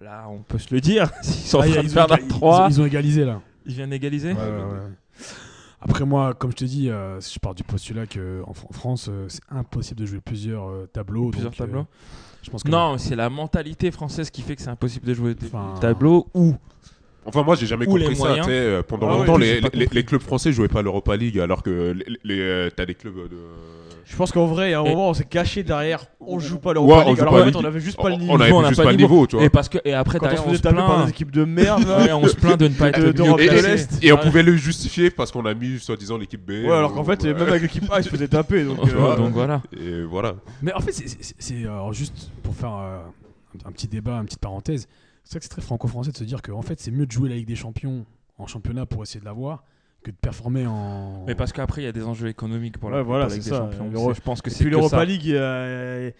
A: Là, on peut se le dire. Ils sont en
D: Ah,
A: train de
D: ils, ont,
A: perdre à
D: éga-
A: 3.
D: ils- ils ont égalisé là.
A: Ils viennent égaliser.
D: Ouais, ouais, ouais. Après moi, comme je te dis, euh, je pars du postulat que en Fr- France, euh, c'est impossible de jouer plusieurs euh, tableaux.
A: Plusieurs
D: donc, euh,
A: tableaux.
D: je pense que
A: Non, c'est la mentalité française qui fait que c'est impossible de jouer des
D: Enfin,
A: tableaux ou
B: Enfin, moi, j'ai jamais
A: Ou les
B: compris ça.
A: moyens.
B: tu sais, euh, Pendant
C: Ah ouais,
B: longtemps,
A: oui,
B: les,
A: j'ai pas
B: les-
A: compris.
B: les clubs français jouaient pas l'Europa League, alors que les, les, euh, t'as des clubs de.
C: Je pense qu'en vrai, il y a un
A: Et-
C: moment, on s'est caché derrière. On joue pas
B: Ouais,
C: l'Europa
B: on
C: League.
B: joue
C: Alors
B: pas
C: en
B: la
C: fait, on
B: Ligue.
C: avait juste
B: On
C: pas le niveau.
B: on avait
A: Nous, on a
B: juste
A: pas
B: pas
A: le
B: le niveau, tu vois.
A: et parce que et après
C: Quand on se
A: derrière on
C: faisait
A: se
C: taper par des
A: plaint.
C: équipes de merde. là.
A: Ouais, on se plaint de ne pas être
C: De-
A: le
C: d'Europe
A: mieux
B: de
A: classé.
C: l'Est.
B: Et on
C: Ouais.
B: pouvait le justifier parce qu'on a mis soi-disant l'équipe B.
C: Ouais, alors qu'en fait,
B: euh,
C: même avec l'équipe A, ils se faisaient taper. Donc,
A: Donc,
C: euh,
A: euh, donc voilà.
B: Et voilà.
D: Mais en fait, c'est- c'est c'est- alors juste pour faire euh, un, un petit débat, une petite parenthèse. C'est vrai que c'est très franco-français de se dire que en fait, c'est mieux de jouer la Ligue des Champions en championnat pour essayer de l'avoir que de performer en.
A: Mais parce qu'après il y a des enjeux économiques pour la
C: Ouais, voilà,
A: pour la Ligue
C: c'est
A: des
C: ça.
A: Champions.
C: L'Euro-
A: C'est- Je pense que
C: Et
A: c'est
C: puis
A: que ça.
C: l'Europa League, euh,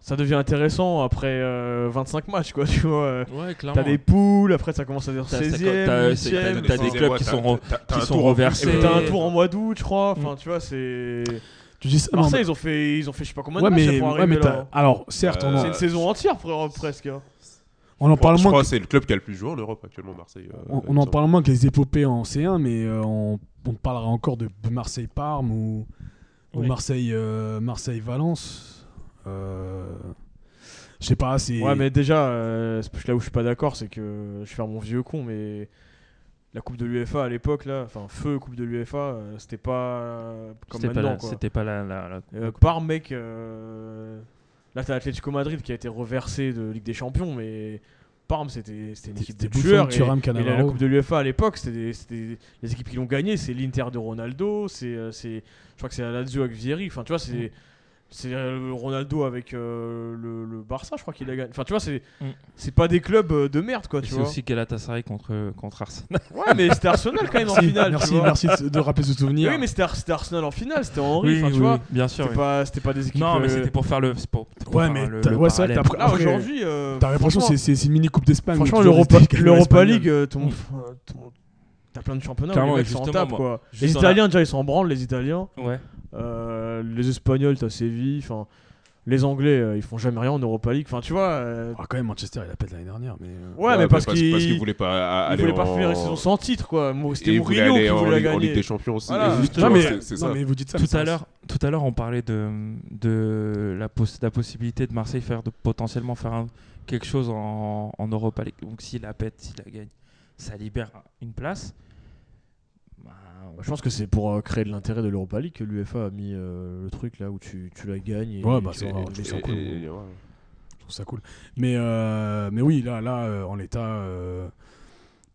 C: ça devient intéressant après euh, 25 matchs, quoi. Tu vois, euh,
A: Ouais, clairement.
C: t'as des poules, après ça commence à dire
A: T'as- t'as-
C: 16
A: t'as- t'as-
C: e
A: t'as-
C: 8
A: t'as des clubs qui sont re- qui sont reversés.
C: Et t'as un
A: Et-
C: tour en mois d'août, je crois. Enfin, tu vois, c'est.
D: tu dis ça, Ah non,
C: Marseille, ils ont fait, ils ont fait, je sais pas
D: mais-
C: combien de
D: Ouais,
C: matchs là,
D: mais,
C: pour
D: ouais,
C: arriver
D: mais t'as-
C: là.
D: alors certes, on, en-
C: C'est une saison entière, frère, presque. hein.
D: on en parle
B: je
D: moins.
B: crois
D: que-
B: que c'est le club qui a le plus joué en Europe actuellement, Marseille. euh,
D: on,
B: il
D: on
B: me
D: en
B: semble.
D: parle moins que les épopées en C1, mais euh, on, on parlera encore de, de Marseille-Parme ou, ou
A: Oui.
D: Marseille, euh, Marseille-Valence. Euh, je sais pas, c'est.
C: Ouais, mais déjà, euh, c'est parce que là où je suis pas d'accord, c'est que je vais faire mon vieux con, mais la Coupe de l'UFA à l'époque, là, enfin, feu Coupe de l'UFA, euh, c'était pas euh, comme
A: C'était pas
C: maintenant,
A: la-
C: quoi.
A: C'était pas la. la- la-
C: Euh, par mec, euh, là, t'as Atlético Madrid qui a été reversé de Ligue des Champions, mais Parme, c'était c'était une équipe de
D: C'était Buffon,
C: tueurs. et-
D: Thuram,
C: et la- la,
D: Cannavaro.
C: Coupe de l'UEFA à l'époque, c'était des- c'était des- les équipes qui l'ont gagné, c'est l'Inter de Ronaldo, c'est euh, c'est- je crois que c'est la Lazio avec Vieri, enfin tu vois, c'est c'est euh, le Ronaldo avec euh, le, le Barça, je crois qu'il a gagné. Enfin tu vois, c'est
A: Mm.
C: c'est pas des clubs euh, de merde quoi,
A: Et
C: tu
A: C'est
C: vois.
A: aussi Galatasaray contre contre Arsenal.
C: Ouais, mais c'était Arsenal quand même en
D: Merci,
C: finale, tu
D: merci,
C: vois.
D: merci de- de rappeler ce souvenir.
C: Oui, mais c'était Ar- c'était Arsenal en finale, c'était Henry, enfin tu vois.
A: bien sûr.
C: C'était
A: oui.
C: pas, c'était pas des équipes.
A: Non, mais
C: euh,
A: c'était pour faire le. c'est pour- c'était pour
D: Ouais,
A: faire
D: mais
A: le-
D: t'as-
A: le
D: ouais, c'est vrai que
A: parallèle.
D: t'as-
C: Là
D: Après,
C: aujourd'hui, euh,
D: T'as l'impression que
C: franchement-
D: c'est- c'est c'est une mini Coupe d'Espagne.
C: Franchement,
D: où tu vois
C: l'Europa,
D: les Espagnols,
C: l'Europa
D: les
C: League,
D: Espagnols.
C: euh, ton, euh, ton- t'as plein de championnats où
A: Clairement,
C: les
A: et
C: mecs s'en
A: justement,
C: tapent,
A: moi,
C: quoi. Les
A: juste dans la-
C: Italiens, déjà, ils s'en branlent, les Italiens.
A: Ouais.
C: Euh, les Espagnols, t'as Séville. Enfin, les Anglais, euh, ils font jamais rien en Europa League. Enfin, tu vois. euh,
D: Ah, quand même, Manchester, il a pété l'année dernière. Mais... euh,
C: ouais,
B: Ouais,
C: mais parce, qu'ils
B: qu'ils voulaient pas
C: ils
B: aller
C: voulaient pas euh,
B: en-
C: finir une saison sans titre, quoi. Mo- C'était
B: Et ils voulaient
C: Mourinho
B: aller
C: qui
B: en
C: voulait la
B: Ligue- en Ligue
C: gagner.
B: des Champions aussi.
C: Voilà.
B: Et
A: Juste-
B: tu
D: Non,
B: vois,
D: mais,
B: c'est- c'est
D: non,
B: ça.
D: mais vous dites ça. mais
A: Tout
D: ça-
A: à l'heure, tout à l'heure, on parlait de de la, poss- la possibilité de Marseille faire de potentiellement faire un- quelque chose en, en Europa League. Donc s'il la pète, s'il la gagne, ça libère une place.
C: Euh,
A: Bah,
C: Je pense que c'est pour euh, créer de l'intérêt de l'Europa League que l'UFA a mis euh, le truc là où tu, tu la gagnes. et
D: Ouais, bah,
C: tu
D: c'est-
C: vas-
D: et-
C: mais
D: et-
C: c'est cool.
D: cool.
B: Et- et- ouais.
D: Je trouve ça cool. Mais, euh, mais oui, là, là euh, en l'état, euh,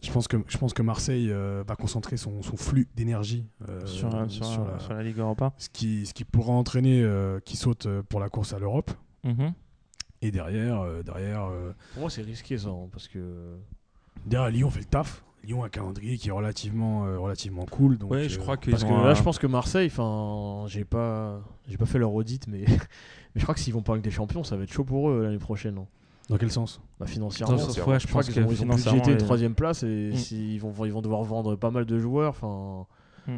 D: je Je pense que, je pense que Marseille euh, va concentrer son, son flux d'énergie euh,
A: sur, euh, sur,
D: sur
A: euh,
D: la-
A: sur la Ligue Europa.
D: ce, qui, ce qui pourra entraîner euh, qui saute euh, pour la course à l'Europe.
A: Mhm.
D: Et derrière, euh, derrière, euh,
C: Pour moi, c'est risqué ça, hein, parce que.
D: derrière, Lyon fait le taf. Lyon a un calendrier qui est relativement, euh, relativement cool. Donc,
A: Ouais, je
D: euh,
A: crois qu'ils
C: Parce que
A: ont
C: là,
A: un-
C: je pense que Marseille, enfin, j'ai pas, j'ai pas fait leur audit, mais, mais je crois que s'ils vont pas avec des champions, ça va être chaud pour eux l'année prochaine. hein.
D: Dans quel sens
C: Bah,
A: Dans
C: financièrement,
A: le
B: ça,
C: je
A: sens-
B: c'est-
A: ouais, je
C: crois
A: pense
C: qu'ils
A: que
C: ont, ils ont
A: financièrement,
C: budgété
A: les-
C: troisième place et
A: Mm.
C: s'ils vont, ils vont devoir vendre pas mal de joueurs. Enfin,
A: Mm.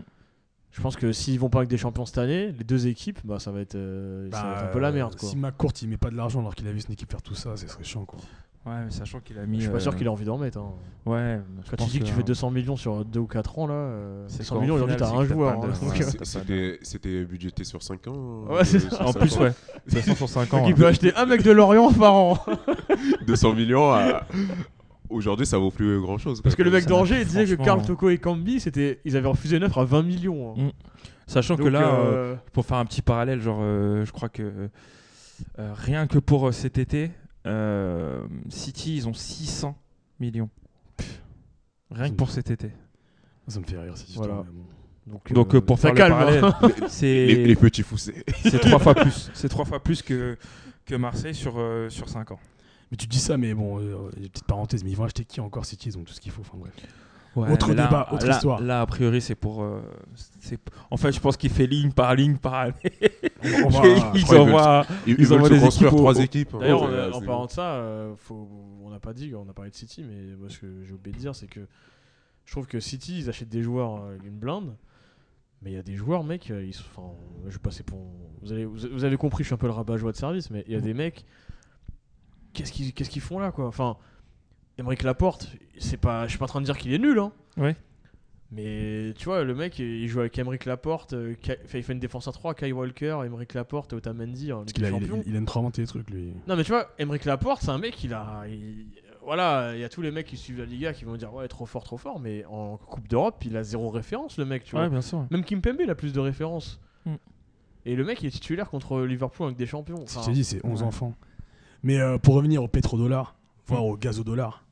C: je pense que s'ils vont pas avec des champions cette année, les deux équipes, bah, ça va être, euh, ça va être un
D: Bah,
C: peu la merde. Quoi.
D: Si McCourt il met pas de l'argent alors qu'il a vu son équipe faire tout ça, ce serait chiant. Quoi.
A: Ouais, mais sachant qu'il a mis.
C: Je suis pas sûr
A: euh,
C: qu'il ait envie d'en mettre. hein.
A: Ouais, je
C: Quand tu
A: pense
C: dis que tu fais 200 millions sur 2 ou 4 ans, là, euh,
A: C'est
C: 200
A: quoi, en
C: millions aujourd'hui,
A: finale,
C: t'as
A: c'est
C: un
A: que t'as
C: joueur.
A: pas
C: hein,
A: de-
C: donc,
A: ouais.
C: euh,
A: t'as pas
B: C'était c'était budgété sur 5 ans.
C: Ouais, c'est
B: euh,
C: ça.
A: En
B: sur
A: plus,
B: cinq
A: ouais. 200 sur 5 ans.
C: donc il peut acheter un mec de Lorient par an.
B: ans. 200 millions, à- aujourd'hui, ça vaut plus grand chose.
C: Parce que le mec
A: Ça n'a
C: d'Angers
A: plus,
C: il disait que
A: franchement,
C: Carl
A: hein.
C: Toko et Cambi, c'était, ils avaient refusé une offre à 20 millions. hein.
A: Mm. Sachant que
C: Donc,
A: là, euh,
C: euh,
A: pour faire un petit parallèle, genre, euh, je crois que euh, rien que pour euh, cet été, euh, City, ils ont 600 millions. Pff, Rien que pour cet été.
D: Ça me fait rire cette
C: Voilà.
D: histoire. mais bon.
C: donc,
A: Donc
C: euh,
A: euh, pour
C: ça
A: faire
C: calme,
A: le
C: hein.
A: parallèle,
B: Les, les
A: c'est
B: petits foussés.
A: c'est trois fois plus. C'est trois fois plus que que Marseille sur euh, sur 5 ans.
D: Mais tu dis ça, mais bon, euh, petite parenthèse, mais ils vont acheter qui encore City Ils ont tout ce qu'il faut. Enfin bref.
A: Ouais,
D: Autre
A: mais là,
D: débat, autre
A: là-
D: histoire.
A: Là, a priori, c'est pour. euh, c'est- en fait, je pense qu'il fait ligne par ligne par année.
D: On va-
A: Ils
B: crois qu'ils
A: envoient.
B: Ils,
A: Ils
B: ils veulent
A: envoient
B: se
A: des
B: construire
A: équipes au-
B: trois
A: au-
B: équipes. hein.
C: D'ailleurs, on
B: Ouais,
C: a- en
B: c'est-
C: parlant de ça, euh, faut- on n'a pas dit, on a parlé de City, mais moi, ce que j'ai oublié de dire, c'est que je trouve que City, ils achètent des joueurs euh, une blinde, mais il y a des joueurs, mec, euh, ils sont- enfin, je vais passer pour. Vous avez, vous vous avez compris, je suis un peu le rabat-joie de service, mais il y a des mecs, qu'est-ce qu'ils, qu'est-ce qu'ils font là, quoi Enfin, Emmerich Laporte, c'est pas, je suis pas en train de dire qu'il est nul, hein.
A: Ouais.
C: Mais tu vois, le mec, il joue avec Emmerich Laporte, euh, Kai- enfin, il fait une défense à 3, Kai Walker, Emmerich Laporte, Otamendi, hein, en
D: Parce
C: Ligue
D: qu'il
C: des
D: a, il,
C: Champions.
D: il aime trop inventer des trucs, lui.
C: Non, mais tu vois, Emmerich Laporte, c'est un mec, il a. il- Voilà, il y a tous les mecs qui suivent la Liga qui vont dire ouais, trop fort, trop fort, mais en Coupe d'Europe, il a zéro référence, le mec, tu vois.
A: Ouais, bien sûr.
C: Même Kimpembe, il a plus de références.
A: Mm.
C: Et le mec, il est titulaire contre Liverpool avec des champions.
D: Si
C: Enfin,
D: je t'ai dit, c'est 11
A: ouais. Mm.
D: enfants. Mais euh, pour revenir au pétrodollar, voire au gazodollar,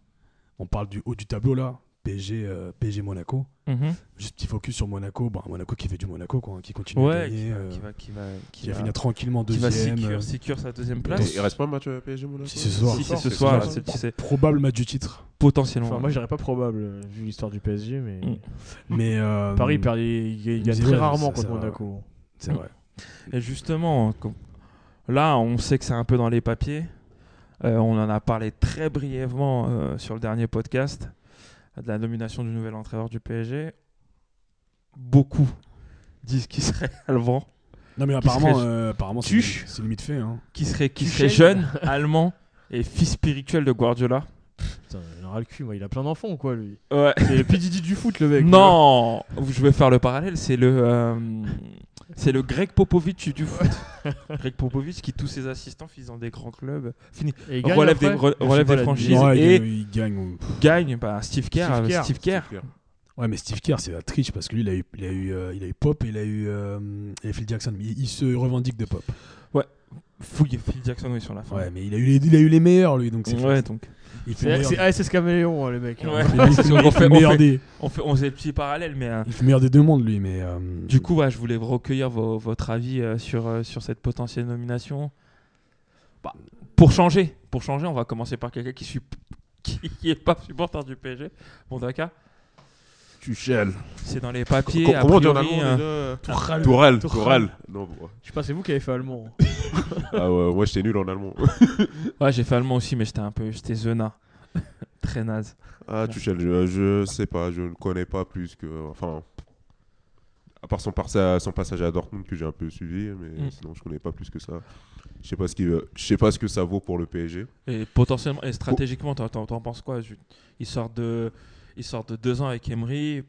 D: on parle du haut du tableau là, PSG, euh, PSG Monaco.
A: Mhm.
D: Juste petit focus sur Monaco, bon, Monaco qui fait du Monaco, quoi, hein, qui continue à
A: Ouais,
D: gagner,
A: qui va,
D: euh,
A: qui va, qui va, qui
D: qui va
A: va-
D: finir tranquillement
A: qui va
D: deuxième.
A: secure,
D: euh,
A: secure sa deuxième
B: Il-
A: place.
B: Il reste pas un match euh, PSG Monaco
D: Si, c'est ce soir.
A: Si c'est ce
B: C'est ce
A: soir,
B: soir.
A: c'est c'est
D: euh, probable match du titre.
A: potentiellement.
C: enfin, moi, je dirais pas probable, euh, vu l'histoire du PSG, mais.
A: Mm.
D: Mais euh,
C: Paris, il, perd, il, il gagne
D: Mais
C: très
D: ouais,
C: rarement contre
D: ça- ça-
C: Monaco.
D: c'est vrai.
A: Et justement, com- là, on sait que c'est un peu dans les papiers. Euh, on en a parlé très brièvement euh, sur le dernier podcast de la nomination du nouvel entraîneur du PSG. Beaucoup disent qu'il serait allemand,
D: Non mais
A: Qui
D: apparemment,
A: serait-
D: euh, apparemment c'est
A: Tuche.
D: limite- c'est limite fait. Hein.
A: qu'il serait, qu'il
C: Tu
A: serait
C: chaînes.
A: jeune, allemand et fils spirituel de Guardiola.
C: Putain, il en a ras le cul, moi, il a plein d'enfants, quoi, lui.
A: Ouais.
C: C'est le PDD du foot, le mec.
A: Non, je vais faire le parallèle. C'est le, euh, c'est le Greg Popovich du foot. Greg Popovich qui tous ses assistants finissent dans des grands clubs, finit,
C: Et il gagne
A: relève des,
C: après.
A: re-
C: Je sais
A: relève
C: pas
A: des
C: la-
A: franchises
C: Ils-
D: Ouais,
A: et
D: il, il gagne. pff.
A: gagne bah, Steve Kerr.
C: Steve
A: euh,
C: Kerr.
A: Steve Kerr.
D: Ouais, mais Steve Kerr, c'est la triche parce que lui, il a eu, il a eu, euh, il a eu Pop, il a eu, euh, il a eu Phil Jackson. mais Il, il se revendique de Pop.
A: Fouille Phil Jackson oui, sur la fin.
D: Ouais, mais il a eu les, il a eu les meilleurs lui, donc c'est
A: Ouais, donc.
D: Il fait
C: C'est
D: meilleur
C: c'est-
D: des-
C: ah, c'est ce caméléon, hein, les mecs. hein.
A: Ouais.
D: il fait- il
A: C'est sûr, on
D: fait
A: fait- on
D: meilleur
A: fait-
D: des-
A: On fait, on faisait le petit parallèle, mais euh,
D: il fait meilleur des deux mondes lui, mais euh,
A: du coup, ouais, je voulais recueillir vo- votre avis euh, sur, euh, sur cette potentielle nomination. Bah, pour changer, pour changer, on va commencer par quelqu'un qui suit qui est pas supporter du PSG. Bon, d'accord.
B: Tuchel.
A: C'est dans les papiers.
B: Com-
A: a
B: Comment on dit en
A: priori,
B: allemand
A: euh,
B: déjà
D: Tourelle.
B: Tourelle.
C: Tourelle.
B: Tourelle. Non, bon.
C: Je sais pas, c'est vous qui avez fait allemand.
B: Ah ouais, moi j'étais nul en allemand.
A: Ouais, j'ai fait allemand aussi, mais j'étais un peu. J'étais zena. Très naze.
B: Ah, Tuchel, je, je sais pas, je ne connais pas plus que. Enfin. À part son, parsa- son passage à Dortmund que j'ai un peu suivi, mais
A: Mm.
B: sinon je connais pas plus que ça. Je sais pas ce qui, euh, je sais pas ce que ça vaut pour le PSG.
A: Et potentiellement, et stratégiquement, t'en, t'en- t'en penses quoi Jules Ils sortent de, ils sortent de deux ans avec Emery.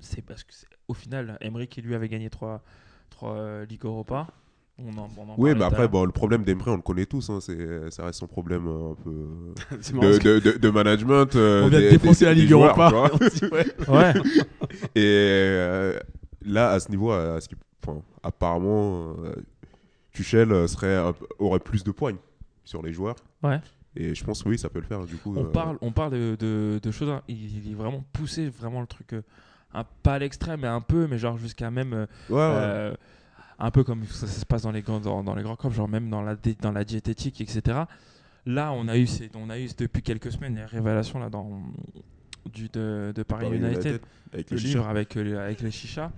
A: C'est parce que, c'est- au final, Emery qui lui avait gagné trois, trois euh, Ligues Europa. On en, on en
B: Oui,
A: parlait
B: mais
A: tout à
B: après,
A: l'heure.
B: bon, le problème d'Emre, on le connaît tous. hein, c'est, ça reste son problème euh, un peu
D: c'est marrant,
B: de,
D: parce que-
B: de, de- de management. euh,
D: On vient de
B: des-
D: défoncer
B: des-
D: la
B: des
D: Ligue
B: joueurs,
D: Europa.
B: tu vois.
A: Ouais.
B: Et euh, là, à ce niveau, à ce qui- enfin, apparemment, euh, Tuchel euh, serait un peu- aurait plus de poigne sur les joueurs.
A: Ouais.
B: Et je pense, oui, ça peut le faire. Du coup,
A: On
B: euh,
A: parle, on parle de, de- de choses. hein. Il, il est vraiment poussé, vraiment le truc. euh, un, pas à l'extrême, mais un peu, mais genre jusqu'à même. euh,
B: ouais, Ah ouais.
A: euh, un peu comme ça, ça se passe dans les, grands- dans, dans les grands corps, genre même dans la, dé- dans la diététique, etc. Là, on a eu, ces- on a eu depuis quelques semaines les révélations là, dans, du, de, de Paris,
B: Paris
A: United,
B: United, avec le
A: le
B: chiffre.
A: genre avec, euh, avec les chichas.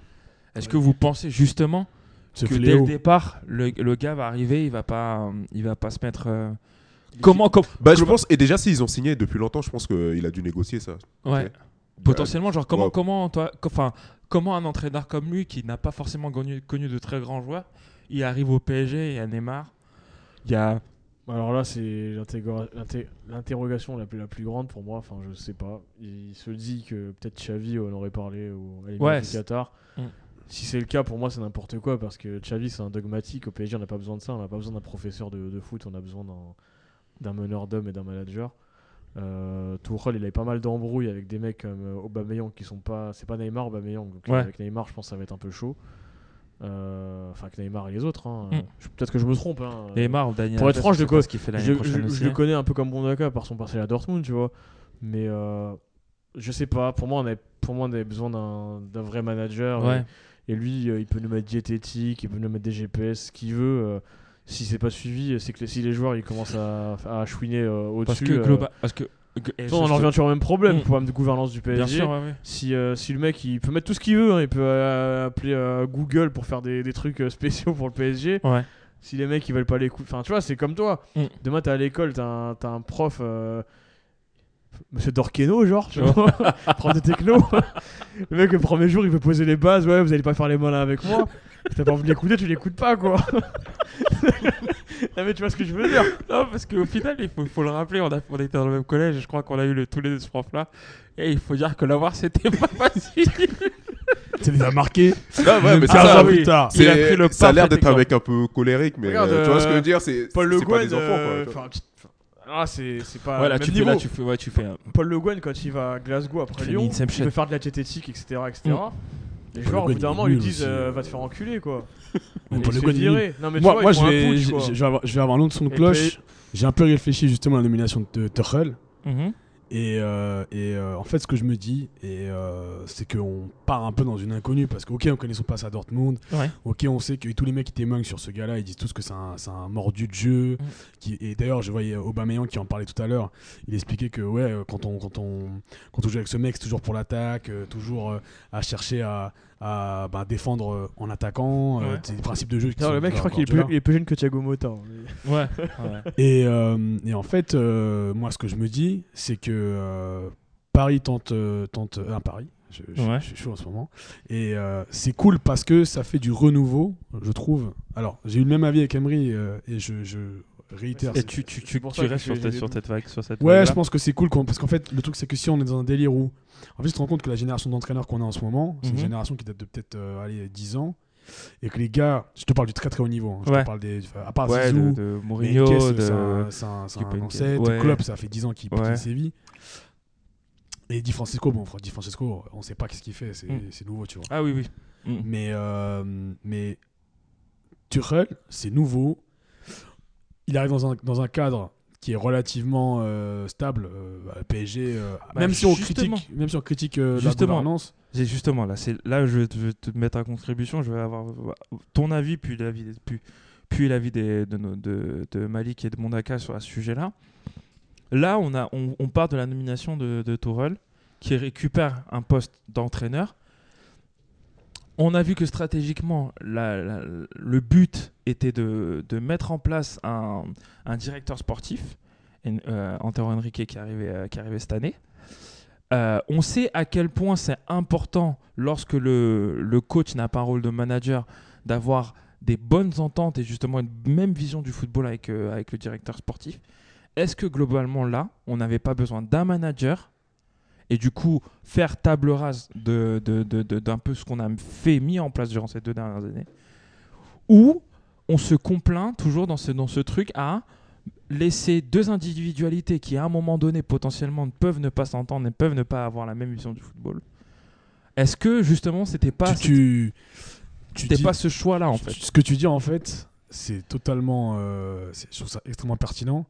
A: Est-ce que vous pensez justement
D: Ce
A: que dès
D: fléau.
A: le départ, le, le gars va arriver, il va pas, euh, il va pas se mettre. euh, comment, com-
B: Bah, je pense, et déjà, s'ils ont signé depuis longtemps, je pense qu'il a dû négocier ça.
A: ouais,
B: Ok.
A: potentiellement, genre comment,
B: Ouais.
A: comment, toi, enfin, comment un entraîneur comme lui qui n'a pas forcément connu, connu de très grands joueurs, il arrive au PSG, il y a Neymar, il y a
C: Alors là, c'est l'intégra- l'inté- l'interrogation la plus, la plus grande pour moi. Enfin, je sais pas. Il se dit que peut-être Xavi en aurait parlé au à l'Émir
A: Ouais,
C: du
A: c'est-
C: Qatar.
A: Mm.
C: Si c'est le cas, pour moi, c'est n'importe quoi parce que Xavi, c'est un dogmatique. Au PSG, on n'a pas besoin de ça. On n'a pas besoin d'un professeur de, de foot. On a besoin d'un- d'un meneur d'hommes et d'un manager. Euh, Tuchel, il avait pas mal d'embrouilles avec des mecs comme euh, Aubameyang qui sont pas. C'est pas Neymar, Aubameyang. Donc, euh,
A: Ouais.
C: Avec Neymar, je pense que ça va être un peu chaud. Euh, Enfin, que Neymar et les autres. hein.
A: Mm.
C: Je- Peut-être que je me trompe. hein.
A: Neymar ou Daniel.
C: pour être
A: Alves,
C: franc, je
A: sais
C: le
A: pas
C: co-
A: ce qu'il fait l'année
C: Je,
A: prochaine
C: je-
A: aussi,
C: je le
A: hein.
C: connais un peu comme Bondaka par son passé à Dortmund, tu vois. Mais euh, je sais pas, pour moi, on avait, pour moi, on avait besoin d'un d'un vrai manager.
A: Ouais.
C: Et, et lui, euh, il peut nous mettre diététique, il peut nous mettre des GPS, ce qu'il veut. euh, si c'est pas suivi, c'est que les- si les joueurs ils commencent à, à chouiner euh,
A: Parce
C: au-dessus.
A: que
C: euh,
A: global, parce que et
C: de toute
A: je-
C: façon, on en
A: je-
C: revient toujours au même problème,
A: Mm.
C: le problème de gouvernance du PSG.
A: Bien sûr, ouais, ouais.
C: Si, euh, si le mec il peut mettre tout ce qu'il veut, hein, il peut euh, appeler euh, Google pour faire des, des trucs euh, spéciaux pour le PSG.
A: Ouais.
C: Si les mecs ils veulent pas l'écouter, enfin tu vois, c'est comme toi.
A: Mm.
C: Demain t'es à l'école, t'as un, t'as un prof, euh, Monsieur Dorqueno, genre, tu
A: Ouais.
C: vois, prof de techno. le mec le premier jour il veut poser les bases, ouais, vous allez pas faire les malins avec moi. T'as pas envie de l'écouter, tu l'écoutes pas quoi. non mais tu vois ce que je veux dire.
A: Non, parce qu'au final, il faut, faut le rappeler, on, a, on était dans le même collège, je crois qu'on a eu le, tous les deux ce prof-là. Et il faut dire que l'avoir, c'était pas facile.
D: Ça les a marqués
B: Ah, ouais, mais c'est
D: 15
B: ça,
D: ans
B: oui.
D: plus tard.
A: Il a
B: C'est-
A: pris le
B: ça a l'air
A: parfait
B: d'être un mec un peu colérique, mais
C: Regarde,
B: euh, tu vois ce que je
C: euh,
B: veux dire C'est
C: Paul Le
B: c'est pas
C: Guen,
B: des enfants, quoi,
C: euh,
B: tu vois.
C: enfin, tu- enfin, ah, c'est c'est pas
A: ouais,
C: le
A: là,
C: même
A: tu fais, là,
C: niveau.
A: tu fais, ouais, tu fais. un-
C: Paul Le Guen quand il va à Glasgow
A: Tu
C: après
A: fais Mm.
C: Lyon,
A: l'Inception.
C: il peut faire de la diététique, etc. etc. Les
D: Paul
C: joueurs, au
D: Le
C: bout d'un
D: Guen,
C: moment, ils
D: il est nul
C: disent
D: aussi,
C: euh,
D: euh,
C: va te faire enculer quoi.
D: Mais
C: Et
D: Paul
C: il
D: Le
C: se
D: Guen,
C: fait
D: il est nul.
C: virer. Non, mais tu
D: Moi,
C: vois,
D: moi
C: ils
D: je,
C: font un
D: vais,
C: putsch,
D: je-
C: quoi.
D: je- je vais avoir, je vais avoir l'onde de son
C: Et
D: cloche.
C: puis-
D: J'ai un peu réfléchi justement à la nomination de Tuchel.
A: Mhm.
D: Et, euh, et, euh, en fait, ce que je me dis, et, euh, c'est qu'on part un peu dans une inconnue. Parce que, ok, on connaît son passe à Dortmund.
A: Ouais.
D: Ok, on sait que tous les mecs qui témoignent sur ce gars-là, ils disent tous que c'est un, c'est un mordu de jeu.
A: Mm.
D: Qui, et d'ailleurs, je voyais Aubameyang qui en parlait tout à l'heure. Il expliquait que, ouais, euh, quand on, quand on, quand on joue avec ce mec, c'est toujours pour l'attaque, euh, toujours euh, à chercher à, à, bah, défendre euh, en attaquant. euh,
A: Ouais.
D: c'est des principes de jeu. qui
C: Putain,
D: sont
C: le mec, je crois
D: encore
C: qu'il est,
D: de
C: plus-
D: là.
C: il est plus jeune que Thiago Motta. hein.
A: Ouais. ouais.
D: Et, euh, et en fait, euh, moi, ce que je me dis, c'est que euh, Paris tente, euh, tente euh, un Paris. Je, je-
A: Ouais.
D: je suis chaud en ce moment. Et euh, c'est cool parce que ça fait du renouveau, je trouve. Alors, j'ai eu le même avis avec Emery euh, et je, je réitère.
A: Et
D: ce-
A: tu, tu, tu,
C: pour
A: tu
C: ça que
A: restes
C: j'ai-
A: sur, ta-
C: j'ai-
A: sur cette vague. Sur cette
D: Ouais,
A: vague-là.
D: je pense que c'est cool qu'on- parce qu'en fait, le truc, c'est que si on est dans un délire où. En fait, je te rends compte que la génération d'entraîneurs qu'on a en ce moment, c'est une
A: Mhm.
D: génération qui date de peut-être euh, allez, 10 ans. Et que les gars, je te parle du très très haut niveau. hein, je
A: Ouais.
D: te parle des. enfin, À part
A: Ouais,
D: Zizou,
A: de, de
D: Mais
A: Mourinho,
D: Henkes, c'est hein.
A: de.
D: un- c'est un, c'est
A: qui peut
D: un
A: une-
D: ancêtre.
A: ouais.
D: Klopp, ça fait 10 ans qu'il qu'il
A: Ouais.
D: sévit. Et Di Francesco, bon, Di Francesco, on sait pas qu'est-ce qu'il fait, c'est
A: Mm.
D: c'est nouveau, tu vois.
A: Ah oui, oui. Mhm.
D: Mais, euh, mais Tuchel, c'est nouveau. Il arrive dans un, dans un cadre qui est relativement euh, stable. euh, bah, le PSG, euh,
A: Bah,
D: même, si on
A: justement.
D: critique, même si on critique euh, la
A: Justement.
D: gouvernance,
A: C'est justement là, c'est là je vais te- je vais te mettre à contribution, je vais avoir ton avis puis l'avis des- puis, puis l'avis des- de, nos- de, de Malik et de Mondaka sur ce sujet-là. Là, on a on, on part de la nomination de, de Tourelle qui récupère un poste d'entraîneur. On a vu que stratégiquement, la- la- le but était de, de mettre en place un, un directeur sportif, en- euh, Antero Henrique qui est arrivé, euh, qui est arrivé cette année. Euh, on sait à quel point c'est important lorsque le, le coach n'a pas un rôle de manager d'avoir des bonnes ententes et justement une même vision du football avec, euh, avec le directeur sportif. Est-ce que globalement là, on n'avait pas besoin d'un manager et du coup faire table rase de- de- de- de- d'un peu ce qu'on a fait, mis en place durant ces deux dernières années Ou on se complaint toujours dans ce, dans ce truc à laisser deux individualités qui à un moment donné potentiellement ne peuvent ne pas s'entendre et peuvent ne pas avoir la même vision du football Est-ce que justement c'était pas...
D: tu, tu, tu
A: C'était
D: dis-
A: pas ce choix-là en fait.
D: Ce que tu dis en fait, c'est totalement. euh, c'est- je trouve ça extrêmement pertinent.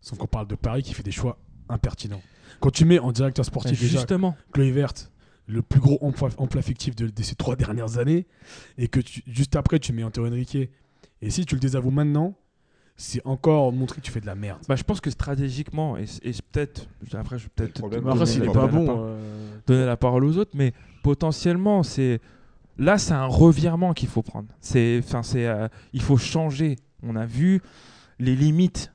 D: Sauf qu'on parle de Paris qui fait des choix impertinents. Quand tu mets en directeur
A: Bah,
D: sportif déjà
A: Justement.
D: Chloé Verte, le plus gros emploi, emploi fictif de, de ces trois dernières années, et que tu- juste après tu mets Antonio Henrique, et si tu le désavoues maintenant, c'est encore montrer que tu fais de la merde.
A: Bah, je pense que stratégiquement, et, c'est- et c'est peut-être, après, je vais peut-être
B: problème,
C: Mais après,
A: donner
C: s'il
A: la-
C: est pas
A: donner la
C: bon.
A: parole-
C: euh,
A: donner la parole aux autres, mais potentiellement, c'est là, c'est un revirement qu'il faut prendre. C'est, enfin, c'est, euh, il faut changer. On a vu les limites.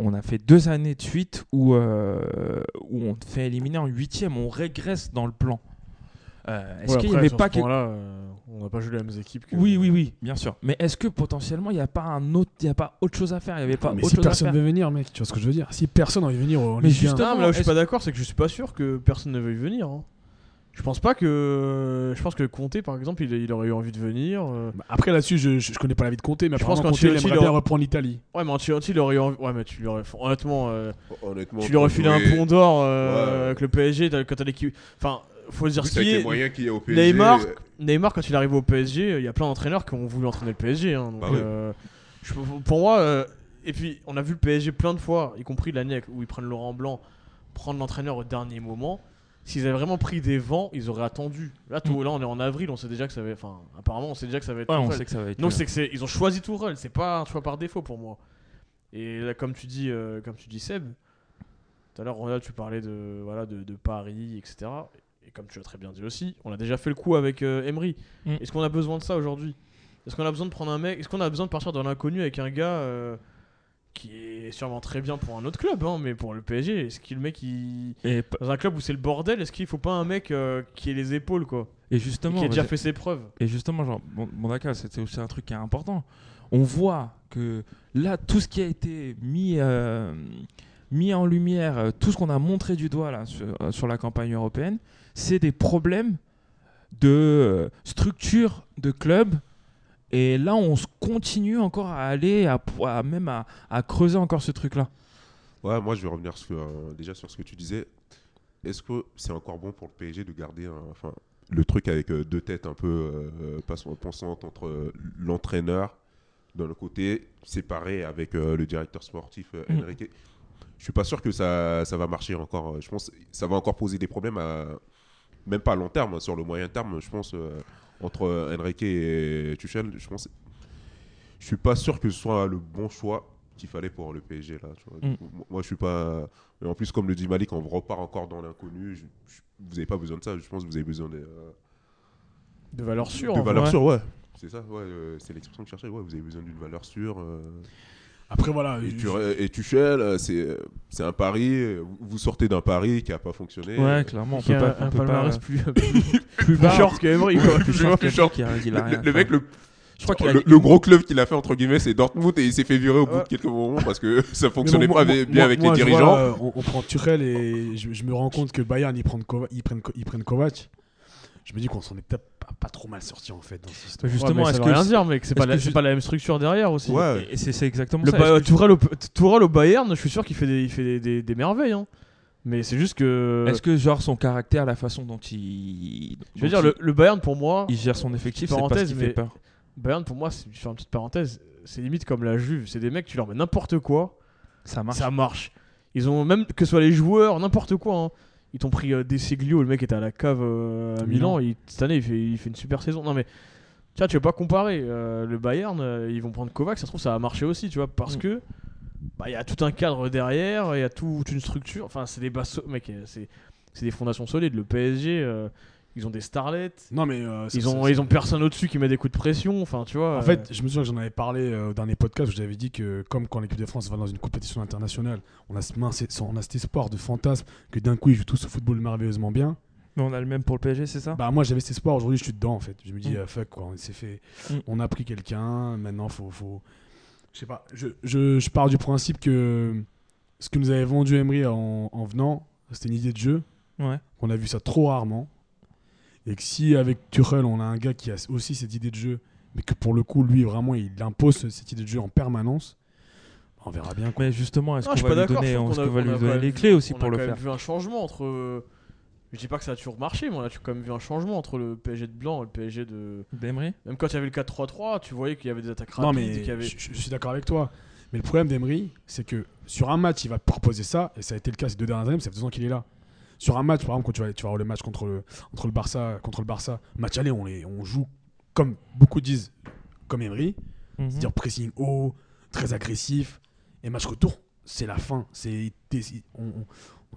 A: On a fait deux années de suite où, euh, où on te fait éliminer en huitième. On régresse dans le plan. Euh, est-ce
C: ouais,
A: qu'il n'y
C: après,
A: avait
C: sur
A: pas
C: ce
A: quelque
C: point-là, euh, on n'a pas joué les mêmes équipes. Que...
A: Oui, oui, oui, bien sûr. Mais est-ce que potentiellement il n'y a pas un autre, il y a pas autre chose à faire Il y avait pas
D: mais
A: autre
D: si
A: chose à
D: personne
A: faire.
D: veut venir, mec, tu vois ce que je veux dire Si personne envie de venir en
A: Mais
D: Ligue 1,
A: juste-
C: Non, mais là où je suis
A: Est-ce-
C: pas d'accord, c'est que je suis pas sûr que personne ne veuille venir. hein. Je pense pas que. Je pense que Comté, par exemple, il, il aurait eu envie de venir. euh.
D: bah, après là-dessus, je, je, je connais pas la vie de Comté, mais
C: Je
D: apparemment
C: pense
D: Comté il
C: qu'Ancelotti,
D: aimerait
C: il
D: bien
C: aura-
D: reprendre l'Italie.
C: Ouais, mais Ancelotti, il aurait eu envie. Ouais, mais tu lui aurais. Honnêtement, euh,
B: Honnêtement,
C: tu lui aurais filé un
B: jouer-
C: pont d'or euh,
B: Ouais.
C: avec le PSG t'as- quand t'as l'équipe. Enfin, faut dire
B: Oui,
C: ce
B: c'est
C: qui
B: avec les
C: est.
B: moyens qu'il y a au PSG.
C: Neymar, Neymar, quand il arrive au PSG, euh, il y a plein d'entraîneurs qui ont voulu entraîner le PSG. hein, donc,
B: Bah oui.
C: euh, je- pour moi, euh, et puis on a vu le PSG plein de fois, y compris l'année où ils prennent Laurent Blanc, prendre l'entraîneur au dernier moment. S'ils avaient vraiment pris des vents, ils auraient attendu. Là, tout, là, on est en avril, on sait déjà que ça va. Enfin, apparemment, on sait déjà que ça va être.
A: Mm. Ouais, on
C: Tourelle.
A: sait que ça va être.
C: Donc
A: dur.
C: c'est que c'est- ils ont choisi Tourelle, c'est pas un choix par défaut pour moi. Et là, comme tu dis, euh, comme tu dis Seb, tout à l'heure Ronald, tu parlais de voilà de, de Paris, etc. Et comme tu l'as très bien dit aussi, on a déjà fait le coup avec euh, Emery.
A: Mm.
C: Est-ce qu'on a besoin de ça aujourd'hui Est-ce qu'on a besoin de prendre un mec Est-ce qu'on a besoin de partir dans l'inconnu avec un gars euh, qui est sûrement très bien pour un autre club, hein, mais pour le PSG, est-ce qu'il le mec il-
A: et, p-
C: dans un club où c'est le bordel, est-ce qu'il faut pas un mec euh, qui ait les épaules quoi,
A: et
C: et
A: justement,
C: qui a déjà
A: vas-y.
C: fait ses preuves
A: Et justement, genre, bon, bon, d'accord, c'était aussi un truc qui est important. On voit que là, tout ce qui a été mis, euh, mis en lumière, euh, tout ce qu'on a montré du doigt là, sur, euh, sur la campagne européenne, c'est des problèmes de euh, structure de club. Et là, on se continue encore à aller, à, à- même à, à creuser encore ce truc-là.
B: Ouais, moi je vais revenir sur, euh, déjà sur ce que tu disais. Est-ce que c'est encore bon pour le PSG de garder un- enfin, le truc avec euh, deux têtes un peu euh, passant- pensantes entre euh, l'entraîneur d'un côté séparé avec euh, le directeur sportif euh,
A: Mhm.
B: Enrique Je suis pas sûr que ça, ça va marcher encore. euh, Je pense que ça va encore poser des problèmes, à- même pas à long terme, sur le moyen terme. Je pense euh, entre euh, Enrique et Tuchel, je pense. Je suis pas sûr que ce soit le bon choix qu'il fallait pour le PSG là. tu vois.
A: Mm.
B: Moi- Moi, je suis pas. Et en plus, comme le dit Malik, on repart encore dans l'inconnu. Je- je- Vous avez pas besoin de ça. Je pense que vous avez besoin de, euh,
C: De valeur sûre.
B: de
C: en
B: valeur
A: vrai.
B: sûre, ouais. C'est ça, ouais, euh, c'est l'expression que je cherchais. Ouais, vous avez besoin d'une valeur sûre. euh,
D: Après voilà,
B: et,
D: Euh, je-
B: tu, et Tuchel, euh, c'est euh, c'est un pari. euh, vous- Vous sortez d'un pari qui a pas fonctionné.
A: Ouais, clairement, on
C: Qui
A: peut
C: a
A: pas.
C: un
A: on peut pas-
C: palmarès plus,
A: plus
C: euh, plus
A: bas.
C: short que Emery, quoi.
A: Plus
B: vois,
A: short que
B: plus short.
A: qui a- il
B: Le,
A: a rien à
B: le- le
A: faire.
B: mec, le,
A: je crois qu'il a-
B: le- le gros club qu'il a fait entre guillemets, c'est Dortmund et il s'est fait virer au bout de
C: Ouais.
B: quelques moments parce que ça
D: Mais bon,
B: fonctionnait
D: moi-
B: pas avec-
D: moi-
B: bien avec
D: moi,
B: les
D: je
B: dirigeants.
D: vois, euh, on, on prend Turel et je, je me rends compte que Bayern, ils prennent, Kova- ils prennent, ils prennent Kovac. Je me dis qu'on s'en est peut-être pas, pas trop mal sorti en fait dans cette histoire.
A: Justement,
C: Ouais, mais ça
A: est-ce
C: veut
A: que
C: rien dire, mec. C'est
A: est-ce
C: pas, la-
A: que
C: c'est
A: je-
C: pas la même structure derrière aussi.
B: Ouais.
A: Et c'est c'est exactement
C: Le
A: ça.
C: Ba- euh,
A: Est-ce que-
C: Tourelle, au... Tourelle au Bayern, je suis sûr qu'il fait des, il fait des, des- des merveilles. hein. Mais c'est juste que.
A: Est-ce que genre son caractère, la façon dont il,
C: Je veux
A: dont
C: dire,
A: il,
C: le, le Bayern pour moi.
A: il gère son effectif, c'est
C: Petite
A: parce qu'il
C: parenthèse,
A: fait
C: mais-
A: peur.
C: Bayern pour moi, c'est- je fais une petite parenthèse. C'est limite comme la Juve. C'est des mecs, tu leur mets n'importe quoi,
A: Ça marche.
C: ça marche. Ils ont même que ce soit les joueurs, n'importe quoi. hein. Ils t'ont pris des Seglio, le mec était à la cave euh, à
A: Milan.
C: Milan. il- cette année, il fait, il fait une super saison. Non mais, tu vois, tu veux pas comparer. euh, le Bayern, euh, ils vont prendre Kovac, ça se trouve, ça a marché aussi, tu vois, parce
A: Mm.
C: que bah, il y a tout un cadre derrière, il y a toute une structure. Enfin, c'est des basso- mec, euh, c'est, c'est des fondations solides. Le PSG, euh, ils ont des starlets,
D: Non mais euh, ça-
C: ils ont,
D: ça-
C: ils ont personne au-dessus qui met des coups de pression. Enfin, tu vois.
D: En
C: euh,
D: fait, je me souviens que j'en avais parlé euh, au dernier podcast où j'avais dit que, comme quand l'équipe de France va dans une compétition internationale, on a, ce mince- on a cet espoir de fantasme que d'un coup ils jouent tous au football merveilleusement bien.
A: Mais on a le même pour le PSG, c'est ça
D: Bah, moi j'avais cet espoir, aujourd'hui je suis dedans en fait. Je me dis,
A: Hein. Mm.
D: ah, fuck quoi, on s'est fait.
A: Mm.
D: On a pris quelqu'un, maintenant faut. faut... Je sais pas, je, je, je pars du principe que ce que nous avait vendu Emery en, en venant, c'était une idée de jeu.
A: Ouais.
D: On a vu ça trop rarement. Et que si avec Tuchel, on a un gars qui a aussi cette idée de jeu, mais que pour le coup, lui, vraiment, il impose cette idée de jeu en permanence, bah, on verra bien. quoi.
A: Mais justement, est-ce
C: Non,
A: qu'on
C: je suis pas
A: va lui
C: d'accord.
A: donner,
C: je trouve
A: est-ce
C: qu'on
A: qu'on va
C: a- on
A: lui
C: a
A: donner
C: quand
A: les
C: même
A: clés
C: vu-
A: aussi pour le
C: On a
A: faire
C: quand même vu un changement entre. euh, Je dis pas que ça a toujours marché, mais on a quand même vu un changement entre le PSG de Blanc et le PSG de.
A: D'Emery
C: Même quand il y avait le 4-3-3, tu voyais qu'il y avait des attaques
D: Non,
C: rapides. et
D: mais
C: qu'il y avait...
D: je, je suis d'accord avec toi. Mais le problème d'Emery, c'est que sur un match, il va proposer ça, et ça a été le cas ces deux dernières années, mais ça fait deux ans qu'il est là. Sur un match, par exemple, quand tu vas, tu vas avoir le match contre le, entre le Barça, contre le Barça, match aller, on, les, on joue comme beaucoup disent, comme Emery,
A: Mhm.
D: c'est-à-dire pressing haut, très agressif, et match retour, c'est la fin, c'est t'es- on- on-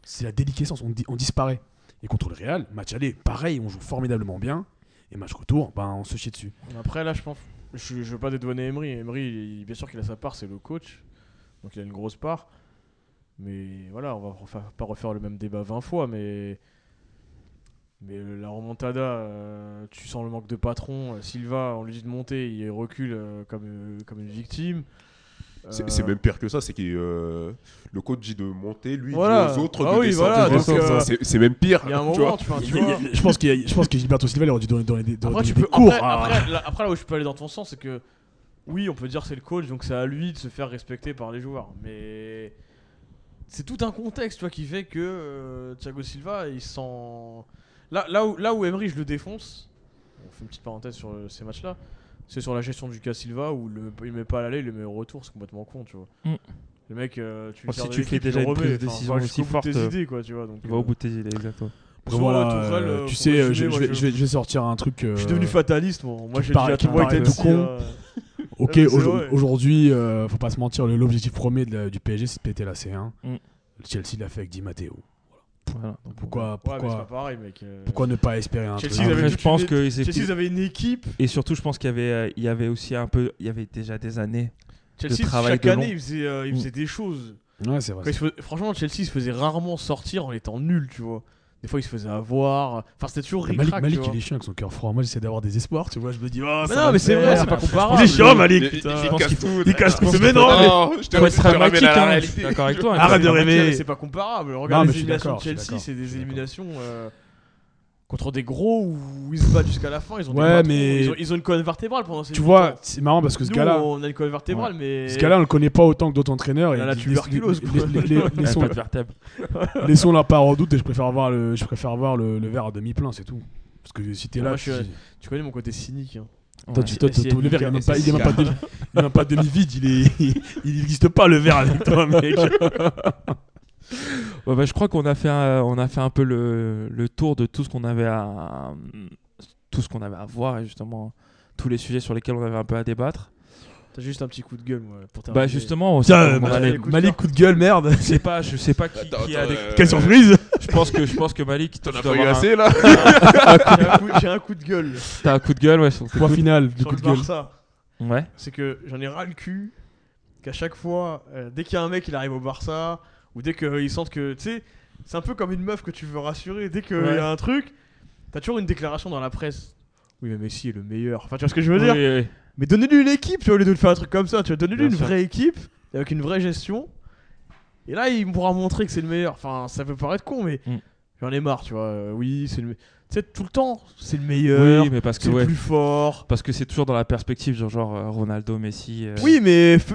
D: c'est la déliquescence, on, di- on disparaît. Et contre le Real, match aller, pareil, on joue formidablement bien, et match retour, ben, on se chie dessus.
C: Après, là, je pense. Je, je veux pas dédouaner Emery. Emery, il- bien sûr qu'il a sa part, c'est le coach. Donc il a une grosse part. Mais voilà, on va refaire- pas refaire le même débat 20 fois, mais. Mais la remontada, euh, tu sens le manque de patron. Euh, Silva, on lui dit de monter, il recule euh, comme, euh, comme une victime.
B: C'est
C: Euh,
B: c'est même pire que ça, c'est que euh, le coach dit de monter, lui, il
C: Voilà.
B: dit aux autres
C: Ah
B: de
C: oui,
B: descendre.
C: voilà,
B: de
A: donc,
B: descendre.
C: euh,
B: C'est- c'est même pire.
C: Il y a un
B: tu vois.
C: moment, tu, enfin, tu
D: Il y a-
C: vois.
D: il y a- je, pense qu'il y a- je pense que Gilberto Silva il aurait dû donner, donner des,
C: Après,
D: donner
C: tu
D: des
C: peux,
D: cours. hein.
C: après,
D: à-
C: après, là, après, là où je peux aller dans ton sens, c'est que oui, on peut dire que c'est le coach, donc c'est à lui de se faire respecter par les joueurs. Mais c'est tout un contexte tu vois, qui fait que euh, Thiago Silva, il sent. Là, là, où, là où Emery, je le défonce, on fait une petite parenthèse sur euh, ces matchs-là, c'est sur la gestion du cas Silva où le, il met pas à l'aller, il le met au retour, c'est complètement con, tu vois.
A: Mm.
C: Le mec, euh, tu
A: Oh,
C: lui
A: si
C: sers de
A: tu fais
C: l'équipe, tu
A: déjà
C: le
A: une
C: remets,
A: prise de
C: enfin,
A: décision
C: va jusqu'au
A: aussi
C: bout de tes
A: forte,
C: idées, quoi, tu vois. Donc,
A: Tu vas au
C: euh,
A: bout de tes idées, exact. ouais.
D: Après,
C: Soit
D: voilà,
C: Tourelle,
D: euh,
C: euh,
D: tu
C: faut
D: sais,
C: continuer,
D: je,
C: moi,
D: je
C: je-
D: vais, je vais- je vais sortir un truc.
C: Je suis devenu
D: euh,
C: fataliste, bon, moi
D: qui
C: j'ai
D: paraît-
C: déjà
D: qui
C: tout moi,
D: paraît
C: était
D: tout
C: aussi,
D: con.
C: euh,
D: Ok,
C: Ouais, mais c'est
D: aujourd'hui-
C: vrai.
D: aujourd'hui, euh, faut pas se mentir, le- l'objectif premier de la- du PSG, c'est de péter la C1.
A: Mm.
D: Le Chelsea l'a fait avec Di Matteo.
A: Voilà. Donc,
D: Pourquoi,
C: Ouais, mais c'est pas
D: pourquoi,
C: pareil, mec. euh,
D: pourquoi ne pas espérer un
C: Chelsea,
D: truc
C: ils avaient
A: Après,
C: tout
A: je pense
C: une-
A: que c'est-
C: Chelsea, ils avaient une équipe.
A: et surtout, je pense qu'il y avait, euh, il y avait aussi un peu, il y avait déjà des années.
C: Chelsea,
A: travail
C: chaque
A: de
C: année,
A: long.
C: ils faisaient, euh, ils
A: Mm.
C: faisaient des choses.
D: Ouais, c'est vrai.
C: Quand ils se faisaient- Franchement, Chelsea se faisait rarement sortir en étant nul, tu vois. Des fois, ils se faisaient avoir. Enfin, c'était toujours
D: Et Malik,
C: ric-rac,
D: Malik,
C: tu vois.
D: il est chiant avec son cœur froid. Moi, j'essaie d'avoir des espoirs, tu vois. Je me dis, oh,
C: Mais
D: ça
C: non,
D: va
C: mais
D: le
C: c'est
D: faire.
C: vrai, c'est pas comparable.
B: Il- il-
A: Je
B: Il
A: pense qu'il
B: casse tout.
A: Je pense
D: mais
A: qu'il faut-
C: Ah,
D: non, mais-
B: Non, je te
A: Faut être
B: je te ramène
A: pragmatique,
B: à la
A: hein, je suis
B: réalité.
A: d'accord avec toi. hein,
D: Arrête
A: faut
D: de
A: être
D: rêver.
A: pragmatique.
C: C'est pas comparable. Regarde
D: mais
C: les
D: je suis
C: éliminations de
D: d'accord, je suis
C: Chelsea,
D: d'accord,
C: c'est
D: je
C: des
D: suis d'accord.
C: éliminations euh, contre des gros où ils se battent jusqu'à la fin. Ils ont des
D: Ouais,
C: patrons,
D: mais-
C: ils ont- ils ont une colonne vertébrale pendant ces
D: Tu
C: huit
D: vois,
C: ans.
D: c'est marrant parce que ce
C: Nous,
D: gars-là,
C: on a une colonne vertébrale, mais.
D: ce gars-là, on le connaît pas autant que d'autres entraîneurs.
C: Il a
D: et
C: la
D: les-
C: tuberculose,
D: les-
C: quoi.
D: les- les-
A: Il
D: les-
A: y a
D: Laissons
A: pas de vertèbre.
D: laissons la part en doute et je préfère voir le, je préfère voir le, le verre à demi plein, c'est tout. Parce que si t'es
C: Moi,
D: là,
C: je suis-
D: tu-
C: Tu connais mon côté cynique. hein.
D: Toi,
A: Ouais.
D: tu- toi,
A: Et si
D: ton verre, il est
A: Nicolas-
D: même pas-
A: et
D: il est
A: si-
D: même pas demi- il est même pas demi-vide, Ah, il est- il n'existe pas le verre avec toi, mec.
A: Ouais, bah, je crois qu'on a fait un, on a fait un peu le, le tour de tout ce qu'on avait à tout ce qu'on avait à voir et justement tous les sujets sur lesquels on avait un peu à débattre.
C: T'as juste un petit coup de gueule, moi, pour terminer.
A: Bah justement,
D: Tiens,
A: on-
D: euh,
A: on
D: Malik,
A: allait-
C: les coups de
D: Malik,
C: cœur.
D: coup de gueule, merde.
A: je sais pas, je sais pas qui,
B: Attends,
A: qui a
B: attends,
A: des-
B: euh,
D: Quelle surprise
A: Je pense que je pense que Malik, toi,
B: T'en
A: tu dois
B: as pas eu
A: avoir un-
B: assez là
C: J'ai un coup- j'ai un coup de gueule.
A: T'as un coup de gueule, ouais. sur-
D: Point final du
C: sur
D: coup
C: le
D: de gueule.
C: Barça,
A: Ouais.
C: c'est que j'en ai ras le cul qu'à chaque fois, euh, dès qu'il y a un mec, il arrive au Barça, ou dès qu'ils sentent que, tu sais, c'est un peu comme une meuf que tu veux rassurer, dès qu'il y
A: Ouais.
C: a un truc, t'as toujours une déclaration dans la presse. Oui, mais Messi est le meilleur. Enfin, tu vois ce que je veux dire
A: Oui, oui.
C: Mais donnez-lui une équipe, tu vois, au lieu de lui faire un truc comme ça, tu vois, donnez-lui
A: Bien
C: une
A: sûr.
C: vraie équipe, avec une vraie gestion, et là, il pourra montrer que c'est le meilleur. Enfin, ça peut paraître con, mais
A: Mm.
C: j'en ai marre, tu vois. Euh, oui, c'est le. me- Tu sais, tout le temps, c'est le meilleur,
A: Oui, mais parce que
C: euh, c'est le
A: ouais,
C: plus fort.
A: parce que c'est toujours dans la perspective genre, genre euh, Ronaldo, Messi. euh,
C: Oui, mais f-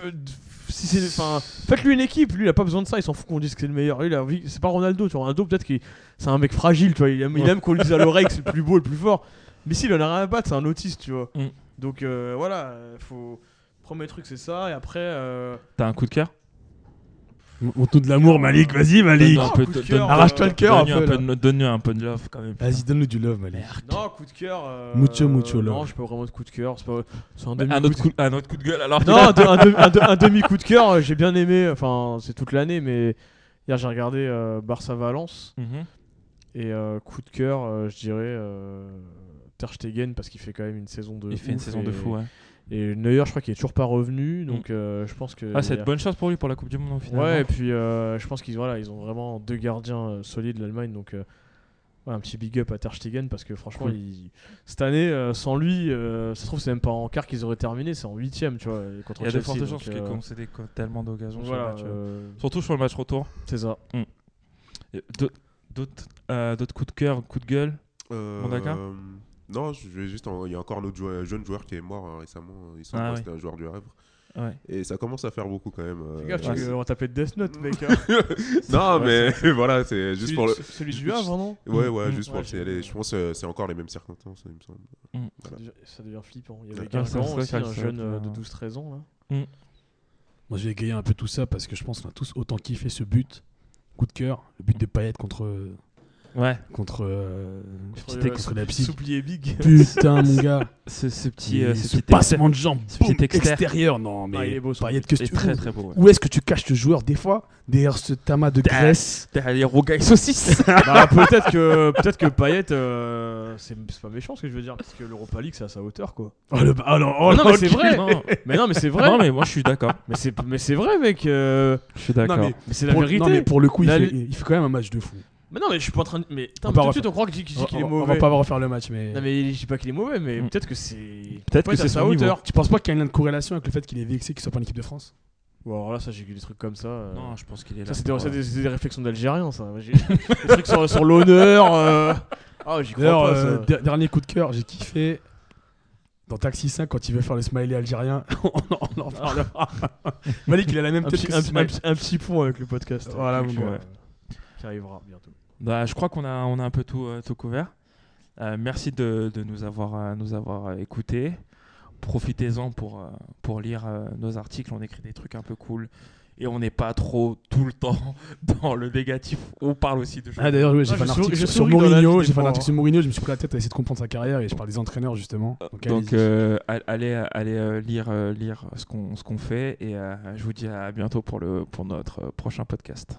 C: si c'est, enfin, faites-lui une équipe. Lui, il a pas besoin de ça. Il s'en fout qu'on dise que c'est le meilleur. Lui, il a envie- c'est pas Ronaldo. Tu vois, Ronaldo, peut-être qu'il, c'est un mec fragile. Tu vois, il aime, il
A: Ouais.
C: aime qu'on lui dise à l'oreille que c'est le plus beau, le plus fort. Mais s'il en a rien à battre, c'est un autiste, tu vois.
A: Mm.
C: Donc euh, voilà, euh, faut premier truc c'est ça et après. euh,
A: T'as un coup de cœur.
D: On tourne de l'amour, Malik, vas-y, Malik.
A: Donne-nous un
C: non,
A: peu-
C: coup de
A: donne-
C: cœur, euh,
A: donne-
D: Arrache-toi le cœur un
A: donne-nous
D: peu,
A: de- Donne-nous un peu de love quand même.
D: Vas-y, donne-nous du love, Malik.
C: non, coup de cœur. euh,
D: Mucho, mucho love.
C: Non, je pas vraiment de coup de cœur. C'est pas. C'est un demi.
A: Bah, Un autre coup, un autre coup de gueule alors.
C: Non, un, de- un de- un de- un demi coup de cœur. euh, J'ai bien aimé. Enfin, c'est toute l'année, mais hier j'ai regardé euh, Barça Valence.
A: Mhm.
C: Et euh, coup de cœur, euh, je dirais euh, Ter Stegen parce qu'il fait quand même une saison de
A: Il fait une
C: ouf
A: saison
C: et,
A: de fou. Ouais.
C: Et Neuer, je crois qu'il est toujours pas revenu, donc euh, je pense que
A: Ah, c'est
C: il y
A: de
C: a-
A: bonne chance pour lui pour la Coupe du Monde au final.
C: Ouais, et puis euh, je pense qu'ils voilà, ils ont vraiment deux gardiens euh, solides l'Allemagne, donc euh, ouais, un petit big up à Ter Stegen parce que franchement,
A: Cool.
C: il- cette année, euh, sans lui, euh, ça se trouve c'est même pas en quart qu'ils auraient terminé, c'est en huitième, tu vois, et contre
A: Il y a de
C: Chelsea,
A: fortes
C: donc,
A: chances parce qu'il
C: euh,
A: a concédé co- tellement d'occasions sur le
C: voilà,
A: match, euh.
C: euh,
A: Surtout sur le match retour.
C: c'est ça.
B: Euh,
A: Et d'autres- D'autres euh, d'autres coups de cœur, coups de gueule. Mondaka
B: Euh, Non, je vais juste. en- Il y a encore un autre joueur- jeune joueur qui est mort hein, récemment. Il
A: Ah
B: semble
A: oui.
B: que c'était un joueur du Havre.
A: Ouais.
B: Et ça commence à faire beaucoup quand même. euh,
C: Fais gaffe,
A: ouais,
C: tu
A: c'est-
C: vas taper Death Note, mec. hein.
B: Non,
A: Ouais,
B: mais voilà, c'est juste
C: Celui-
B: pour le.
C: Celui du Havre, non
B: Ouais, ouais,
A: Mm.
B: juste pour
C: Ouais,
B: le
C: j'ai-
B: signaler. Je pense que c'est encore les mêmes circonstances, il me semble.
C: Ça devient- Ça devient flippant. Il y
A: Ah,
C: avait
A: ça,
C: Guingamp
A: c'est vrai
C: aussi,
A: que
C: un
A: ça
C: jeune
A: peut-
C: euh, de 12-13 ans. Là.
D: Moi, je vais égayer un peu tout ça parce que je pense qu'on a tous autant kiffé ce but. Coup de cœur, le but de Payet contre
A: Ouais,
D: contre euh,
C: Contre
D: c'était
C: le-
D: contre la psy.
C: Souplier Big.
D: Putain mon gars,
A: ce, ce petit,
D: Et
A: euh, ce
D: ce
A: petit
D: passement de jambes,
A: ce
D: boum,
A: petit extérieur.
D: extérieur, non mais
C: Ah, il est beau, son
D: Payet,
C: but.
D: que
A: extérieur
D: tu-
A: est très très beau. ouais.
D: où est-ce que tu caches le joueur des fois derrière ce tamas de
A: Derrière-
D: graisse
A: Derrière les rogailles saucisses.
C: Bah, peut-être que peut-être que Payet euh, c'est c'est pas méchant ce que je veux dire parce que l'Europa League c'est à sa hauteur quoi.
D: Oh, le- oh, non, oh,
C: Ah non,
D: non,
C: mais c'est
D: ok.
C: vrai.
A: non.
C: Mais non mais c'est vrai.
A: non, mais moi je suis d'accord.
C: mais c'est mais c'est vrai mec. euh,
A: Je suis
D: Non,
A: d'accord.
D: mais
C: mais c'est la
D: pour-
C: vérité.
D: non, mais pour le coup, il
C: La-
D: fait, il fait quand même un match de fou.
C: Mais non mais je suis pas en train de mais putain,
D: On
C: mais tout de
D: va refaire.
C: suite on croit qu'il qu'il-
D: On-
C: qu'il est
D: on-
C: mauvais.
D: On va pas refaire le match, mais.
C: Non mais je dis pas qu'il est mauvais mais
A: Mm.
C: peut-être que c'est
A: Peut-être
C: Ouais,
A: que
C: t'as
A: c'est
C: sa
A: son niveau.
C: hauteur.
D: Tu penses pas qu'il y a une corrélation avec le fait qu'il est vexé qu'il soit pas en équipe de France
C: Bon alors là ça j'ai vu des trucs comme ça. euh,
A: Non, je pense qu'il est là.
C: Ça, c'était
A: pour,
C: ça,
A: euh,
C: des, des réflexions d'Algériens, ça. J'ai- des trucs sur, sur l'honneur. euh. Ah, j'y
D: D'ailleurs,
C: crois pas.
D: euh,
C: ça.
D: der- dernier coup de cœur, j'ai kiffé dans Taxi 5 quand il veut faire le smiley algérien. on en on en parlera. Malik, il a la même
C: Un
D: tête
C: petit,
D: que
C: un,
D: ce smiley.
C: petit- un petit pont avec le podcast. hein,
D: Voilà,
C: donc,
D: mon
A: gars.
C: euh, Qui arrivera bientôt.
A: Bah, je crois qu'on a, on a un peu tout, euh, tout couvert. Euh, merci de, de nous avoir, euh, nous avoir euh, écoutés. Profitez-en pour, euh, pour lire euh, nos articles. On écrit des trucs un peu cool. Et on n'est pas trop tout le temps dans le négatif. On parle aussi de choses.
D: Ah d'ailleurs ouais, j'ai
C: Ah,
D: fait un
C: je
D: article
C: souris- je
D: sur, sur
C: souris dans la vie
D: Mourinho,
C: des
D: j'ai fait un
C: fois,
D: article
C: hein.
D: sur Mourinho, je me suis pris la tête à essayer de comprendre sa carrière et je parle des entraîneurs justement. Donc,
A: Donc
D: allez-y.
A: euh, a- allez, allez euh, lire, euh, lire ce qu'on ce qu'on fait. Et euh, je vous dis à bientôt pour, le, pour notre euh, prochain podcast.